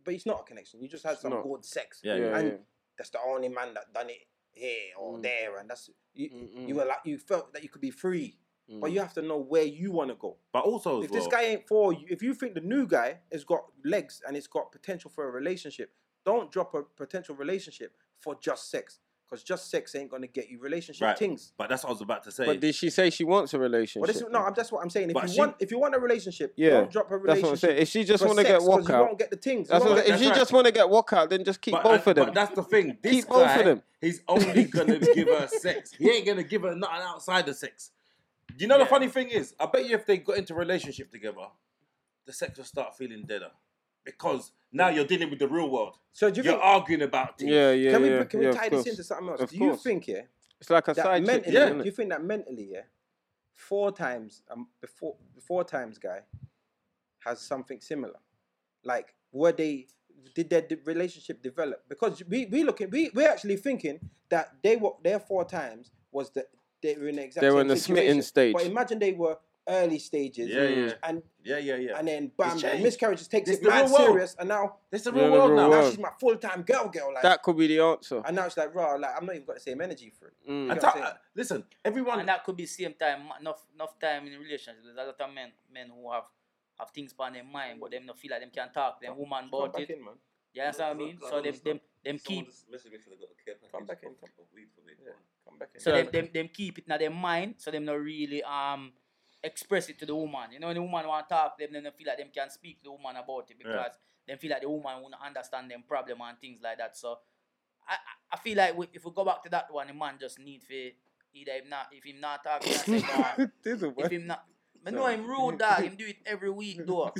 Speaker 1: but it's not a connection. You just had some
Speaker 5: not.
Speaker 1: good sex.
Speaker 4: Yeah,
Speaker 5: yeah,
Speaker 1: And
Speaker 5: yeah.
Speaker 1: that's the only man that done it here or
Speaker 5: Mm.
Speaker 1: there. And that's, you,
Speaker 5: Mm,
Speaker 1: you were like, you felt that you could be free, but you have to know where you want to go.
Speaker 4: But also, as
Speaker 1: If this
Speaker 4: well-
Speaker 1: guy ain't for you, if you think the new guy has got legs and it's got potential for a relationship, don't drop a potential relationship for just sex. Because just sex ain't gonna get you relationship
Speaker 4: Right.
Speaker 1: things.
Speaker 4: But that's what I was about to say.
Speaker 5: But did she say she wants a relationship?
Speaker 1: But this is no, I'm, that's what I'm saying. If
Speaker 4: But
Speaker 1: you
Speaker 4: she-
Speaker 1: want, if you want a relationship,
Speaker 5: Yeah,
Speaker 1: don't drop a
Speaker 5: That's
Speaker 1: relationship.
Speaker 5: what I'm saying. If she just
Speaker 1: for
Speaker 5: want to get
Speaker 1: sex, 'cause you
Speaker 5: walkout,
Speaker 1: won't get the things.
Speaker 5: that's
Speaker 1: you
Speaker 5: what
Speaker 1: won't get
Speaker 5: I'm saying. if
Speaker 4: that's
Speaker 5: she
Speaker 4: right.
Speaker 5: just want to get walkout, then just keep
Speaker 4: But-
Speaker 1: uh,
Speaker 5: both of
Speaker 4: but
Speaker 5: them.
Speaker 4: that's the thing. This
Speaker 5: Keep both
Speaker 4: guy,
Speaker 5: of them.
Speaker 4: He's only gonna give her sex. He ain't gonna give her nothing outside of sex. You know the
Speaker 3: Yeah.
Speaker 4: funny thing is, I bet you if they got into a relationship together, the sex will start feeling deader. Because now you're dealing with the real world.
Speaker 1: so do you
Speaker 4: You're
Speaker 1: think?
Speaker 4: arguing about things.
Speaker 5: yeah, yeah,
Speaker 1: can we
Speaker 5: yeah.
Speaker 1: can we
Speaker 5: yeah, of
Speaker 1: tie this
Speaker 5: course.
Speaker 1: into something else?
Speaker 5: Of
Speaker 1: do you
Speaker 5: course.
Speaker 1: think yeah
Speaker 5: It's like a
Speaker 1: that
Speaker 5: side chick,
Speaker 1: mentally?
Speaker 5: yeah.
Speaker 1: Do you think that mentally yeah, four times um before four times guy has something similar? Like were they? Did their de- relationship develop? Because we we looking we we're actually thinking that they were their four times was that they were in the exact
Speaker 5: They were
Speaker 1: same
Speaker 5: in the smitten
Speaker 1: situation. But
Speaker 5: stage.
Speaker 1: imagine they were early stages.
Speaker 4: Yeah, yeah.
Speaker 1: And
Speaker 4: Yeah, yeah, yeah.
Speaker 1: and then bam,
Speaker 4: It's changed.
Speaker 1: miscarriages takes
Speaker 4: This
Speaker 1: it
Speaker 4: the
Speaker 1: mad
Speaker 4: real world.
Speaker 1: serious, and now
Speaker 4: This is the
Speaker 5: Yeah,
Speaker 4: real
Speaker 5: the
Speaker 4: world
Speaker 5: real
Speaker 4: now.
Speaker 1: now
Speaker 5: world.
Speaker 1: she's my full time girl, girl. Like,
Speaker 5: That could be the answer.
Speaker 1: and now she's like, bro, like I'm not even got the same energy for it.
Speaker 5: Mm. *laughs*
Speaker 4: And
Speaker 1: You know
Speaker 4: ta-
Speaker 1: what I'm saying?
Speaker 4: listen, everyone.
Speaker 2: And that could be same time, ma- enough, enough time in relationship. There's a lot of men, men who have, have things upon their mind, but them not feel like them can talk to them woman
Speaker 1: Come
Speaker 2: about
Speaker 1: back
Speaker 2: it.
Speaker 1: in, man.
Speaker 2: You understand what I mean? So them, them, them keep,
Speaker 1: Come back in. Come back in.
Speaker 2: so them, them, them keep it in their mind, so them not really um express it to the woman. You know, when the woman want to talk, them them not feel like them can speak to the woman about it because them feel like the woman won't understand them problem and things like that. So I, I- I feel like we, if we go back to that one, the man just need for either if not if him not talking,
Speaker 1: *laughs*
Speaker 5: Dizzle,
Speaker 2: if
Speaker 5: *laughs* man.
Speaker 2: him not. I know him rude dog, him do it every week
Speaker 1: *laughs*
Speaker 2: though.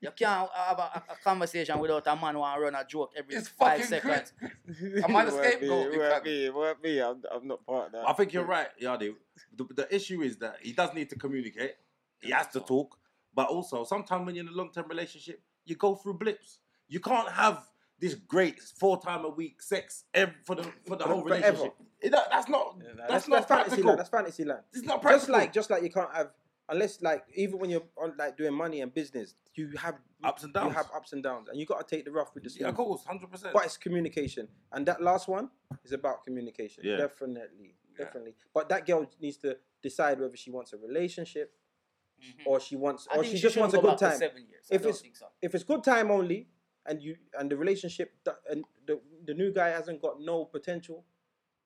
Speaker 2: You can't have a, a- a conversation without a man want run a joke every
Speaker 3: It's
Speaker 2: five
Speaker 3: fucking crazy.
Speaker 2: seconds.
Speaker 3: I'm on the
Speaker 5: It weren't me,
Speaker 3: scapegoat,
Speaker 5: It weren't
Speaker 3: because-
Speaker 5: me. It weren't me. I'm I'm not part of that.
Speaker 4: I think you're right, Yadi. The, the issue is that he does need to communicate. He has to talk, but also sometimes when you're in a long-term relationship, you go through blips. You can't have this great four-time-a-week sex ev- for the for the whole
Speaker 1: forever.
Speaker 4: relationship. It- that- that's not
Speaker 1: Yeah, nah,
Speaker 4: that's, not
Speaker 1: fantasy
Speaker 4: practical.
Speaker 1: land. That's fantasy land.
Speaker 4: it's not
Speaker 1: Just
Speaker 4: practical.
Speaker 1: like just like you can't have unless like even when you're on like doing money and business, you have
Speaker 4: Ups and
Speaker 1: You
Speaker 4: downs.
Speaker 1: have ups and downs, and you gotta take the rough with the smooth.
Speaker 4: yeah, of course, hundred percent.
Speaker 1: but it's communication, and that last one is about communication.
Speaker 4: Yeah.
Speaker 1: Definitely,
Speaker 4: Yeah.
Speaker 1: definitely. But that girl needs to decide whether she wants a relationship or she wants,
Speaker 2: I
Speaker 1: or
Speaker 2: think
Speaker 1: she just
Speaker 2: shouldn't
Speaker 1: wants a
Speaker 2: go
Speaker 1: good
Speaker 2: back to
Speaker 1: time.
Speaker 2: Seven years.
Speaker 1: If
Speaker 2: I don't
Speaker 1: it's-
Speaker 2: think so.
Speaker 1: if it's good time only and you and the relationship that, and the, the new guy hasn't got no potential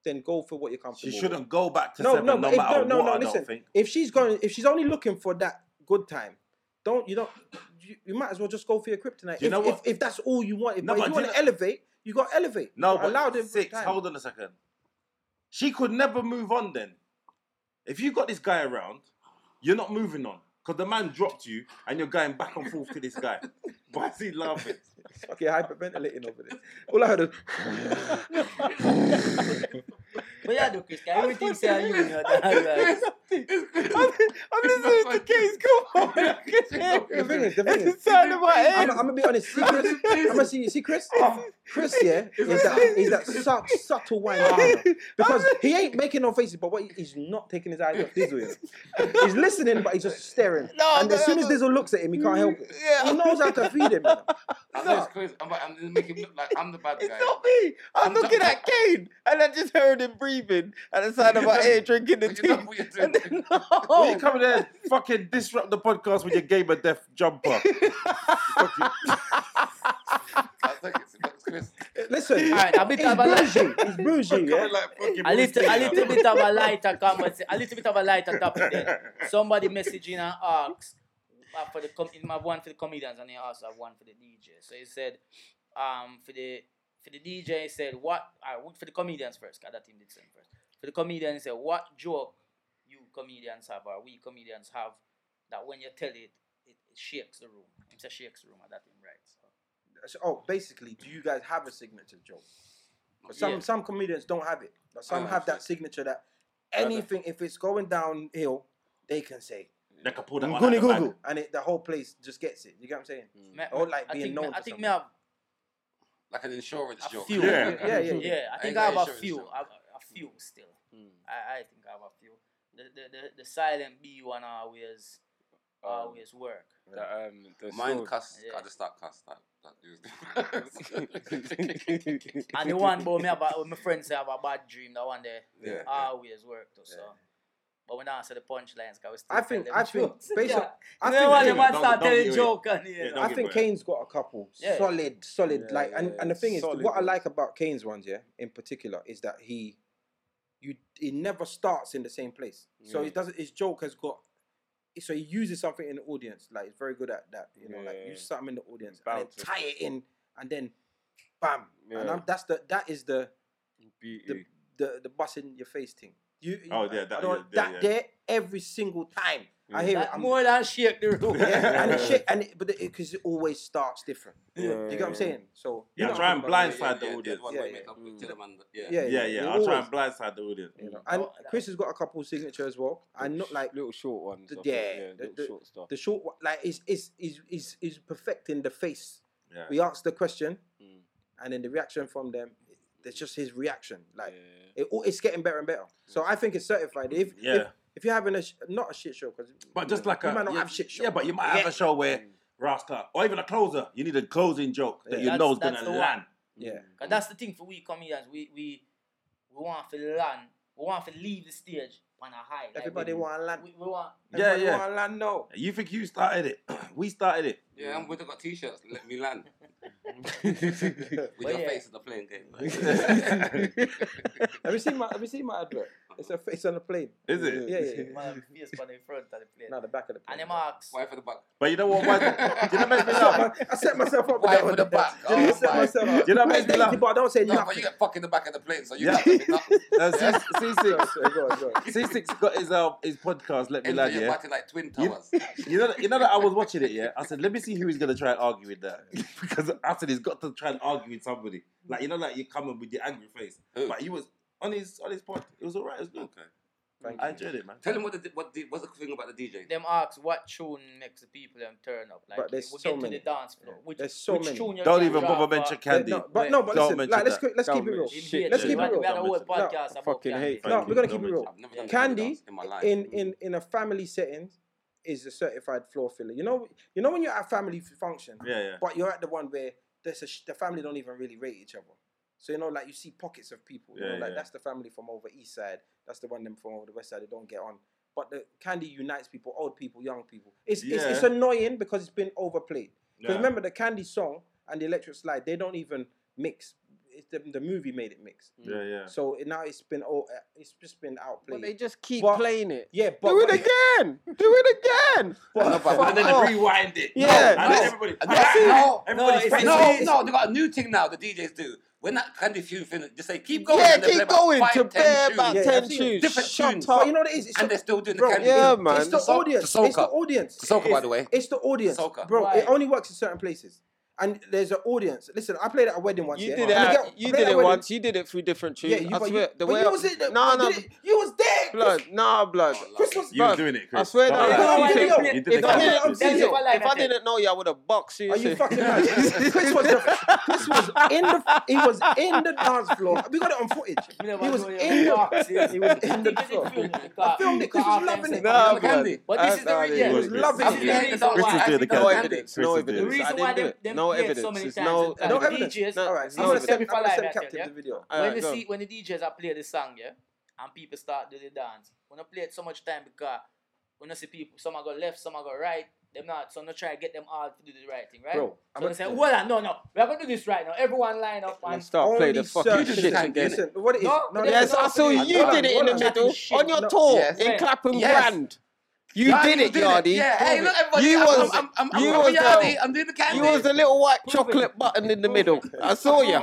Speaker 1: then go for what you're
Speaker 4: She
Speaker 1: comfortable
Speaker 4: shouldn't go back to
Speaker 1: with. no
Speaker 4: seven
Speaker 1: no
Speaker 4: no,
Speaker 1: but if,
Speaker 4: matter
Speaker 1: no no
Speaker 4: what.
Speaker 1: no
Speaker 4: I
Speaker 1: listen
Speaker 4: don't think.
Speaker 1: if she's going if she's only looking for that good time don't you don't you, you might as well just go for your kryptonite
Speaker 4: You
Speaker 1: if,
Speaker 4: know
Speaker 1: if,
Speaker 4: what?
Speaker 1: if that's all you want if,
Speaker 4: No,
Speaker 1: but if you
Speaker 4: but do you
Speaker 1: want to
Speaker 4: know-
Speaker 1: elevate you got to elevate
Speaker 4: No,
Speaker 1: You gotta
Speaker 4: but
Speaker 1: allow them
Speaker 4: six.
Speaker 1: time.
Speaker 4: Hold on a second. She could never move on. Then, if you got this guy around, you're not moving on because the man dropped you, and you're going back and forth to this
Speaker 1: *laughs*
Speaker 4: guy. Why is he laughing?
Speaker 1: *laughs* okay hyperventilating over
Speaker 4: *laughs*
Speaker 1: this all I *laughs* heard is
Speaker 2: But yeah, do
Speaker 1: *laughs*
Speaker 2: Chris, everything say are you in your dad.
Speaker 6: I'm listening to Keys. Come on.
Speaker 1: the thing is the thing is
Speaker 6: It's the sound of my
Speaker 2: *laughs*
Speaker 1: I'm,
Speaker 6: head.
Speaker 1: I'm gonna be honest see
Speaker 6: *laughs*
Speaker 1: Chris I'm gonna see see Chris
Speaker 6: Oh.
Speaker 1: Chris yeah is that is that sub, subtle wine behind her.
Speaker 6: *laughs*
Speaker 1: because he ain't making no faces but what he- he's not taking his eyes off Dizzle you know. he's listening but he's just staring
Speaker 6: *laughs* No,
Speaker 1: and
Speaker 6: no,
Speaker 1: as soon as
Speaker 6: no.
Speaker 1: Dizzle looks at him he can't help it
Speaker 6: *laughs*
Speaker 1: he
Speaker 6: Yeah.
Speaker 1: knows how to feed
Speaker 6: *laughs*
Speaker 1: him you know.
Speaker 3: I know it's crazy. I'm, I'm making him look like I'm the bad
Speaker 6: It's
Speaker 3: guy.
Speaker 6: not me. I'm
Speaker 3: I'm not-
Speaker 6: looking at Kane, and I just heard him breathing at the side of
Speaker 1: *laughs*
Speaker 6: my ear, drinking the
Speaker 3: But you know
Speaker 6: tea.
Speaker 3: what you're
Speaker 6: And
Speaker 3: doing.
Speaker 6: then,
Speaker 1: Oh.
Speaker 4: Why
Speaker 6: no.
Speaker 4: you coming there, fucking disrupt the podcast with your game of death
Speaker 1: *laughs*
Speaker 4: jumper.
Speaker 3: I'll take it. It's Chris.
Speaker 1: listen
Speaker 2: Alright, a bit
Speaker 1: he's
Speaker 2: of a li-
Speaker 1: bougie
Speaker 6: *laughs*
Speaker 1: he's bougie yeah
Speaker 3: Coming *laughs* like fucking
Speaker 2: a little, a
Speaker 3: Bruce
Speaker 2: little bit of a lighter conversation, a little bit of a lighter topic. Then somebody messaging and asks uh, for the com- in my one for the comedians and he also have one for the DJ. So he said, um, for the for the DJ he said what uh, for the comedians first. Cause that team did send first. For the comedian he said what joke you comedians have or we comedians have that when you tell it it, it shakes the room. It's a shakes the room at that thing, right? So.
Speaker 1: So- oh basically do you guys have a signature joke 'Cause some
Speaker 2: Yeah.
Speaker 1: some comedians don't have it but some
Speaker 5: Oh,
Speaker 3: I
Speaker 1: have that
Speaker 3: see.
Speaker 1: signature that anything if it's going downhill they can say
Speaker 4: They can pull that
Speaker 1: I'm
Speaker 4: one
Speaker 1: gonna
Speaker 4: out the bag.
Speaker 1: Google, and it, the whole place just gets it. You get what I'm saying?
Speaker 2: Me-
Speaker 1: Or like
Speaker 2: I
Speaker 1: being
Speaker 2: think,
Speaker 1: known
Speaker 2: me, I
Speaker 1: for
Speaker 2: think
Speaker 1: something.
Speaker 2: me have
Speaker 3: like an insurance
Speaker 2: A
Speaker 3: joke.
Speaker 2: few.
Speaker 4: Yeah.
Speaker 1: Yeah, yeah, yeah.
Speaker 2: *laughs* Yeah, I
Speaker 3: I ain't
Speaker 2: think I
Speaker 3: got
Speaker 2: have a
Speaker 3: insurance,
Speaker 2: few.
Speaker 3: though.
Speaker 2: I have a a few still.
Speaker 1: Hmm.
Speaker 2: I, I think I have a few. The the the, the silent B one always
Speaker 1: Um,
Speaker 2: always
Speaker 1: *laughs*
Speaker 2: work.
Speaker 5: That, um, the
Speaker 3: *laughs* Mine
Speaker 5: sword. *laughs*
Speaker 3: cuss.
Speaker 2: Yeah.
Speaker 3: I just start cuss. That, that dude.
Speaker 2: And the one about me about when my friends say I have a bad dream, that one there
Speaker 1: *laughs*
Speaker 3: *laughs*
Speaker 2: *laughs*
Speaker 3: Yeah.
Speaker 2: always work though. So, but we don't answer the punchlines because we still
Speaker 1: I
Speaker 2: tell
Speaker 1: think-
Speaker 2: them
Speaker 1: I think *laughs*
Speaker 2: jokes.
Speaker 1: based on-
Speaker 2: yeah.
Speaker 1: I
Speaker 2: you know what? The
Speaker 1: think, Kane,
Speaker 2: man
Speaker 4: don't-
Speaker 2: start
Speaker 4: don't
Speaker 2: telling
Speaker 4: do it.
Speaker 2: joke and you know.
Speaker 4: don't
Speaker 1: I
Speaker 4: get
Speaker 1: think
Speaker 4: worked.
Speaker 1: Kane's got a couple
Speaker 2: Yeah.
Speaker 1: solid, solid.
Speaker 5: Yeah,
Speaker 1: like, and,
Speaker 5: yeah,
Speaker 1: and the thing is,
Speaker 5: solid
Speaker 1: what I
Speaker 5: ones.
Speaker 1: like about Kane's ones, yeah, in particular, is that he, you, he never starts in the same place. So
Speaker 5: Yeah.
Speaker 1: it doesn't. His joke has got. So he uses something in the audience. Like he's very good at that. You know, like
Speaker 5: Yeah.
Speaker 1: use something in the audience and
Speaker 5: Bounce
Speaker 1: then
Speaker 5: it.
Speaker 1: tie it in, and then, bam. And
Speaker 5: *laughs* Yeah.
Speaker 1: I'm, that's the that is the the
Speaker 5: Beauty.
Speaker 1: the, the bus in your face thing. You, you-
Speaker 4: Oh, yeah, that-
Speaker 1: I don't-
Speaker 4: yeah,
Speaker 1: that
Speaker 4: Mm. yeah, yeah.
Speaker 1: there every single time. I hear it.
Speaker 2: That
Speaker 1: I'm-
Speaker 2: more than shake the room.
Speaker 1: *laughs* yeah, and it shit, and it, but because it, always starts different. Do you get what I'm saying? So you
Speaker 4: Yeah,
Speaker 1: know
Speaker 4: try
Speaker 1: what
Speaker 4: and
Speaker 1: I'm talking
Speaker 4: blindside the audience.
Speaker 3: one
Speaker 1: Yeah,
Speaker 3: way
Speaker 1: yeah.
Speaker 3: make up with
Speaker 5: Mm.
Speaker 3: Telemann,
Speaker 1: about.
Speaker 3: Yeah.
Speaker 1: Yeah,
Speaker 4: Yeah,
Speaker 1: you
Speaker 4: yeah. I'll try
Speaker 1: always,
Speaker 4: and blindside the audience.
Speaker 1: you know. And
Speaker 2: Oh, that-
Speaker 1: Chris has got a couple signature as well. And not like
Speaker 5: little short ones.
Speaker 1: The-
Speaker 5: I think,
Speaker 1: yeah,
Speaker 5: yeah,
Speaker 1: the-
Speaker 5: little
Speaker 1: the-
Speaker 5: short stuff.
Speaker 1: the short, one- like is is is is is perfecting the face.
Speaker 4: Yeah.
Speaker 1: We ask the question,
Speaker 5: Mm.
Speaker 1: and then the reaction from them. It's just his reaction. Like
Speaker 5: Yeah.
Speaker 1: it all it's getting better and better. So I think it's certified. If if,
Speaker 4: Yeah.
Speaker 1: if you're having a sh- not a shit show because
Speaker 4: But just like
Speaker 1: You
Speaker 4: a
Speaker 1: might not
Speaker 4: yeah,
Speaker 1: have shit show.
Speaker 4: Yeah, but you might have a show where Rasta or even a closer. You need a closing joke that
Speaker 1: Yeah.
Speaker 4: you
Speaker 2: That's-
Speaker 4: know is
Speaker 2: that's
Speaker 4: gonna
Speaker 2: the one.
Speaker 4: land.
Speaker 1: yeah,
Speaker 2: *laughs* Cause that's the thing for we comedians. We we we want to land. We want to leave the stage on a high. Like,
Speaker 1: everybody
Speaker 2: we,
Speaker 1: want to land.
Speaker 2: We, we want.
Speaker 4: Yeah,
Speaker 1: everybody
Speaker 4: yeah.
Speaker 1: want to land.
Speaker 4: *laughs*
Speaker 1: No,
Speaker 4: You think you started it? *clears throat* we started it.
Speaker 3: Yeah, and we've got t-shirts. Let me land. *laughs* With
Speaker 2: But
Speaker 3: your
Speaker 2: yeah.
Speaker 3: face in the playing game.
Speaker 1: have you seen my have you seen my advert? It's a face on a plane.
Speaker 4: Is it?
Speaker 1: Yeah, yeah,
Speaker 4: *laughs*
Speaker 1: yeah. *laughs*
Speaker 2: Man, face on the front of the plane.
Speaker 1: Now the back of the plane.
Speaker 2: And them ask,
Speaker 3: Why for the back?
Speaker 4: But you
Speaker 5: *laughs*
Speaker 4: know what? Was, you know what makes me laugh.
Speaker 1: I set myself up.
Speaker 3: Why
Speaker 1: with that
Speaker 3: for
Speaker 1: one.
Speaker 3: the back?
Speaker 1: You know, I
Speaker 3: Oh,
Speaker 1: set
Speaker 3: my.
Speaker 1: myself up.
Speaker 4: You know what
Speaker 1: Where's
Speaker 4: makes me
Speaker 1: the
Speaker 4: laugh?
Speaker 1: people? I don't say
Speaker 3: No, but you
Speaker 1: nothing.
Speaker 3: get fucked in the back of the plane, so you
Speaker 4: Yeah.
Speaker 3: can't do nothing.
Speaker 4: Uh, C
Speaker 1: *laughs*
Speaker 4: six,
Speaker 1: Sorry, go on, go
Speaker 4: *laughs*
Speaker 1: on.
Speaker 4: C six got his um his podcast. Let me
Speaker 3: Enter
Speaker 4: land.
Speaker 3: your
Speaker 4: Yeah.
Speaker 3: party like twin
Speaker 4: You-
Speaker 3: towers.
Speaker 4: You know, you know that I was watching it, yeah. I said, let me see who he's gonna try and argue with that, *laughs* because I said he's got to try and argue with somebody. Like you know, like you come in with your angry face,
Speaker 3: Who?
Speaker 4: but he was on his on his pod. It was alright. It was good.
Speaker 1: Thank
Speaker 4: I
Speaker 1: you.
Speaker 4: enjoyed it, man.
Speaker 3: Tell him what the, what the, what's the thing about the DJ?
Speaker 2: them ask what tune makes the people them turn up. Like
Speaker 1: But there's
Speaker 2: we
Speaker 1: so
Speaker 2: get
Speaker 1: many.
Speaker 2: to the dance floor. Which,
Speaker 1: There's so
Speaker 2: which
Speaker 1: many.
Speaker 2: Tune you
Speaker 4: Don't
Speaker 2: can
Speaker 4: even
Speaker 2: drop,
Speaker 4: bother
Speaker 2: uh,
Speaker 4: mention Candy.
Speaker 1: No, but no, but
Speaker 4: Don't
Speaker 1: listen.
Speaker 4: mention
Speaker 1: Like, let's
Speaker 4: that.
Speaker 1: keep- let's keep it
Speaker 5: Don't
Speaker 1: real.
Speaker 2: in
Speaker 5: Shit,
Speaker 2: here,
Speaker 1: let's
Speaker 2: we
Speaker 1: keep it
Speaker 2: had-
Speaker 1: real.
Speaker 2: We had a whole
Speaker 4: Don't
Speaker 1: mention it.
Speaker 2: podcast about
Speaker 5: fucking
Speaker 2: Candy.
Speaker 5: hate.
Speaker 4: Fuck
Speaker 1: No,
Speaker 4: you,
Speaker 1: we're gonna keep
Speaker 4: don't
Speaker 1: it
Speaker 4: mention
Speaker 1: real.
Speaker 3: I've never done
Speaker 1: Candy
Speaker 3: a dance in my life.
Speaker 1: in in in a family setting is a certified floor filler. You know, you know when you're at a family function,
Speaker 4: Yeah, yeah.
Speaker 1: but you're at the one where there's a sh- the family don't even really rate each other. So you know, like you see pockets of people. You
Speaker 4: Yeah,
Speaker 1: know, like
Speaker 4: yeah.
Speaker 1: that's the family from over east side. That's the one them from over the west side. They don't get on. But the candy unites people, old people, young people. It's it's, it's
Speaker 4: Yeah.
Speaker 1: annoying because it's been overplayed. Because
Speaker 4: Yeah.
Speaker 1: remember the candy song and the electric slide, they don't even mix. It's the, the movie made it mix.
Speaker 5: Mm.
Speaker 4: Yeah, yeah.
Speaker 1: So it, now it's been all uh, it's just been
Speaker 5: But
Speaker 1: outplayed.
Speaker 5: they just keep
Speaker 1: But-
Speaker 5: playing it.
Speaker 1: yeah, but
Speaker 5: Do it again! Do it
Speaker 1: *laughs*
Speaker 5: again! *laughs*
Speaker 4: and then
Speaker 5: off.
Speaker 4: rewind it.
Speaker 5: Yeah.
Speaker 4: and then
Speaker 5: No.
Speaker 4: everybody.
Speaker 3: That's it. No,
Speaker 4: everybody's
Speaker 1: it's-
Speaker 4: face.
Speaker 1: no,
Speaker 3: No,
Speaker 1: it's-
Speaker 3: no, they got a new thing now. The DJs do. When that Candy Few finish, just say keep going.
Speaker 5: Yeah,
Speaker 3: and they play
Speaker 5: keep
Speaker 3: about
Speaker 5: going
Speaker 3: five,
Speaker 5: to
Speaker 3: ten
Speaker 5: bare
Speaker 3: tunes.
Speaker 5: about
Speaker 1: Yeah,
Speaker 5: ten
Speaker 1: I've seen it.
Speaker 5: tunes.
Speaker 3: Different tunes.
Speaker 1: But you know what it is? It's
Speaker 3: and
Speaker 1: the-
Speaker 3: they're still doing
Speaker 1: Bro,
Speaker 3: the Candy
Speaker 5: yeah,
Speaker 3: Few.
Speaker 5: man.
Speaker 1: It's the
Speaker 3: Soca.
Speaker 1: audience.
Speaker 3: Soca.
Speaker 1: It's the audience.
Speaker 3: Soca,
Speaker 1: It
Speaker 3: by
Speaker 1: is.
Speaker 3: the way.
Speaker 1: It's the audience.
Speaker 3: Soca.
Speaker 1: Bro,
Speaker 2: Right.
Speaker 1: it only works in certain places. And there's an audience. Listen, I played at a wedding once.
Speaker 5: You
Speaker 1: yeah?
Speaker 5: did
Speaker 1: And the
Speaker 5: it.
Speaker 1: girl-
Speaker 5: You
Speaker 1: played
Speaker 5: did
Speaker 1: at a
Speaker 5: it
Speaker 1: wedding.
Speaker 5: once. You did it through different
Speaker 1: Yeah,
Speaker 5: tunes.
Speaker 1: you,
Speaker 5: I
Speaker 1: but
Speaker 5: swear,
Speaker 1: you,
Speaker 5: the
Speaker 1: but
Speaker 5: way
Speaker 1: you
Speaker 5: I-
Speaker 1: was in the,
Speaker 5: no,
Speaker 1: you
Speaker 5: no,
Speaker 1: did it. you was there.
Speaker 5: blood, nah, blood.
Speaker 1: Chris was.
Speaker 4: You were
Speaker 5: Bruv,
Speaker 4: doing it, Chris.
Speaker 5: I swear to
Speaker 4: Don't
Speaker 1: you
Speaker 4: lie.
Speaker 1: know
Speaker 5: God,
Speaker 1: what
Speaker 5: if
Speaker 1: I
Speaker 5: it-
Speaker 1: did?
Speaker 5: if,
Speaker 4: You did it.
Speaker 5: I
Speaker 4: Don't
Speaker 1: lie,
Speaker 5: didn't, if I
Speaker 1: Caesar.
Speaker 5: didn't- if I didn't know you, I would have boxed you.
Speaker 1: Are
Speaker 5: so-
Speaker 1: you fucking mad? Chris was the, Chris was in the he was in the dance floor. We got it on footage.
Speaker 5: *laughs*
Speaker 2: You know,
Speaker 1: He was
Speaker 2: I know
Speaker 1: in
Speaker 2: you're
Speaker 1: the *laughs*
Speaker 2: boxing.
Speaker 1: he was
Speaker 2: *laughs*
Speaker 1: in the
Speaker 2: Did you
Speaker 1: floor.
Speaker 2: film it? Because-
Speaker 1: filmed it, 'cause he was
Speaker 2: because
Speaker 1: loving it.
Speaker 5: *laughs* Nah,
Speaker 3: Remember
Speaker 5: blood.
Speaker 3: Candy?
Speaker 2: But
Speaker 5: I-
Speaker 2: this is the
Speaker 5: nah,
Speaker 2: re-
Speaker 5: they
Speaker 2: yeah,
Speaker 5: do
Speaker 1: was
Speaker 5: it.
Speaker 1: loving
Speaker 5: I've
Speaker 1: it.
Speaker 5: seen
Speaker 3: Yeah,
Speaker 5: it.
Speaker 3: it's all
Speaker 4: Chris is
Speaker 3: right.
Speaker 4: doing the
Speaker 5: No
Speaker 4: Candy.
Speaker 5: evidence.
Speaker 4: Chris
Speaker 5: No
Speaker 4: is doing
Speaker 2: The
Speaker 5: evidence.
Speaker 2: reason
Speaker 5: I
Speaker 2: why
Speaker 5: didn't do
Speaker 2: them,
Speaker 5: it.
Speaker 2: them
Speaker 5: No
Speaker 2: played
Speaker 5: evidence.
Speaker 2: so many
Speaker 5: There's
Speaker 2: times
Speaker 5: no.
Speaker 2: that
Speaker 1: No
Speaker 2: the
Speaker 1: evidence.
Speaker 2: DJs,
Speaker 5: No,
Speaker 1: All right, I'm gonna
Speaker 5: no evidence.
Speaker 1: send, I'm gonna send
Speaker 2: Everybody
Speaker 1: captive
Speaker 2: back
Speaker 1: the
Speaker 2: up,
Speaker 1: video.
Speaker 5: All
Speaker 2: when
Speaker 5: right,
Speaker 2: you
Speaker 5: go.
Speaker 2: see when the DJs are play the song, yeah, and people start doing the dance. When I play it so much time because when I see people, some are go left, some are go right. Them not, so I'm not try to get them all to do the right thing, right?
Speaker 1: Bro, I'm
Speaker 2: so I
Speaker 1: a-
Speaker 2: say, well, no, no, we're gonna do this right now. Everyone line up and
Speaker 5: Let's start playing the
Speaker 1: Only
Speaker 5: fucking
Speaker 1: certain-
Speaker 5: shit
Speaker 3: Listen,
Speaker 5: again.
Speaker 1: Listen, what it is?
Speaker 2: No,
Speaker 1: no,
Speaker 5: Yes,
Speaker 1: no,
Speaker 5: I
Speaker 1: no,
Speaker 5: saw you.
Speaker 1: no,
Speaker 5: You
Speaker 1: no,
Speaker 5: did it in
Speaker 1: no,
Speaker 5: the
Speaker 1: no,
Speaker 5: middle
Speaker 1: shit,
Speaker 5: on your
Speaker 1: no.
Speaker 5: tour
Speaker 3: Yes.
Speaker 5: in Clapham
Speaker 3: Yes.
Speaker 5: Grand. You
Speaker 3: Yeah,
Speaker 5: did it,
Speaker 3: doing
Speaker 5: Yardy.
Speaker 3: Yeah, hey, look, everybody.
Speaker 5: You
Speaker 3: I'm,
Speaker 5: was-
Speaker 3: I'm, I'm,
Speaker 5: you
Speaker 3: I'm,
Speaker 5: was
Speaker 3: I'm,
Speaker 5: down.
Speaker 3: Yardi, I'm doing the Candy.
Speaker 5: You was the little white
Speaker 2: Prove it.
Speaker 5: chocolate button in the
Speaker 2: Prove
Speaker 5: middle.
Speaker 2: it.
Speaker 5: I saw
Speaker 2: Prove
Speaker 5: you.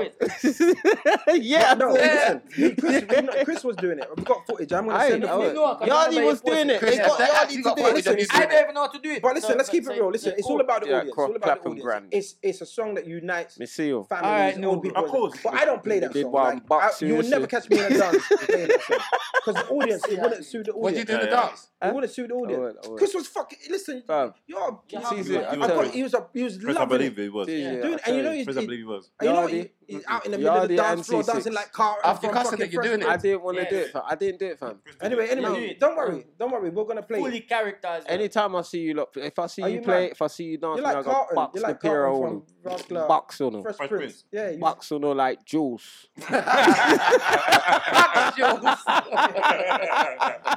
Speaker 2: it.
Speaker 5: *laughs* yeah,
Speaker 1: No,
Speaker 5: I saw you.
Speaker 1: listen. me- Chris, we know- Chris was doing it. We've got footage. I'm gonna
Speaker 5: I
Speaker 1: send
Speaker 5: know
Speaker 1: it.
Speaker 5: it.
Speaker 2: No, 'cause I remember
Speaker 5: Yardi
Speaker 2: you
Speaker 5: was doing
Speaker 2: posted
Speaker 5: it.
Speaker 2: it.
Speaker 5: It's
Speaker 3: Yeah,
Speaker 5: got
Speaker 3: they
Speaker 5: Yardi
Speaker 3: actually
Speaker 5: to
Speaker 3: got
Speaker 5: do
Speaker 3: footage
Speaker 5: it.
Speaker 1: Listen,
Speaker 3: of you
Speaker 1: it's-
Speaker 2: I
Speaker 3: doing
Speaker 2: don't
Speaker 3: it.
Speaker 2: even know what to do it.
Speaker 1: But listen,
Speaker 2: No,
Speaker 1: let's keep
Speaker 2: so-
Speaker 1: it real. Listen, it's all about the
Speaker 5: Yeah,
Speaker 1: audience. It's all about
Speaker 5: clap
Speaker 1: the
Speaker 5: and
Speaker 1: audience.
Speaker 5: grand.
Speaker 1: It's it's a song that unites
Speaker 5: Miss you.
Speaker 1: families,
Speaker 2: Alright,
Speaker 1: old
Speaker 2: no,
Speaker 1: people.
Speaker 4: of course.
Speaker 1: But I don't play that
Speaker 5: Big
Speaker 1: song.
Speaker 5: one,
Speaker 1: Like, I,
Speaker 5: box,
Speaker 1: you would never
Speaker 5: seriously.
Speaker 1: catch me in a dance playing that song because the audience it wouldn't suit the
Speaker 3: What did
Speaker 1: audience.
Speaker 3: you do in the
Speaker 4: Yeah, yeah.
Speaker 3: dance?
Speaker 1: It wouldn't suit the audience.
Speaker 5: I
Speaker 1: brilliant.
Speaker 5: won't, I won't.
Speaker 1: Chris was fucking. Listen,
Speaker 5: Fam.
Speaker 1: you're.
Speaker 2: Yeah,
Speaker 1: I
Speaker 5: Caesar, I tell
Speaker 1: got,
Speaker 5: you.
Speaker 1: he was a, he was
Speaker 4: Chris, I
Speaker 1: loving it.
Speaker 4: believe it was.
Speaker 5: Caesar,
Speaker 4: yeah.
Speaker 5: I
Speaker 1: Dude,
Speaker 5: tell
Speaker 1: and you know
Speaker 5: you.
Speaker 1: he's,
Speaker 4: Chris, I believe it was.
Speaker 1: and you know
Speaker 5: Yardi.
Speaker 1: he, he's out in the middle of the
Speaker 5: Yardi
Speaker 1: dance
Speaker 5: and
Speaker 1: floor
Speaker 5: C6.
Speaker 1: dancing like Carl
Speaker 3: After
Speaker 1: from
Speaker 3: cussing
Speaker 1: fucking
Speaker 3: it, you're doing
Speaker 1: Fresh
Speaker 5: I
Speaker 3: it.
Speaker 5: didn't want to
Speaker 2: Yeah.
Speaker 5: do it, fam. I didn't do it, fam.
Speaker 1: Prince. Anyway, anyway,
Speaker 2: Yeah.
Speaker 1: don't worry, don't worry. We're gonna play.
Speaker 2: Fully characters. man.
Speaker 5: Anytime I see you, look, if I see
Speaker 1: Are
Speaker 5: you
Speaker 1: you
Speaker 5: play,
Speaker 1: mad?
Speaker 5: if I see you dance,
Speaker 1: You're like
Speaker 5: man, I got
Speaker 1: Carlton.
Speaker 5: bucks
Speaker 1: You're
Speaker 5: the
Speaker 1: like
Speaker 5: Pierre
Speaker 1: Carlton
Speaker 5: on
Speaker 1: from
Speaker 5: them.
Speaker 1: Rascal.
Speaker 5: Bucks on them.
Speaker 1: Fresh,
Speaker 4: Fresh
Speaker 1: Prince.
Speaker 4: Prince.
Speaker 1: Yeah, you,
Speaker 5: Bucks on them like *laughs* jewels.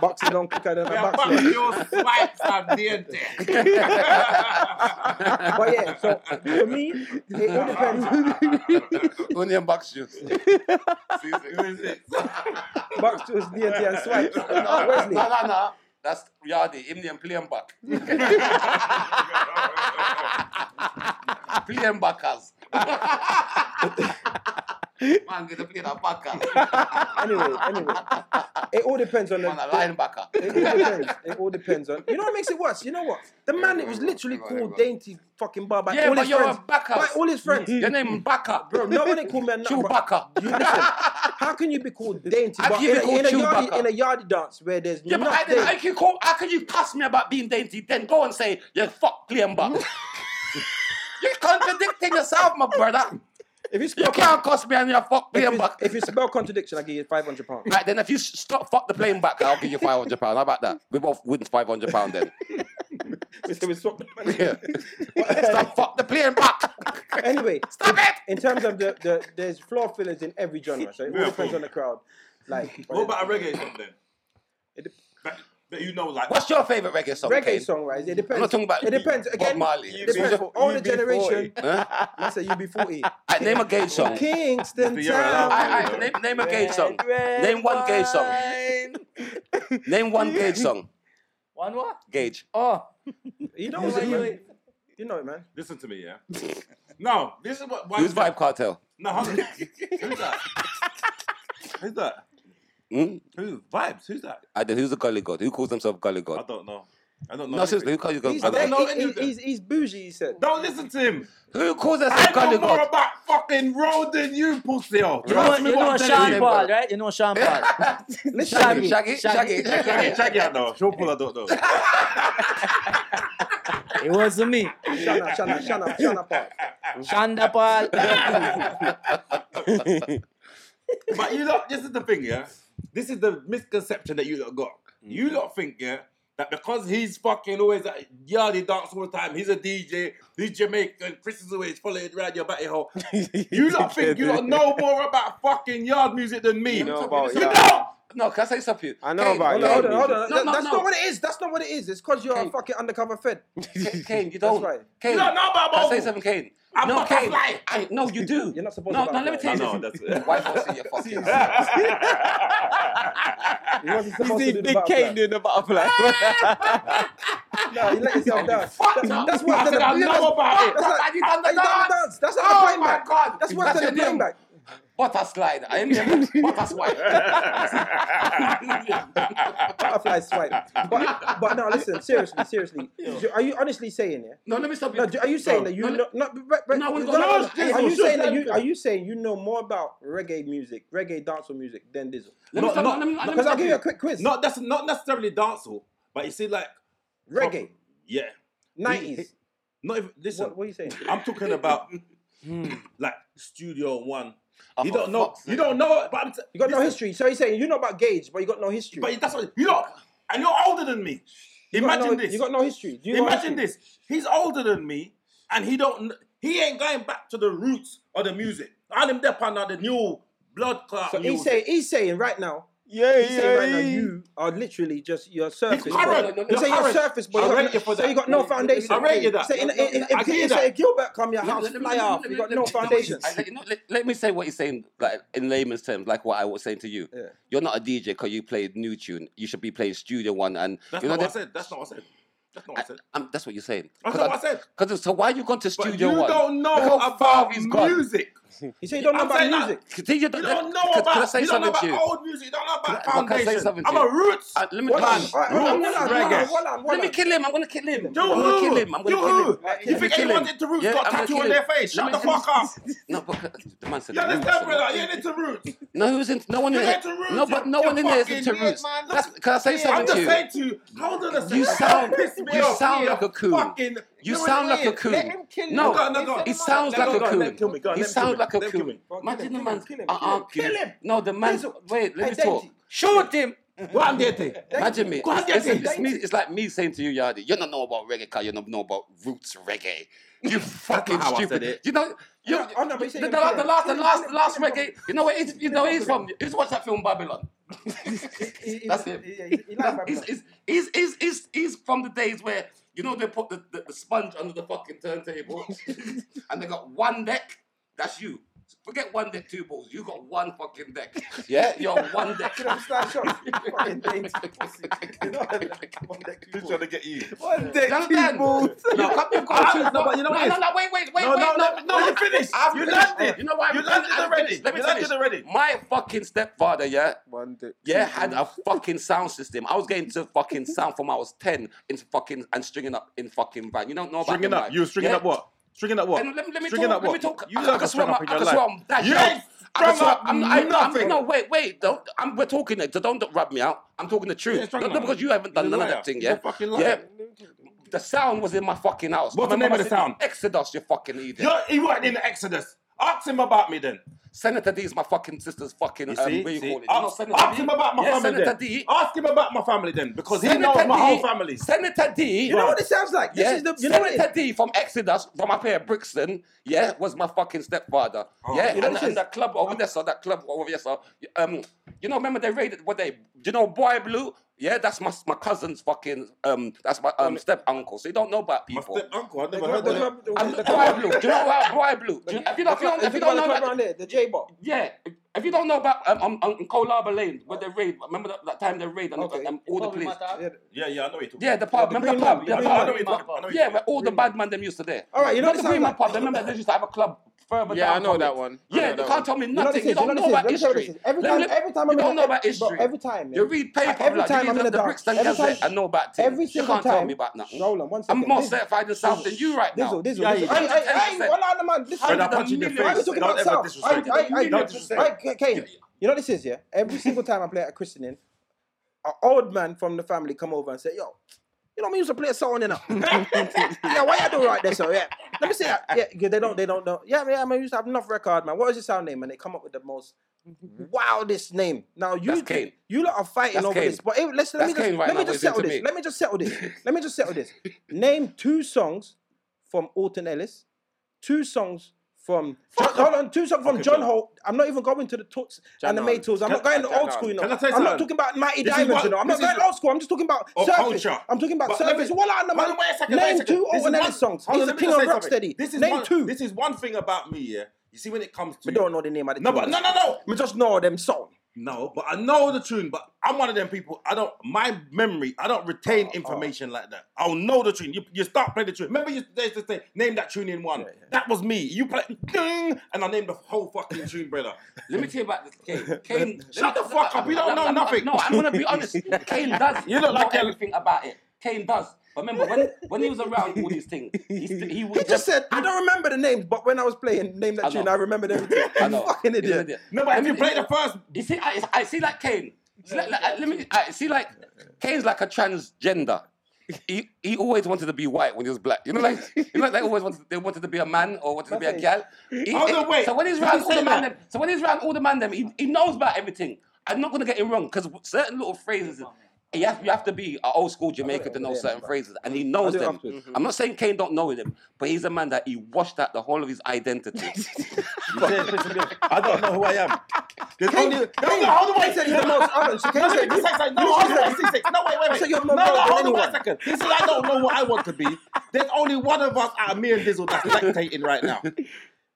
Speaker 1: boxing don't quicker than a
Speaker 7: Yeah, but
Speaker 1: boxer.
Speaker 7: your swipes are near there.
Speaker 1: but yeah, so for me, it all depends.
Speaker 3: Only in box shoes.
Speaker 1: Box was DNT and swipes.
Speaker 3: No,
Speaker 1: Wesley,
Speaker 3: no, no, no. That's Yardi. Him name play him back. play
Speaker 1: *laughs*
Speaker 3: him backers. Man, get to play that backer.
Speaker 1: anyway, anyway, it all depends on the.
Speaker 3: Man, a linebacker.
Speaker 1: It all depends. It all depends on. You know what makes it worse? You know what? The man it was literally
Speaker 3: Yeah,
Speaker 1: called
Speaker 3: yeah.
Speaker 1: Dainty fucking bar by
Speaker 3: Yeah,
Speaker 1: all
Speaker 3: but
Speaker 1: his
Speaker 3: you're
Speaker 1: friends.
Speaker 3: a backer.
Speaker 1: By all his friends.
Speaker 3: Your name backer.
Speaker 1: Bro, no one ain't called me a nut, bro.
Speaker 3: Chewbacca.
Speaker 1: You listen. How can you be called dainty?
Speaker 3: Have
Speaker 1: But
Speaker 3: you
Speaker 1: in a,
Speaker 3: been
Speaker 1: in, a
Speaker 3: called
Speaker 1: yardie,
Speaker 3: Chewbacca?
Speaker 1: in a yardie dance where there's
Speaker 3: Yeah, but I
Speaker 1: nothing.
Speaker 3: didn't, I can call, how can you cuss me about being dainty? Then go and say, you fuck playing back.
Speaker 1: *laughs*
Speaker 3: You're contradicting yourself, my brother.
Speaker 1: if you
Speaker 3: You
Speaker 1: spell,
Speaker 3: can't cuss me and you fuck
Speaker 1: if
Speaker 3: playing
Speaker 1: you,
Speaker 3: back.
Speaker 1: if you spell *laughs* contradiction, I give you five hundred pounds.
Speaker 3: Right, then if you s- stop, fuck the plane back, I'll give you five hundred pound. How about that? We both win five hundred
Speaker 1: *laughs*
Speaker 3: pound then. *laughs* Yeah. stop, fuck the plane back.
Speaker 1: Anyway,
Speaker 3: Stop it.
Speaker 1: in terms of the, the there's floor fillers in every genre, so it all depends on the crowd. Like
Speaker 4: What about a reggae song then?
Speaker 1: It dep-
Speaker 4: That, that you know, like
Speaker 3: What's your favorite reggae song?
Speaker 1: reggae
Speaker 3: Kane?
Speaker 1: song, right? It depends.
Speaker 3: I'm not talking about
Speaker 1: it depends
Speaker 3: Bob
Speaker 1: again.
Speaker 3: Marley.
Speaker 1: It depends for all the generation.
Speaker 3: Huh?
Speaker 1: I say UB40.
Speaker 3: Aye, name a gay song.
Speaker 1: Kingston
Speaker 4: That's the year I love.
Speaker 1: Town.
Speaker 3: Aye, aye, name, name a gay song. Name one gay song. *laughs* Name one
Speaker 1: *laughs*
Speaker 3: gay song.
Speaker 2: One what?
Speaker 3: Gauge.
Speaker 2: Oh.
Speaker 1: You know
Speaker 2: Wait,
Speaker 1: it,
Speaker 2: wait,
Speaker 1: man.
Speaker 2: wait.
Speaker 1: You know it, man.
Speaker 4: Listen to me, yeah. no, this is what. Why
Speaker 3: Who's Vibe Cartel?
Speaker 4: No, hold on. Who's that? Who's that?
Speaker 3: Hmm?
Speaker 4: Who? Vibes? Who's that?
Speaker 3: I then who's the gully god? Who calls himself gully
Speaker 4: I
Speaker 3: god?
Speaker 4: don't know. I don't know.
Speaker 3: No, seriously, who calls you
Speaker 1: He's,
Speaker 4: I don't
Speaker 3: gully
Speaker 4: know
Speaker 1: he-
Speaker 4: any
Speaker 1: he-
Speaker 4: of them.
Speaker 1: he's, he's bougie, he said.
Speaker 4: Don't listen to him.
Speaker 3: god? Who calls
Speaker 4: I
Speaker 3: herself
Speaker 4: know
Speaker 3: gully
Speaker 4: more
Speaker 3: god?
Speaker 4: about fucking road than you, pussy. off.
Speaker 2: You know,
Speaker 4: Trust me
Speaker 2: you know
Speaker 4: what I'm telling
Speaker 2: Sean
Speaker 4: you.
Speaker 2: Paul, right? You know Sean Paul.
Speaker 3: Shaggy,
Speaker 2: Listen,
Speaker 3: shaggy, shaggy,
Speaker 4: Shaggy, Shaggy, I know. Sean Paul, I don't know.
Speaker 2: It wasn't me.
Speaker 1: Shana, Shana, Shana, Shana Park.
Speaker 2: Shanda Paul.
Speaker 4: But you lot, this is the thing, yeah. This is the misconception that you lot got. You
Speaker 5: Mm-hmm.
Speaker 4: lot think, yeah, that because he's fucking always at yardy dance all the time, he's a DJ, he's Jamaican, Chris is always following around your batty
Speaker 5: *laughs*
Speaker 4: hole. You lot think you lot know more about fucking yard music than me.
Speaker 5: You know about
Speaker 4: You
Speaker 5: yard.
Speaker 4: don't!
Speaker 3: No, can I say something?
Speaker 5: I know
Speaker 3: Kane,
Speaker 5: about
Speaker 1: Hold
Speaker 5: Yeah,
Speaker 1: on, hold
Speaker 5: it.
Speaker 1: on,
Speaker 5: yeah.
Speaker 1: hold on.
Speaker 3: No,
Speaker 1: That-
Speaker 3: no,
Speaker 1: That's
Speaker 3: no.
Speaker 1: not what it is. That's not what it is. It's because you're a fucking undercover Fed. *laughs*
Speaker 3: Kane. Kane, you don't.
Speaker 1: right.
Speaker 3: Kane,
Speaker 4: No, no, Bobo.
Speaker 3: can I say something, Kane?
Speaker 4: I'm
Speaker 3: no,
Speaker 4: not
Speaker 3: Kane.
Speaker 4: fly.
Speaker 3: I, no, you do.
Speaker 1: You're not supposed
Speaker 3: no,
Speaker 1: to
Speaker 3: No, let me
Speaker 1: fly.
Speaker 3: tell you
Speaker 4: No,
Speaker 3: something.
Speaker 4: *laughs* that's-
Speaker 3: Why folks
Speaker 1: *laughs*
Speaker 3: see your fucking ass?
Speaker 1: You wasn't
Speaker 5: You
Speaker 1: supposed
Speaker 5: see
Speaker 1: to do the
Speaker 5: Big Kane
Speaker 1: butterfly.
Speaker 5: doing the butterfly. *laughs*
Speaker 1: No, you let yourself down.
Speaker 3: Fuck
Speaker 1: That-
Speaker 3: no.
Speaker 1: that's worse than
Speaker 4: I
Speaker 1: a
Speaker 4: know about it. *laughs*
Speaker 1: That's
Speaker 3: Fuck,
Speaker 1: not-
Speaker 3: I did on
Speaker 1: I
Speaker 3: the
Speaker 1: did on the
Speaker 3: dance.
Speaker 1: dance. That's
Speaker 3: Oh
Speaker 1: not a plane
Speaker 3: my
Speaker 1: back.
Speaker 3: God.
Speaker 1: That's worse
Speaker 3: That's
Speaker 1: than a
Speaker 3: your
Speaker 1: plane
Speaker 3: name.
Speaker 1: back.
Speaker 3: Butter slide. I am your
Speaker 4: *laughs*
Speaker 3: butter slide.
Speaker 1: Butterfly swipe. But but no, listen. Seriously, seriously. Are you honestly saying yeah?
Speaker 3: no, let me stop you.
Speaker 1: No, do- are you saying that you
Speaker 3: no,
Speaker 1: know? Not, but, but,
Speaker 3: No, I wouldn't
Speaker 1: no,
Speaker 3: go-
Speaker 1: no,
Speaker 3: No,
Speaker 1: no.
Speaker 3: Jesus,
Speaker 1: Are you
Speaker 3: shut
Speaker 1: saying that
Speaker 3: them
Speaker 1: you
Speaker 3: down.
Speaker 1: are you saying you know more about reggae music, reggae dancehall music than Dizzle?
Speaker 3: Let me
Speaker 4: No,
Speaker 3: stop.
Speaker 4: no,
Speaker 3: let me, let me
Speaker 1: Because I'll
Speaker 3: stop
Speaker 1: give you a quick quiz.
Speaker 4: Not that's not necessarily dancehall, but you see, like
Speaker 1: reggae,
Speaker 4: yeah,
Speaker 1: nineties.
Speaker 4: not even listen.
Speaker 1: What, what are you saying?
Speaker 4: I'm talking about hmm, like Studio One.
Speaker 3: Oh,
Speaker 4: you
Speaker 3: for
Speaker 4: don't know.
Speaker 3: fuck's
Speaker 4: You don't know. But I'm t-
Speaker 1: You got no
Speaker 4: listen,
Speaker 1: history. So you're saying you know about Gage, but you got no history.
Speaker 4: But that's what you look. And you're older than me.
Speaker 1: You got
Speaker 4: Imagine
Speaker 1: no-
Speaker 4: this.
Speaker 1: You got no history. Do you got
Speaker 4: Imagine
Speaker 1: history?
Speaker 4: this. He's older than me, and he don't. kn- He ain't going back to the roots of the music. I'm them depend on the new blood clot
Speaker 1: So he's
Speaker 4: music.
Speaker 1: saying he's saying right now.
Speaker 5: Yeah,
Speaker 1: He's saying right now you are literally just your surface.
Speaker 4: He's
Speaker 1: boy.
Speaker 4: current.
Speaker 1: You say you're
Speaker 4: current.
Speaker 1: surface, boy.
Speaker 4: I
Speaker 1: You
Speaker 4: rate
Speaker 1: got
Speaker 4: you
Speaker 1: no-
Speaker 4: for
Speaker 1: So
Speaker 4: that.
Speaker 1: you got no foundation.
Speaker 4: I rate you that.
Speaker 1: Say, in,
Speaker 4: No,
Speaker 1: in,
Speaker 4: no,
Speaker 1: in,
Speaker 4: I give you
Speaker 1: say
Speaker 4: that.
Speaker 1: Gilbert come your
Speaker 3: No,
Speaker 1: house,
Speaker 3: let me-
Speaker 1: fly
Speaker 3: let me-
Speaker 1: off.
Speaker 3: let
Speaker 1: You
Speaker 3: me-
Speaker 1: got
Speaker 3: let
Speaker 1: no
Speaker 3: me-
Speaker 1: foundations.
Speaker 3: I- you know, let, let me say what he's saying, like in layman's terms, like what I was saying to you.
Speaker 1: Yeah.
Speaker 3: You're not a DJ because you played new tune. You should be playing Studio One, and
Speaker 4: That's
Speaker 3: you know
Speaker 4: not what I
Speaker 3: that-
Speaker 4: said. That's not what I said. That's not what I said.
Speaker 3: I- I'm- that's what you're saying.
Speaker 4: That's
Speaker 3: 'Cause
Speaker 4: not what I said.
Speaker 3: Because so why you gone to
Speaker 4: But
Speaker 3: Studio
Speaker 4: you
Speaker 3: One?
Speaker 4: don't know
Speaker 3: Look how far
Speaker 4: about
Speaker 3: he's gone.
Speaker 4: music.
Speaker 1: You say you don't know
Speaker 4: I'm
Speaker 1: about
Speaker 4: saying that-
Speaker 1: music.
Speaker 3: Continue to-
Speaker 4: You don't know
Speaker 3: could-
Speaker 4: about,
Speaker 3: could I say
Speaker 4: you don't know
Speaker 3: something
Speaker 4: about
Speaker 3: to you?
Speaker 4: old music. You don't know about
Speaker 3: Could I- could I say
Speaker 4: foundation.
Speaker 3: something to
Speaker 4: I'm a
Speaker 3: you?
Speaker 4: roots.
Speaker 3: Uh, let me,
Speaker 1: Hold on,
Speaker 3: man,
Speaker 1: all right, hold on, hold
Speaker 4: roots,
Speaker 1: on, hold on,
Speaker 4: reggae.
Speaker 1: hold on, hold
Speaker 3: let me
Speaker 1: on.
Speaker 3: kill him. I'm gonna kill him.
Speaker 4: You
Speaker 3: I'm gonna
Speaker 4: who?
Speaker 3: kill him. I'm gonna
Speaker 4: You
Speaker 3: kill
Speaker 4: who?
Speaker 3: him. I'm
Speaker 4: You
Speaker 3: gonna
Speaker 4: think
Speaker 3: kill
Speaker 4: anyone
Speaker 3: him.
Speaker 4: into roots
Speaker 3: Yeah,
Speaker 4: got
Speaker 3: I'm gonna
Speaker 4: tattoo
Speaker 3: kill
Speaker 4: on
Speaker 3: him.
Speaker 4: their face?
Speaker 3: Let
Speaker 4: Shut
Speaker 3: me
Speaker 4: the
Speaker 3: finish.
Speaker 4: fuck up.
Speaker 3: No, but the man said.
Speaker 4: You
Speaker 3: the man
Speaker 4: understand,
Speaker 3: said-
Speaker 4: brother? You ain't into roots.
Speaker 3: No, who's in? No one in
Speaker 4: You're
Speaker 3: there.
Speaker 4: into roots,
Speaker 3: No, but no
Speaker 4: you're
Speaker 3: one in there is
Speaker 4: fucking
Speaker 3: into
Speaker 4: weird,
Speaker 3: roots.
Speaker 4: man.
Speaker 3: That's, can I say
Speaker 4: I'm
Speaker 3: something
Speaker 4: just
Speaker 3: to you?
Speaker 4: saying to you, hold on a second.
Speaker 3: You sound-
Speaker 4: Piss me
Speaker 3: you
Speaker 4: off.
Speaker 3: sound like a coon.
Speaker 4: Fucking,
Speaker 3: You
Speaker 4: you're
Speaker 3: sound like a
Speaker 4: weird.
Speaker 3: coon.
Speaker 8: Let him kill
Speaker 3: No,
Speaker 8: him.
Speaker 4: No, no, no.
Speaker 8: Listen,
Speaker 3: He
Speaker 8: man,
Speaker 3: sounds
Speaker 8: let
Speaker 3: like
Speaker 8: him
Speaker 3: a
Speaker 8: go, let him kill
Speaker 3: coon.
Speaker 8: me.
Speaker 4: go on,
Speaker 3: He
Speaker 4: let him
Speaker 3: sounds
Speaker 4: kill
Speaker 3: like
Speaker 4: me,
Speaker 3: a
Speaker 4: let him kill
Speaker 3: coon.
Speaker 4: me.
Speaker 1: Well, kill
Speaker 3: Imagine
Speaker 1: him, kill
Speaker 3: the
Speaker 1: him,
Speaker 3: man's.
Speaker 1: kill him,
Speaker 3: uh,
Speaker 1: kill
Speaker 3: uh,
Speaker 1: him.
Speaker 3: Kill him. No, the man.
Speaker 1: Denzel.
Speaker 3: Wait, let
Speaker 1: Hey,
Speaker 3: me talk.
Speaker 1: Denzel.
Speaker 9: Shoot him.
Speaker 3: *laughs*
Speaker 4: What am I doing?
Speaker 3: Imagine me.
Speaker 4: Go on,
Speaker 3: It's,
Speaker 4: Denzel.
Speaker 3: it's me. It's like me saying to you, Yardi, you don't know about reggae, cause you don't know about roots reggae.
Speaker 4: *laughs*
Speaker 3: You fucking
Speaker 4: how I
Speaker 3: stupid.
Speaker 4: said it.
Speaker 3: You know. You,
Speaker 1: No, I know, but you
Speaker 3: the,
Speaker 1: said
Speaker 3: the,
Speaker 1: you
Speaker 3: last, the
Speaker 1: didn't.
Speaker 3: last, the last, the last reggae. You know where it's, you know where he's from. He's watched that film Babylon.
Speaker 1: He- he-
Speaker 3: That's
Speaker 1: he-
Speaker 3: him.
Speaker 1: he- he- he likes
Speaker 3: No,
Speaker 1: Babylon.
Speaker 3: he's, he's, he's, he's, he's, he's from the days where, you know, they put the, the, the sponge under the fucking turntable and they got one deck. That's you. Forget one deck, two balls. You got one fucking deck. Yeah, you're one
Speaker 1: *laughs*
Speaker 3: deck.
Speaker 1: Kill him, start shot. Fucking dainty pussy. You know what I mean?
Speaker 10: He's trying to get you.
Speaker 1: One day,
Speaker 3: You
Speaker 1: two
Speaker 3: understand?
Speaker 1: balls.
Speaker 3: No, come- you've got two.
Speaker 4: no, but you know what
Speaker 3: no,
Speaker 4: it
Speaker 3: no,
Speaker 4: is?
Speaker 3: no, wait, wait, wait,
Speaker 4: No,
Speaker 3: wait.
Speaker 4: no, no, no, you finished.
Speaker 3: I've
Speaker 4: You
Speaker 3: finished.
Speaker 4: landed.
Speaker 3: You know why?
Speaker 4: You landed already.
Speaker 3: Let me
Speaker 4: You
Speaker 3: finish.
Speaker 4: landed already.
Speaker 3: My fucking stepfather, yeah,
Speaker 5: One day.
Speaker 3: yeah, had a fucking sound system. I was getting to fucking sound from I was ten in fucking and stringing up in fucking van. You don't know about
Speaker 10: Stringing
Speaker 3: them,
Speaker 10: up.
Speaker 3: right?
Speaker 10: You were stringing
Speaker 3: Yeah.
Speaker 10: up what? Stringing up what?
Speaker 3: And let me let me
Speaker 10: Stringing
Speaker 3: talk.
Speaker 10: up
Speaker 3: let me
Speaker 10: what?
Speaker 3: talk.
Speaker 10: You
Speaker 3: I, I
Speaker 10: never
Speaker 3: can swear
Speaker 10: strung
Speaker 3: my,
Speaker 10: up in
Speaker 3: I can
Speaker 10: your
Speaker 3: swear
Speaker 10: life.
Speaker 3: I'm that
Speaker 10: You
Speaker 3: young.
Speaker 10: ain't
Speaker 3: I can
Speaker 10: strung
Speaker 3: swear
Speaker 10: up
Speaker 3: I'm, I,
Speaker 10: nothing.
Speaker 3: I'm, no, wait, wait. Don't. I'm, we're talking. it. Don't rub me out. I'm talking the
Speaker 4: ain't
Speaker 3: truth.
Speaker 4: strung
Speaker 3: No, no,
Speaker 4: up.
Speaker 3: because you haven't done
Speaker 4: He's a
Speaker 3: none of
Speaker 4: liar.
Speaker 3: that thing
Speaker 4: He's a
Speaker 3: yet.
Speaker 4: fucking liar.
Speaker 3: Yeah. The sound was in my fucking house.
Speaker 4: What's
Speaker 3: My
Speaker 4: the name
Speaker 3: mama
Speaker 4: of the
Speaker 3: said,
Speaker 4: sound?
Speaker 3: Exodus, you fucking idiot.
Speaker 4: You're, he wasn't in Exodus. Ask him about me then.
Speaker 3: Senator D is my fucking sister's fucking. um,
Speaker 4: See?
Speaker 3: what you
Speaker 4: See?
Speaker 3: call it?
Speaker 4: Ask,
Speaker 3: No,
Speaker 4: ask him about my
Speaker 3: Yeah,
Speaker 4: family
Speaker 3: Senator
Speaker 4: then.
Speaker 3: D.
Speaker 4: Ask him about my family then, because he
Speaker 3: Senator
Speaker 4: knows my
Speaker 3: D-
Speaker 4: whole family.
Speaker 3: Senator D.
Speaker 1: You know what it sounds like? This
Speaker 3: yeah,
Speaker 1: is the. You know what
Speaker 3: Senator
Speaker 1: it is?
Speaker 3: D from Exodus, from up here, Brixton, yeah, was my fucking stepfather. yeah,
Speaker 1: Oh, You know
Speaker 3: and,
Speaker 1: what it
Speaker 3: and
Speaker 1: is?
Speaker 3: the club over there, so that club over there, so, um, you know, remember they raided, what they, you know, Boy Blue? Yeah, that's my my cousin's fucking, um, that's my um, step uncle, so you don't know about
Speaker 4: My
Speaker 3: people.
Speaker 4: step uncle, I
Speaker 1: The
Speaker 4: never
Speaker 1: club-
Speaker 4: heard
Speaker 1: the
Speaker 4: of it.
Speaker 1: club- the-
Speaker 3: And
Speaker 1: the
Speaker 3: Boy
Speaker 1: club-
Speaker 3: Blue, do you know about Boy Blue? Do you, if you don't, if you don't, if you don't
Speaker 1: the
Speaker 3: know
Speaker 1: club *laughs*
Speaker 3: that,
Speaker 1: around there, the J bar.
Speaker 3: yeah, if you don't know about um, um, um Colaba Lane, where they raid, remember that, that time they raid and
Speaker 1: Okay.
Speaker 3: um, all the police?
Speaker 4: Yeah, yeah, I know it.
Speaker 3: Yeah, the pub.
Speaker 1: the
Speaker 3: remember the
Speaker 1: Green Man,
Speaker 3: pub?
Speaker 1: the
Speaker 3: Yeah,
Speaker 1: Green
Speaker 3: pub.
Speaker 1: Man.
Speaker 4: I know it. I know it.
Speaker 3: Yeah, where all the bad man them used to there.
Speaker 1: All right, you know
Speaker 3: Not
Speaker 1: what it
Speaker 3: the
Speaker 1: sounds
Speaker 3: Green Man
Speaker 1: like?
Speaker 3: pub. Remember, they used to have a club further
Speaker 5: Yeah,
Speaker 3: down.
Speaker 5: I know
Speaker 3: from
Speaker 5: that
Speaker 3: it.
Speaker 5: one. I know
Speaker 3: Yeah, you
Speaker 5: that
Speaker 3: can't
Speaker 5: one.
Speaker 3: tell me
Speaker 1: You know what
Speaker 3: nothing.
Speaker 1: it is?
Speaker 3: You
Speaker 1: You
Speaker 3: don't
Speaker 1: know
Speaker 3: know
Speaker 1: what
Speaker 3: about
Speaker 1: it is? Let me tell you
Speaker 3: history.
Speaker 1: what it is. Every
Speaker 3: Let me-
Speaker 1: time, every time I'm
Speaker 3: you
Speaker 1: in the
Speaker 3: don't know about
Speaker 1: every- bro,
Speaker 3: history.
Speaker 1: Every time,
Speaker 3: You
Speaker 1: yeah.
Speaker 3: read paper,
Speaker 1: Every
Speaker 3: blood.
Speaker 1: time
Speaker 3: you
Speaker 1: I'm
Speaker 3: read
Speaker 1: in
Speaker 3: the,
Speaker 1: the dark.
Speaker 3: bricks and
Speaker 1: Every
Speaker 3: gazette
Speaker 1: time-
Speaker 3: and know about things.
Speaker 1: Every
Speaker 3: you
Speaker 1: single
Speaker 3: can't tell
Speaker 1: time-
Speaker 3: me about nothing.
Speaker 1: Roland, one
Speaker 3: I'm
Speaker 1: second.
Speaker 3: more
Speaker 1: This-
Speaker 3: certified in South than you right now.
Speaker 1: Dizzle, Dizzle,
Speaker 4: Yeah,
Speaker 1: Dizzle. Hey, hey,
Speaker 4: yeah.
Speaker 1: hey,
Speaker 3: 110%.
Speaker 1: one other man. Listen,
Speaker 4: Brother, I punch you in the
Speaker 1: why are we
Speaker 4: face.
Speaker 1: talking
Speaker 4: Don't
Speaker 1: about
Speaker 4: ever
Speaker 1: South? I,
Speaker 4: disrespect.
Speaker 1: I, I,
Speaker 4: Don't disrespect.
Speaker 1: I, I, Kane, you know what this is, yeah? Every single time I play at a christening, an old man from the family come over and say, yo, you know me used to play a song in know? *laughs* yeah, why you do right there, so yeah. Let me see that. Yeah, 'cause they don't, they don't know. Yeah, yeah, man, you used to have enough record, man. What was your sound name? And they come up with the most wildest name. Now you,
Speaker 3: That's Kane.
Speaker 1: you lot are fighting
Speaker 3: That's
Speaker 1: over
Speaker 3: Kane.
Speaker 1: this, but hey, let's, let
Speaker 3: That's
Speaker 1: me just,
Speaker 3: Kane
Speaker 1: let
Speaker 3: right
Speaker 1: me
Speaker 3: now, what
Speaker 1: just
Speaker 3: he's
Speaker 1: settle
Speaker 3: into
Speaker 1: this.
Speaker 3: me.
Speaker 1: Let me just settle this. Let me just settle this. Name two songs from Alton Ellis, two songs from John, hold on, two songs from
Speaker 4: Okay,
Speaker 1: John
Speaker 4: bro.
Speaker 1: Holt. I'm not even going to the Toots and the
Speaker 5: Jan
Speaker 1: Maytals. I'm
Speaker 5: Can-
Speaker 1: not going to
Speaker 5: Jan
Speaker 1: old school, you know.
Speaker 4: Can I say
Speaker 1: I'm not
Speaker 4: something?
Speaker 1: talking about Mighty
Speaker 4: This is
Speaker 1: Diamonds,
Speaker 4: what-
Speaker 1: you know. I'm
Speaker 4: this
Speaker 1: not going
Speaker 4: is-
Speaker 1: old school. I'm just talking about
Speaker 4: Or
Speaker 1: surface.
Speaker 4: culture.
Speaker 1: I'm talking about
Speaker 4: But let me-
Speaker 1: surface. Well, I know,
Speaker 4: Hold
Speaker 1: man.
Speaker 4: on, wait a second, wait a
Speaker 1: Name
Speaker 4: second.
Speaker 1: two
Speaker 4: This is
Speaker 1: Alton
Speaker 4: one-
Speaker 1: Ellis songs.
Speaker 4: hold on,
Speaker 1: He's the
Speaker 4: let me
Speaker 1: king
Speaker 4: just
Speaker 1: of
Speaker 4: say something. This
Speaker 1: rocksteady.
Speaker 4: is
Speaker 1: Name
Speaker 4: one-
Speaker 1: two.
Speaker 4: This is one thing about me, yeah. You see, when it comes to
Speaker 1: We don't know the name of the
Speaker 4: no,
Speaker 1: tune.
Speaker 4: but no, no, no,
Speaker 1: We just know them song.
Speaker 4: no. But I know the tune. But I'm one of them people. I don't. My memory. I don't retain
Speaker 1: Oh,
Speaker 4: information like that. I'll know the tune. You, you start playing the tune. Remember, you they used to say name that tune in one. That was me. You play ding, and I named the whole fucking tune, brother.
Speaker 3: Let me tell you about this, Kane. Kane
Speaker 4: Shut the fuck up, you don't know
Speaker 3: No, no, no,
Speaker 4: nothing.
Speaker 3: No, I'm gonna be honest. Kane does.
Speaker 4: You look
Speaker 3: know
Speaker 4: like a-
Speaker 3: everything about it. Kane does. But remember when when he was around all these things, he, st- he, was
Speaker 1: He just said, I don't remember the names, but when I was playing Name
Speaker 3: I
Speaker 1: That Tune,
Speaker 3: know.
Speaker 1: I remembered everything.
Speaker 3: I know.
Speaker 1: Fucking
Speaker 3: He's an
Speaker 1: idiot.
Speaker 3: idiot.
Speaker 4: No, but if you play the first,
Speaker 3: You see, I, I see like Kane. See, like, like, let me. I see like Kane's like a transgender. He, he always wanted to be white when he was black. You know, like you know, like they always wanted they wanted to be a man or wanted to be a gal. He-
Speaker 4: Hold
Speaker 3: he-
Speaker 4: on, wait.
Speaker 3: So when he's
Speaker 4: You
Speaker 3: around
Speaker 4: can
Speaker 3: all the
Speaker 4: say
Speaker 3: man,
Speaker 4: that.
Speaker 3: them, so when he's around all the man, them, he, he knows about everything. I'm not gonna get him wrong because certain little phrases. You have, you have to be an old school Jamaican to know certain phrases, and he knows
Speaker 1: do it
Speaker 3: them.
Speaker 1: afterwards.
Speaker 3: I'm not saying Kane don't know them, but he's a man that he washed out the whole of his identity.
Speaker 4: *laughs* You said it pissed me off. I don't know who I am. *laughs* There's
Speaker 1: Kane-
Speaker 4: only no,
Speaker 1: Kane-
Speaker 4: no, hold on,
Speaker 1: Kane
Speaker 4: wait.
Speaker 1: said he's the most honest. So Kane
Speaker 4: No,
Speaker 1: said-
Speaker 4: *laughs* let me say something. No, hold on, wait, see, see. No, wait, wait,
Speaker 1: So
Speaker 4: wait.
Speaker 1: you're
Speaker 4: no,
Speaker 1: more
Speaker 4: no,
Speaker 1: broke than
Speaker 4: hold on, wait
Speaker 1: anyone.
Speaker 4: a second. This is I don't know what I want to be. There's only one of us out of me and Dizzle that's lactating right now.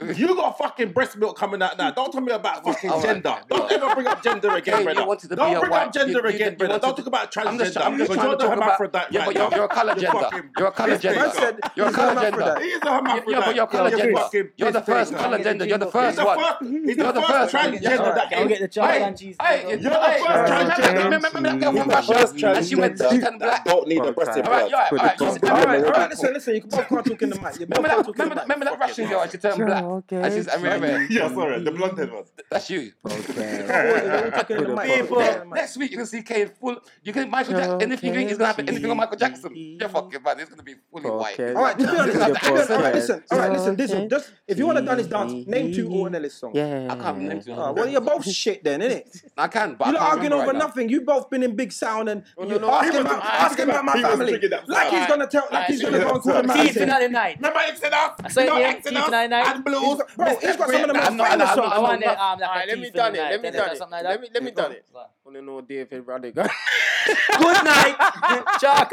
Speaker 4: You got fucking breast milk coming out now. Don't tell me about fucking
Speaker 3: All right.
Speaker 4: gender. Don't ever bring up gender again,
Speaker 3: you
Speaker 4: brother.
Speaker 3: wanted to
Speaker 4: Don't
Speaker 3: be a
Speaker 4: bring
Speaker 3: white-
Speaker 4: up gender
Speaker 3: you- you-
Speaker 4: again,
Speaker 3: you
Speaker 4: brother.
Speaker 3: wanted
Speaker 4: Don't
Speaker 3: to-
Speaker 4: talk about transgender.
Speaker 3: I'm just, I'm just
Speaker 4: because
Speaker 3: trying
Speaker 4: you're
Speaker 3: to
Speaker 4: the
Speaker 3: talk about.
Speaker 4: hermaphrodite
Speaker 3: yeah,
Speaker 4: right
Speaker 3: but
Speaker 4: now.
Speaker 3: you're, you're a color
Speaker 4: You're
Speaker 3: gender.
Speaker 4: fucking-
Speaker 3: You're a color
Speaker 4: This
Speaker 3: gender.
Speaker 4: nigga.
Speaker 1: said-
Speaker 3: You're a
Speaker 1: he's
Speaker 3: color
Speaker 1: a
Speaker 3: gender.
Speaker 4: He
Speaker 1: hermaphrodite.
Speaker 4: is a hermaphrodite.
Speaker 3: Yeah, but you're a color
Speaker 4: You're
Speaker 3: gender.
Speaker 4: fucking
Speaker 3: You're the
Speaker 4: piss
Speaker 3: first
Speaker 4: taker.
Speaker 3: color
Speaker 2: Get the
Speaker 3: gender. You're the
Speaker 2: jingle.
Speaker 4: He's
Speaker 3: first
Speaker 4: the
Speaker 3: one.
Speaker 4: first, he's
Speaker 3: You're
Speaker 4: the
Speaker 3: the
Speaker 4: first
Speaker 3: first one. Yeah,
Speaker 4: transgender that
Speaker 2: Can we
Speaker 4: is.
Speaker 2: get the chocolate
Speaker 3: Hey,
Speaker 2: and cheese?
Speaker 3: hey,
Speaker 2: nigga?
Speaker 3: you-
Speaker 4: You're the
Speaker 3: hey,
Speaker 4: first
Speaker 3: remember-
Speaker 4: transgender.
Speaker 3: Remember remember that girl
Speaker 4: He's
Speaker 3: from
Speaker 4: the first
Speaker 3: Russia? And she went to
Speaker 4: transgender
Speaker 3: turn black.
Speaker 4: that don't need a
Speaker 7: Bro,
Speaker 4: breast
Speaker 7: time.
Speaker 3: Alright,
Speaker 4: implant.
Speaker 3: you're right, alright. She's-
Speaker 4: Don't
Speaker 1: All right,
Speaker 3: remember-
Speaker 1: all
Speaker 4: remember
Speaker 1: right.
Speaker 4: that.
Speaker 1: Listen, listen. You can both can't talk in the mic. You both
Speaker 3: Remember
Speaker 1: can't talk
Speaker 3: that,
Speaker 1: in the
Speaker 3: remember, that-
Speaker 1: mic.
Speaker 3: remember that Russian girl? and She turned black. And she's, I remember,
Speaker 4: Yeah, sorry, the blonde one.
Speaker 3: that's you.
Speaker 1: They're all talking in the mic.
Speaker 2: People.
Speaker 1: They're all talking in the mic.
Speaker 3: Next week, you're going to see Kane full. You can Michael Jackson. Anything you- is going to happen, anything on Michael Jackson. You're fucking man. It's going to be fully white.
Speaker 1: All right, to be honest,
Speaker 5: Your
Speaker 1: all right, all right,
Speaker 5: podcast.
Speaker 1: listen, all right, listen, listen. Just if you want to dance this dance, name two Orton Ellis songs.
Speaker 5: Yeah.
Speaker 3: I can't remember.
Speaker 1: All right, well, you're both shit then, innit?
Speaker 3: I can, but
Speaker 1: You're not
Speaker 3: I can't
Speaker 1: arguing
Speaker 3: remember
Speaker 1: over
Speaker 3: right now.
Speaker 1: nothing. you both been in big sound and
Speaker 5: no,
Speaker 1: you
Speaker 5: no.
Speaker 1: asking
Speaker 4: He was-
Speaker 1: about,
Speaker 4: he was
Speaker 1: asking about my
Speaker 4: drinking- he was
Speaker 1: family.
Speaker 4: drinking that
Speaker 1: Like he's
Speaker 3: fire.
Speaker 1: gonna tell, like
Speaker 3: Alright,
Speaker 1: he's
Speaker 3: see
Speaker 1: gonna
Speaker 4: you
Speaker 1: go and call
Speaker 4: later.
Speaker 1: him out.
Speaker 2: Keith
Speaker 1: and say-
Speaker 2: Finale night.
Speaker 4: Remember Exodus?
Speaker 2: I saw it
Speaker 4: No
Speaker 2: here,
Speaker 4: Exodus
Speaker 2: Keith Nine Nine.
Speaker 4: and Blues.
Speaker 1: He's got- Bro, he's got some of the
Speaker 3: Nah,
Speaker 1: most
Speaker 3: I'm
Speaker 1: famous
Speaker 3: not- nah, I'm
Speaker 1: songs.
Speaker 3: not-
Speaker 2: I want
Speaker 3: not-
Speaker 2: it. Um, like
Speaker 5: All right,
Speaker 2: a
Speaker 5: let me
Speaker 2: Keith
Speaker 5: done it.
Speaker 2: Finale
Speaker 5: Let me
Speaker 2: night,
Speaker 5: done
Speaker 2: or
Speaker 5: it.
Speaker 2: something like
Speaker 5: Let
Speaker 2: that.
Speaker 5: me let me done it. Want to know David Raddick?
Speaker 2: Good night, chalk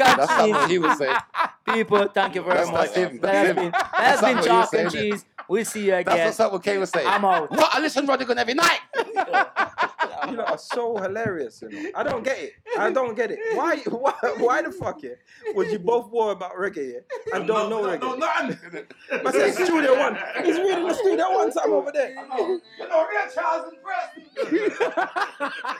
Speaker 5: *laughs*
Speaker 2: and
Speaker 3: That's not
Speaker 2: cheese.
Speaker 3: what he would say.
Speaker 2: People, thank you very
Speaker 3: That's not
Speaker 2: much.
Speaker 3: him.
Speaker 2: That has
Speaker 3: That's
Speaker 2: been,
Speaker 3: him.
Speaker 2: that has
Speaker 3: That's not
Speaker 2: been
Speaker 3: what
Speaker 2: chalk
Speaker 3: you
Speaker 2: and
Speaker 3: said, innit?
Speaker 2: chease. We'll see you
Speaker 3: That's
Speaker 2: again.
Speaker 3: what's up with Kane was saying.
Speaker 2: I'm out.
Speaker 3: What? I listen to Rodrigo every night.
Speaker 1: You lot are so hilarious. You know? I don't get it. I don't get it. Why? *laughs* Why? Why the fuck yeah? Was you both worried about reggae yeah? and don't know
Speaker 4: No,
Speaker 1: reggae?
Speaker 4: no, none.
Speaker 1: I said Studio One. He's reading the Studio One time over there.
Speaker 4: You know, real Charles and Preston.